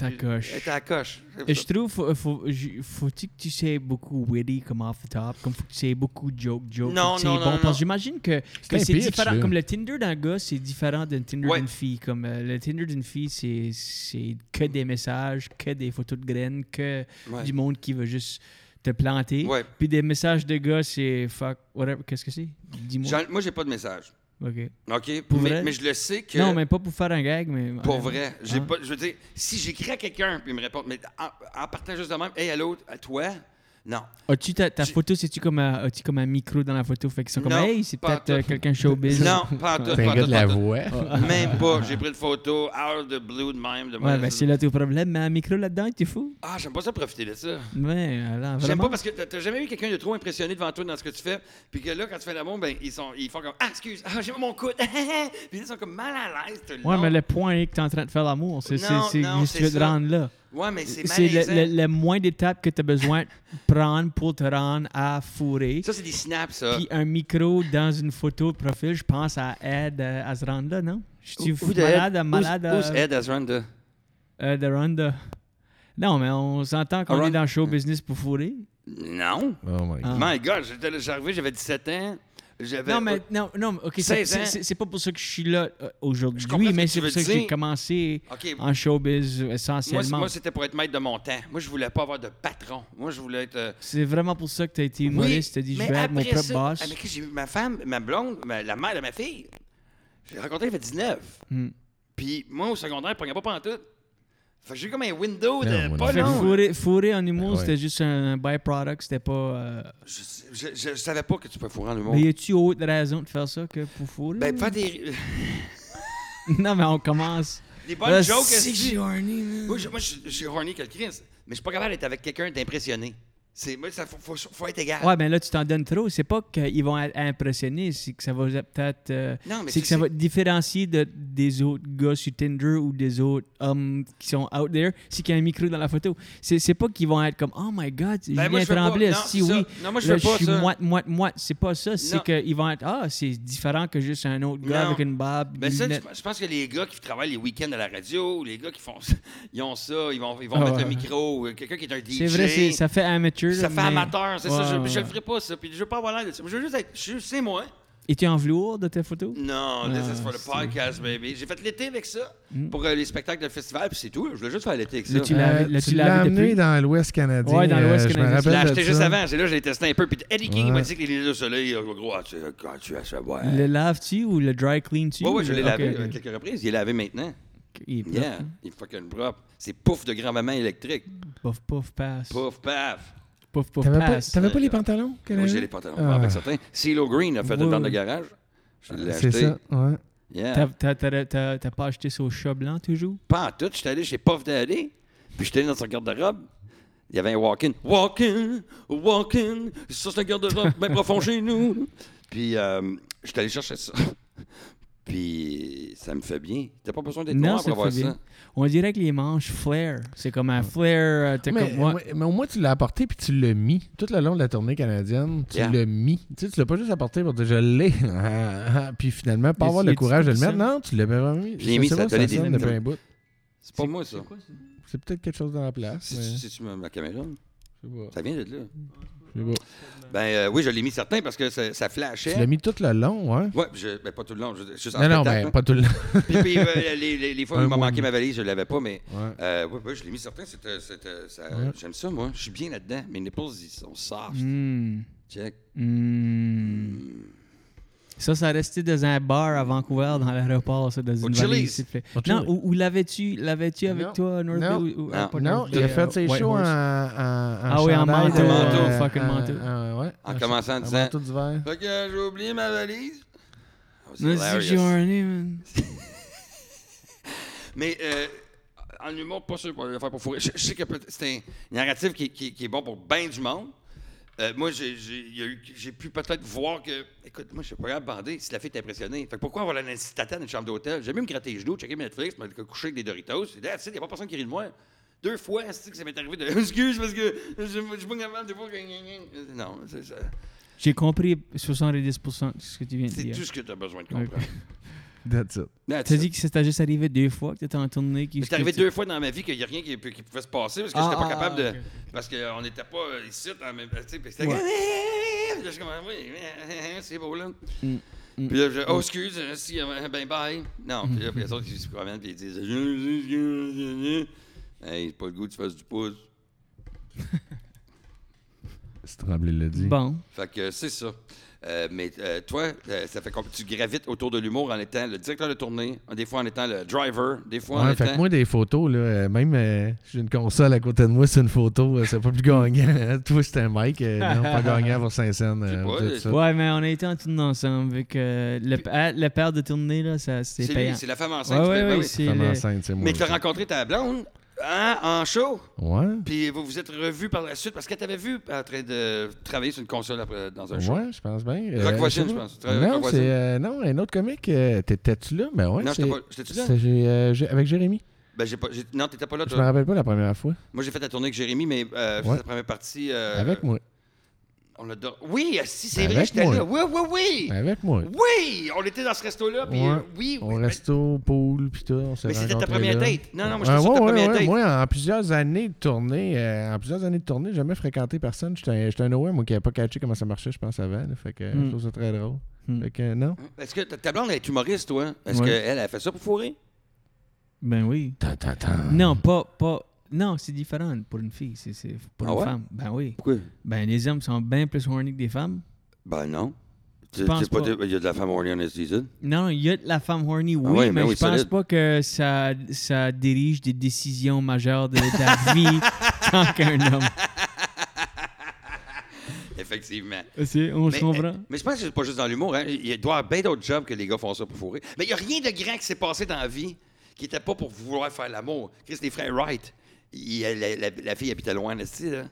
Speaker 2: à la coche.
Speaker 3: Elle est à la coche.
Speaker 2: Et je trouve, faut, faut, j- faut-tu que tu sais beaucoup witty comme off the top, comme faut que tu sais beaucoup joke, joke,
Speaker 3: Non,
Speaker 2: faut que tu
Speaker 3: non,
Speaker 2: sais
Speaker 3: non,
Speaker 2: bon,
Speaker 3: non.
Speaker 2: parce que j'imagine que, que
Speaker 4: un
Speaker 2: c'est
Speaker 4: pitch,
Speaker 2: différent,
Speaker 4: là.
Speaker 2: comme le Tinder d'un gars, c'est différent d'un Tinder
Speaker 3: Ouais.
Speaker 2: d'une fille, comme euh, le Tinder d'une fille, c'est, c'est que des messages, que des photos de graines, que
Speaker 3: Ouais.
Speaker 2: du monde qui veut juste te planter,
Speaker 3: Ouais.
Speaker 2: puis des messages de gars, c'est fuck, whatever, qu'est-ce que c'est? Dis-moi.
Speaker 3: J'en- Moi, j'ai pas de message.
Speaker 2: Ok.
Speaker 3: OK?
Speaker 2: Pour
Speaker 3: mais,
Speaker 2: vrai?
Speaker 3: mais je le sais que.
Speaker 2: Non, mais pas pour faire un gag, mais...
Speaker 3: Pour vrai. J'ai
Speaker 2: Hein?
Speaker 3: pas, je veux dire, si j'écris à quelqu'un puis il me répond, mais en, en partant juste de même, hey, à l'autre, à toi, non.
Speaker 2: As-tu ta, ta
Speaker 3: J'ai-
Speaker 2: photo, c'est-tu comme, un- as-tu comme un micro dans la photo? Fait que c'est comme,
Speaker 3: Non,
Speaker 2: hey, c'est
Speaker 3: pas
Speaker 2: peut-être euh,
Speaker 3: tout.
Speaker 2: quelqu'un showbiz.
Speaker 3: Non, pas en tout.
Speaker 4: T'es
Speaker 3: pas
Speaker 4: un
Speaker 3: en
Speaker 4: gars
Speaker 3: tout,
Speaker 4: de
Speaker 3: pas
Speaker 4: la
Speaker 3: en tout.
Speaker 4: voix.
Speaker 3: Même pas. J'ai pris une photo, out of the blue de même. De
Speaker 2: Ouais,
Speaker 3: même.
Speaker 2: ben c'est là tout le problème, mais un micro là-dedans, t'es fou.
Speaker 3: Ah, j'aime pas ça profiter de ça.
Speaker 2: Ouais, alors
Speaker 3: J'aime
Speaker 2: vraiment.
Speaker 3: pas parce que t'as- t'as jamais eu quelqu'un de trop impressionné devant toi dans ce que tu fais, puis que là, quand tu fais l'amour, ben, ils, sont, ils font comme Ah, excuse, ah, j'ai mon coude, puis ils sont comme mal à l'aise tout le
Speaker 2: Ouais,
Speaker 3: long.
Speaker 2: mais le point est que t'es en train de faire l'amour. C'est c'est-
Speaker 3: Non,
Speaker 2: c'est
Speaker 3: non,
Speaker 2: juste
Speaker 3: c'est
Speaker 2: tu veux te
Speaker 3: ça.
Speaker 2: rendre là.
Speaker 3: Ouais, mais c'est
Speaker 2: C'est
Speaker 3: malaisant.
Speaker 2: le, le- le moins d'étapes que t'as besoin de prendre pour te rendre à fourrer.
Speaker 3: Ça, c'est des snaps, ça.
Speaker 2: Puis un micro dans une photo de profil, je pense, ça aide euh, à se rendre là, non? Je suis
Speaker 3: Who- who the
Speaker 2: malade,
Speaker 3: head-
Speaker 2: malade
Speaker 3: who's- who's
Speaker 2: euh,
Speaker 3: head has run the-
Speaker 2: euh, de rendre. Non, mais on s'entend qu'on est
Speaker 3: Around-
Speaker 2: dans le show business pour fourrer.
Speaker 3: Non.
Speaker 4: Oh my god.
Speaker 2: Ah.
Speaker 3: My God, j'étais là, j'arrivais, j'avais 17 ans. J'avais.
Speaker 2: Non, mais non, non, mais, OK, c'est-
Speaker 3: 16 Ben, euh, ans.
Speaker 2: c'est c'est- c'est pas pour ça que je suis là euh, aujourd'hui,
Speaker 3: Je comprends ce que
Speaker 2: mais
Speaker 3: tu
Speaker 2: c'est pour
Speaker 3: veux
Speaker 2: ça que j'ai
Speaker 3: dire.
Speaker 2: commencé
Speaker 3: OK.
Speaker 2: en showbiz euh,
Speaker 3: Moi, c-
Speaker 2: essentiellement.
Speaker 3: moi, c'était pour être maître de mon temps. Moi, je voulais pas avoir de patron. Moi, je voulais être. euh,
Speaker 2: c'est vraiment pour ça que tu as été humoriste, tu as dit je
Speaker 3: mais
Speaker 2: vais être mon
Speaker 3: après
Speaker 2: propre
Speaker 3: ça-
Speaker 2: boss.
Speaker 3: Ah, mais qu'est-ce que j'ai- ma femme, ma blonde, ma- la mère de ma fille, je l'ai rencontrée, elle avait 19.
Speaker 2: Hmm.
Speaker 3: Puis moi, au secondaire, je prenais pas pantoute. Fait que j'ai eu comme un window de
Speaker 4: Non,
Speaker 3: pas
Speaker 4: moi non
Speaker 2: Ben Fait que
Speaker 4: plus.
Speaker 3: long.
Speaker 2: fourrer, fourrer en humour,
Speaker 4: Ouais.
Speaker 2: c'était juste un byproduct, c'était pas. euh,
Speaker 3: Je, je- je- je savais pas que tu pouvais fourrer en humour.
Speaker 2: Mais y a-tu autre raison de faire ça que pour fourrer
Speaker 3: Ben, faire des,
Speaker 2: Non, mais on commence.
Speaker 3: des bonnes
Speaker 2: Là,
Speaker 3: jokes.
Speaker 2: si
Speaker 3: esti.
Speaker 2: j'ai horny, man.
Speaker 3: Moi, je, moi, je- je suis horny que le Christ, mais je suis pas capable d'être avec quelqu'un d'impressionné. C'est, moi, ça, faut, faut, faut être égal.
Speaker 2: Ouais, ben là, tu t'en donnes trop. C'est pas qu'ils vont être impressionnés, c'est que ça va peut-être. euh,
Speaker 3: Non, mais
Speaker 2: c'est
Speaker 3: tu
Speaker 2: que ça
Speaker 3: sais-
Speaker 2: va te différencier de, des autres gars sur Tinder ou des autres hommes qui sont out there. C'est qu'il y a un micro dans la photo. C'est, c'est pas qu'ils vont être comme Oh my god,
Speaker 3: Ben, moi,
Speaker 2: Julien
Speaker 3: je fais pas-
Speaker 2: Tremblay,
Speaker 3: non,
Speaker 2: si
Speaker 3: c'est
Speaker 2: oui.
Speaker 3: ça. Non, moi, je
Speaker 2: là,
Speaker 3: fais pas
Speaker 2: suis
Speaker 3: ça.
Speaker 2: moite, moite, moite. C'est pas ça.
Speaker 3: Non.
Speaker 2: C'est qu'ils vont être Ah, c'est différent que juste un autre gars
Speaker 3: Non.
Speaker 2: avec une barbe.
Speaker 3: Ben
Speaker 2: des
Speaker 3: ça,
Speaker 2: lunettes.
Speaker 3: je, je pense que les gars qui travaillent les week-ends à la radio, les gars qui font ça, ils ont ça, ils vont, ils vont
Speaker 2: Ah
Speaker 3: mettre
Speaker 2: ouais.
Speaker 3: le micro, euh, quelqu'un qui est un DJ.
Speaker 2: c'est vrai, c'est- ça fait amateur.
Speaker 3: Ça
Speaker 2: là,
Speaker 3: fait
Speaker 2: mais-
Speaker 3: amateur, c'est ça.
Speaker 2: Ouais,
Speaker 3: Je,
Speaker 2: ouais.
Speaker 3: je le ferai pas, ça. Puis je veux pas avoir l'air de ça. Je veux juste être. je- C'est moi.
Speaker 2: Et tu es en velours de tes photos
Speaker 3: Non, this is for the
Speaker 2: c'est-
Speaker 3: podcast, baby. J'ai fait l'été avec ça pour euh, les spectacles de festival, puis c'est tout. Je voulais juste faire l'été avec ça.
Speaker 2: Là, tu l'as-
Speaker 4: Euh,
Speaker 2: là, tu
Speaker 4: tu
Speaker 2: l'as
Speaker 4: l'as
Speaker 2: avec
Speaker 4: amené
Speaker 2: depuis?
Speaker 4: dans l'Ouest canadien.
Speaker 2: Ouais, dans l'Ouest
Speaker 4: euh,
Speaker 2: canadien.
Speaker 3: Je
Speaker 4: Je me
Speaker 3: l'ai
Speaker 4: rappelle
Speaker 3: acheté
Speaker 4: de
Speaker 3: juste
Speaker 4: ça.
Speaker 3: avant. C'est là que j'ai testé un peu. Puis Eddie King il m'a
Speaker 4: Ouais.
Speaker 3: dit que les lunettes de soleil, euh, gros, ah, tu, ah, tu as ça, ouais.
Speaker 2: Le laves-tu ou le dry clean-tu
Speaker 3: Ouais, ouais, je l'ai
Speaker 2: Mm, Ok,
Speaker 3: lavé
Speaker 2: ok.
Speaker 3: à quelques reprises. Il est lavé maintenant.
Speaker 2: Il est propre,
Speaker 3: Yeah,
Speaker 2: hein?
Speaker 3: il est fucking propre. C'est pouf de grand-maman électrique.
Speaker 2: Pouf, pouf, passe.
Speaker 3: Pouf, paf.
Speaker 2: Pouf, pouf,
Speaker 4: T'avais pas,
Speaker 2: passe.
Speaker 4: t'avais pas les pantalons
Speaker 3: Moi,
Speaker 4: canadiens?
Speaker 3: j'ai les pantalons
Speaker 4: Ah.
Speaker 3: avec certains. CeeLo Green a fait
Speaker 2: Ouais,
Speaker 3: une vente de
Speaker 2: ouais.
Speaker 3: garage. Je l'ai
Speaker 4: C'est
Speaker 3: acheté.
Speaker 4: ça, ouais.
Speaker 3: Yeah.
Speaker 2: T'as- t'as- t'as- T'as t'as pas acheté ça au chat blanc toujours?
Speaker 3: Pas en tout. J'étais allé chez Puff Daddy, puis j'étais allé dans son garde-robe. Il y avait un walk-in. Walk-in, walk-in. Ça, c'est un garde-robe bien profond chez nous. Puis euh, j'étais allé chercher ça. puis ça me fait bien. T'as pas besoin d'être noir pour
Speaker 2: ça
Speaker 3: Eh, avoir
Speaker 2: fait bien.
Speaker 3: ça.
Speaker 2: On dirait que les manches flare. C'est comme un flare. euh, T'es
Speaker 4: Mais,
Speaker 2: comme moi.
Speaker 4: ouais, mais au moins, tu l'as apporté puis tu l'as mis. Tout le long de la tournée canadienne, tu
Speaker 3: Yeah.
Speaker 4: l'as mis. Tu sais, tu l'as pas juste apporté pour dire je l'ai. Ah, ah, puis finalement, pas
Speaker 2: Mais
Speaker 4: avoir
Speaker 2: tu-
Speaker 4: le
Speaker 2: tu
Speaker 4: courage de le
Speaker 2: coupes
Speaker 4: mettre.
Speaker 2: ça?
Speaker 4: Non, tu l'as vraiment mis.
Speaker 3: Je l'ai mis,
Speaker 4: sais
Speaker 3: ça
Speaker 4: pas,
Speaker 3: donnait des-
Speaker 4: sonne depuis un bout.
Speaker 3: C'est pas moi, ça.
Speaker 4: C'est peut-être quelque chose dans la place. mais
Speaker 3: C'est- C'est-tu ma, ma caméra?
Speaker 4: je sais pas,
Speaker 3: Ça vient de là.
Speaker 4: je sais pas.
Speaker 3: Ben euh, oui, je l'ai mis certain parce que ça, ça flashait.
Speaker 4: Tu l'as mis tout le long, ouais.
Speaker 3: Ouais, je, ben, pas tout le long, je- juste en
Speaker 4: Non, non,
Speaker 3: spectacle,
Speaker 4: mais
Speaker 3: hein.
Speaker 4: pas tout le long.
Speaker 3: Puis, puis, euh, les, les- les fois où
Speaker 4: Un
Speaker 3: il m'a
Speaker 4: mois
Speaker 3: manqué
Speaker 4: et
Speaker 3: ma valise, je l'avais pas, mais
Speaker 4: Ouais.
Speaker 3: euh, ouais, ouais, je l'ai mis certain. c'était- c'était- ça-
Speaker 4: Ouais.
Speaker 3: J'aime ça, moi. Je suis bien là-dedans. Mes nipples, ils sont soft.
Speaker 2: Hmm.
Speaker 3: Check.
Speaker 2: Hmm. Ça, ça restait dans un bar à Vancouver, dans l'aéroport, ça, dans une
Speaker 3: Chili's.
Speaker 2: valise, s'il te plaît.
Speaker 4: Au
Speaker 2: Non,
Speaker 4: Chili's.
Speaker 2: ou, ou l'avais-tu l'avais-tu avec
Speaker 4: Non.
Speaker 2: toi à North
Speaker 4: Non.
Speaker 2: Bay ou- ou- pas
Speaker 3: Non.
Speaker 4: Non,
Speaker 2: North
Speaker 4: il a
Speaker 2: Bay, euh,
Speaker 4: fait ses
Speaker 2: White
Speaker 4: shows en, en, en
Speaker 2: Horse. Ah oui, en
Speaker 4: chandail
Speaker 2: manteau,
Speaker 4: de-
Speaker 3: manteau,
Speaker 2: fucking
Speaker 4: en-
Speaker 2: manteau.
Speaker 4: en- ouais,
Speaker 3: En commençant en
Speaker 4: en
Speaker 3: disant-
Speaker 4: manteau d'hiver.
Speaker 3: Fait que euh, j'ai oublié ma valise. Oh, c'est
Speaker 2: Moi, c'est
Speaker 3: hilarious.
Speaker 2: Journey, man.
Speaker 3: Mais euh, en humour, pas sûr pour le faire pour fourrer. Je, je sais que peut- c'est un narratif qui, qui- qui est bon pour bien du monde. Euh, moi, j'ai- j'ai il y a eu- j'ai pu peut-être voir que. Écoute, moi, je suis pas capable de bander si la fille est impressionnée. Fait que pourquoi avoir la Nancy Tatan dans une chambre d'hôtel? J'ai même gratter les genoux, checker Netflix, me coucher avec des Doritos. ah, Tu sais, il n'y a pas personne qui rit de moi. Deux fois, c'est que ça m'est arrivé de. Excuse, parce que je je suis pas capable des fois. que- Non, c'est ça.
Speaker 2: J'ai compris 70% de ce que tu viens de
Speaker 3: C'est
Speaker 2: dire.
Speaker 3: tout ce que tu as besoin de comprendre.
Speaker 4: That's it.
Speaker 2: T'as dit que c'était juste arrivé deux fois que t'étais en tournée. qui-
Speaker 3: C'est arrivé deux fois dans ma vie qu'il n'y a rien qui, qui pouvait se passer parce que
Speaker 2: Ah,
Speaker 3: j'étais pas
Speaker 2: ah,
Speaker 3: capable de.
Speaker 2: ok.
Speaker 3: Parce qu'on n'était pas euh, ici dans la même. Tu sais, puis c'était.
Speaker 2: Ouais.
Speaker 3: Puis là, je suis comme, ah oui, euh, c'est beau, là.
Speaker 2: Mm,
Speaker 3: Puis là, je. Oh, excuse, euh, si, euh, ben, bye. Non,
Speaker 2: Mm.
Speaker 3: puis là, puis les autres qui se promènent, puis ils disent. Hey, j'ai pas le goût que tu fasses du pouce.
Speaker 4: C'est Tremblay l'a dit.
Speaker 2: Bon.
Speaker 3: Fait que c'est ça. Euh, mais euh, toi, euh, ça fait comme tu gravites autour de l'humour en étant le directeur de tournée, des fois en étant le driver, des fois en
Speaker 4: Ouais, fait que
Speaker 3: étant.
Speaker 4: moi, des photos, là, euh, même euh, j'ai une console à côté de moi, c'est une photo, euh, c'est pas plus gagnant. hein. Toi, c'est un mic, euh, non, pas gagnant pour saint cents
Speaker 3: Je sais
Speaker 4: euh,
Speaker 3: pas,
Speaker 4: vous dites ça.
Speaker 2: Ouais, mais on a été en tournée ensemble. Vu que euh, le, pa- le père de tournée, là, ça, c'est
Speaker 3: c'est lui,
Speaker 2: payant.
Speaker 3: c'est la femme
Speaker 2: Ouais,
Speaker 3: enceinte. qui fait-
Speaker 2: ouais,
Speaker 3: ben
Speaker 2: ouais,
Speaker 3: oui.
Speaker 2: c'est
Speaker 4: Femme
Speaker 2: le-
Speaker 4: enceinte, c'est moi.
Speaker 3: Mais tu as
Speaker 4: aussi.
Speaker 3: rencontré ta blonde hein, en show,
Speaker 4: Ouais.
Speaker 3: puis vous vous êtes revus par la suite parce qu'elle t'avait vu euh, en train de travailler sur une console après, dans un show.
Speaker 4: Ouais, je pense bien.
Speaker 3: Rock Voisine,
Speaker 4: sais
Speaker 3: je
Speaker 4: pas.
Speaker 3: pense. Tu travailles avec
Speaker 4: Non,
Speaker 3: Rock
Speaker 4: c'est
Speaker 3: Voisine.
Speaker 4: euh, non, un autre comique. euh, T'étais-tu là? Mais ouais,
Speaker 3: non,
Speaker 4: c'est-
Speaker 3: j'étais pas. J'étais-tu là?
Speaker 4: c'est- j'ai, euh, j'ai- avec Jérémy.
Speaker 3: Ben, j'ai pas, j'ai- non, t'étais pas là,
Speaker 4: Je me
Speaker 3: toi.
Speaker 4: rappelle pas la première fois.
Speaker 3: Moi, j'ai fait la tournée avec Jérémy, mais euh, je
Speaker 4: Ouais.
Speaker 3: faisais la première partie. euh,
Speaker 4: Avec moi.
Speaker 3: On a dor- Oui, ah, si, c'est vrai,
Speaker 4: Ben, Avec
Speaker 3: j'étais
Speaker 4: moi.
Speaker 3: là. Oui, oui, oui.
Speaker 4: Avec moi.
Speaker 3: Oui, on était dans ce resto-là. Puis,
Speaker 4: Ouais.
Speaker 3: euh, oui,
Speaker 4: On
Speaker 3: oui,
Speaker 4: reste au pool, puis tout. on s'est
Speaker 3: Mais c'était ta
Speaker 4: rencontrés
Speaker 3: première
Speaker 4: là.
Speaker 3: date. Non, non, moi, j'étais
Speaker 4: Ah,
Speaker 3: sûr que ta
Speaker 4: ouais,
Speaker 3: première
Speaker 4: ouais,
Speaker 3: date.
Speaker 4: Moi, en plusieurs années de tournée, euh, en plusieurs années de tournée, j'ai jamais fréquenté personne. J'étais un- j'étais un nowhere, moi, qui n'avait pas catché comment ça marchait, je pense, avant. là. Fait que euh,
Speaker 2: Hmm.
Speaker 4: je trouve ça très drôle.
Speaker 2: Hmm.
Speaker 4: Fait que euh, non.
Speaker 3: mais- Est-ce que ta ta blonde elle est humoriste, toi? Est-ce
Speaker 2: Ouais.
Speaker 3: qu'elle a fait ça pour fourrer?
Speaker 2: Ben oui. Non, pas, pas. Non, c'est différent pour une fille. C'est, c'est pour
Speaker 3: Ah
Speaker 2: une
Speaker 3: ouais?
Speaker 2: femme. Ben oui.
Speaker 3: Pourquoi?
Speaker 2: Ben les hommes sont bien plus horny que des femmes.
Speaker 3: Ben non. Tu-
Speaker 2: penses
Speaker 3: c'est pas-
Speaker 2: pas.
Speaker 3: Il y a de la femme horny en this season.
Speaker 2: Non, il y a de la femme horny, oui,
Speaker 3: ouais,
Speaker 2: mais
Speaker 3: ben oui,
Speaker 2: je pense
Speaker 3: solide.
Speaker 2: pas que ça, ça dirige des décisions majeures de ta vie tant qu'un homme.
Speaker 3: Effectivement.
Speaker 2: C'est- on se
Speaker 3: Mais,
Speaker 2: comprend?
Speaker 3: euh, mais je pense que c'est pas juste dans l'humour. hein. Il doit y avoir bien d'autres jobs que les gars font ça pour fourrer. Mais il n'y a rien de grand qui s'est passé dans la vie qui n'était pas pour vouloir faire l'amour. Chris, les frères Wright, il- euh, la, la- la fille habitait loin, n'est-ce pas? là?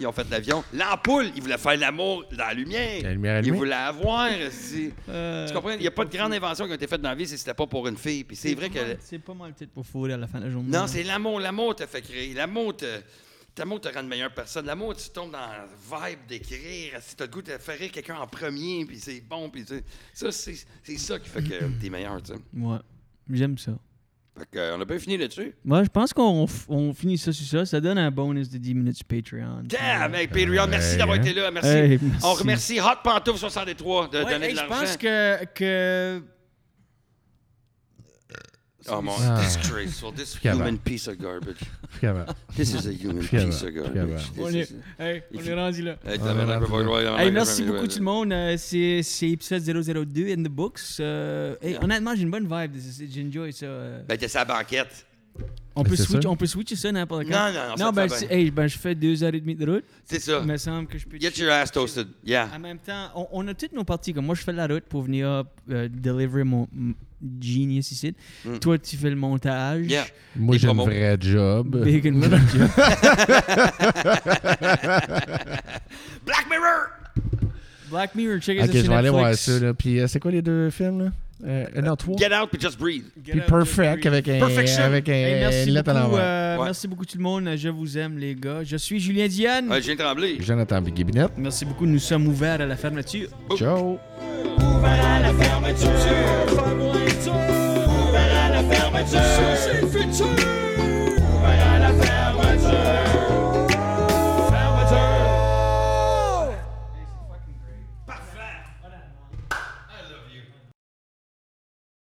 Speaker 3: Ils ont fait l'avion. L'ampoule, ils voulaient faire l'amour dans la lumière.
Speaker 4: La lumière
Speaker 3: ils
Speaker 4: allumée.
Speaker 3: voulaient avoir. esti.
Speaker 2: Euh,
Speaker 3: tu comprends? Il n'y a pas de grande invention qui a été faite dans la vie si c'était pas pour une fille. Puis c'est vrai
Speaker 2: pas mal-
Speaker 3: que.
Speaker 2: C'est pas mal peut-être pour fourrer à la fin de la journée.
Speaker 3: Non, c'est l'amour. L'amour te fait créer. L'amour te. L'amour te rend une meilleure personne. L'amour, tu tombes dans le vibe d'écrire. Si t'as le goût de faire rire quelqu'un en premier, puis c'est bon, puis tu- ça, c'est c'est ça qui fait que t'es meilleur, tu sais.
Speaker 2: Ouais, j'aime ça.
Speaker 3: Fait que, euh, on a bien fini là-dessus.
Speaker 2: Moi, je pense qu'on f- on finit ça sur ça. Ça donne un bonus de 10 minutes sur Patreon.
Speaker 3: Damn, hey, Patreon, merci
Speaker 4: Hey,
Speaker 3: d'avoir
Speaker 4: hein.
Speaker 3: été là. Merci.
Speaker 2: Hey, merci.
Speaker 3: On remercie Hot Pantouf 63 de
Speaker 2: Ouais,
Speaker 3: donner
Speaker 2: hey,
Speaker 3: de
Speaker 2: je
Speaker 3: l'argent.
Speaker 2: pense que, que
Speaker 3: Oh mon,
Speaker 4: Ah.
Speaker 3: disgraceful. This
Speaker 4: Cavard.
Speaker 3: human piece of garbage.
Speaker 4: Puis avant.
Speaker 3: This is a human
Speaker 4: Cavard.
Speaker 3: piece of garbage.
Speaker 4: Cavard.
Speaker 2: on
Speaker 3: This
Speaker 2: est,
Speaker 3: is-
Speaker 2: hey, on
Speaker 3: Il
Speaker 2: est
Speaker 3: faut-
Speaker 2: rendu là.
Speaker 3: Hey,
Speaker 4: On
Speaker 3: t'as-
Speaker 4: est rendu
Speaker 2: Hey, merci beaucoup tout le monde. Euh, c'est c'est épisode 002 in the books. Euh, hey, honnêtement, j'ai une bonne vibe. de ce- J'enjoy ça. euh.
Speaker 3: Ben, t'es sa banquette.
Speaker 2: on,
Speaker 4: Ben,
Speaker 2: peut
Speaker 4: c'est
Speaker 2: switch,
Speaker 4: ça.
Speaker 2: on peut switcher ça n'importe quand.
Speaker 3: Non, non, non, ça
Speaker 2: ben,
Speaker 3: te fait
Speaker 2: c'est-
Speaker 3: bien.
Speaker 2: hey, ben, je fais deux heures et demie de route.
Speaker 3: C'est ça.
Speaker 2: Il me semble que je peux.
Speaker 3: Get your ass toasted. Yeah.
Speaker 2: En même temps, on, on a toutes nos parties. Comme moi, je fais la route pour venir euh, deliver mon m- genius ici. Toi, tu fais le montage.
Speaker 3: Mm. Yeah.
Speaker 4: Moi,
Speaker 3: Les
Speaker 4: j'ai un
Speaker 3: promos.
Speaker 4: vrai job.
Speaker 2: Big and Mad Joe.
Speaker 3: Black Mirror!
Speaker 2: Black Mirror, check it
Speaker 4: Ok,
Speaker 2: out.
Speaker 4: je
Speaker 2: sur
Speaker 4: vais aller voir
Speaker 2: Netflix.
Speaker 4: ça. Là. Puis euh, c'est quoi les deux films? Là? Euh, euh, non, trois.
Speaker 3: Get out, but just breathe.
Speaker 2: Get
Speaker 4: Puis
Speaker 2: out,
Speaker 4: Perfect
Speaker 2: Jeffrey.
Speaker 4: avec un,
Speaker 3: Perfection.
Speaker 4: avec un,
Speaker 2: Hey, merci,
Speaker 4: une lettre à
Speaker 2: beaucoup,
Speaker 4: l'envers.
Speaker 2: euh,
Speaker 3: Ouais.
Speaker 2: merci beaucoup tout le monde. Je vous aime, les gars. Je suis Julien Diane.
Speaker 3: j'ai tremblé.
Speaker 4: Jonathan Biguibinette.
Speaker 2: Merci beaucoup. Nous sommes ouverts à la fermeture.
Speaker 3: Oh.
Speaker 4: Ciao.
Speaker 1: Ouvert à la fermeture. Ouvert à la fermeture. Ça, c'est le futur.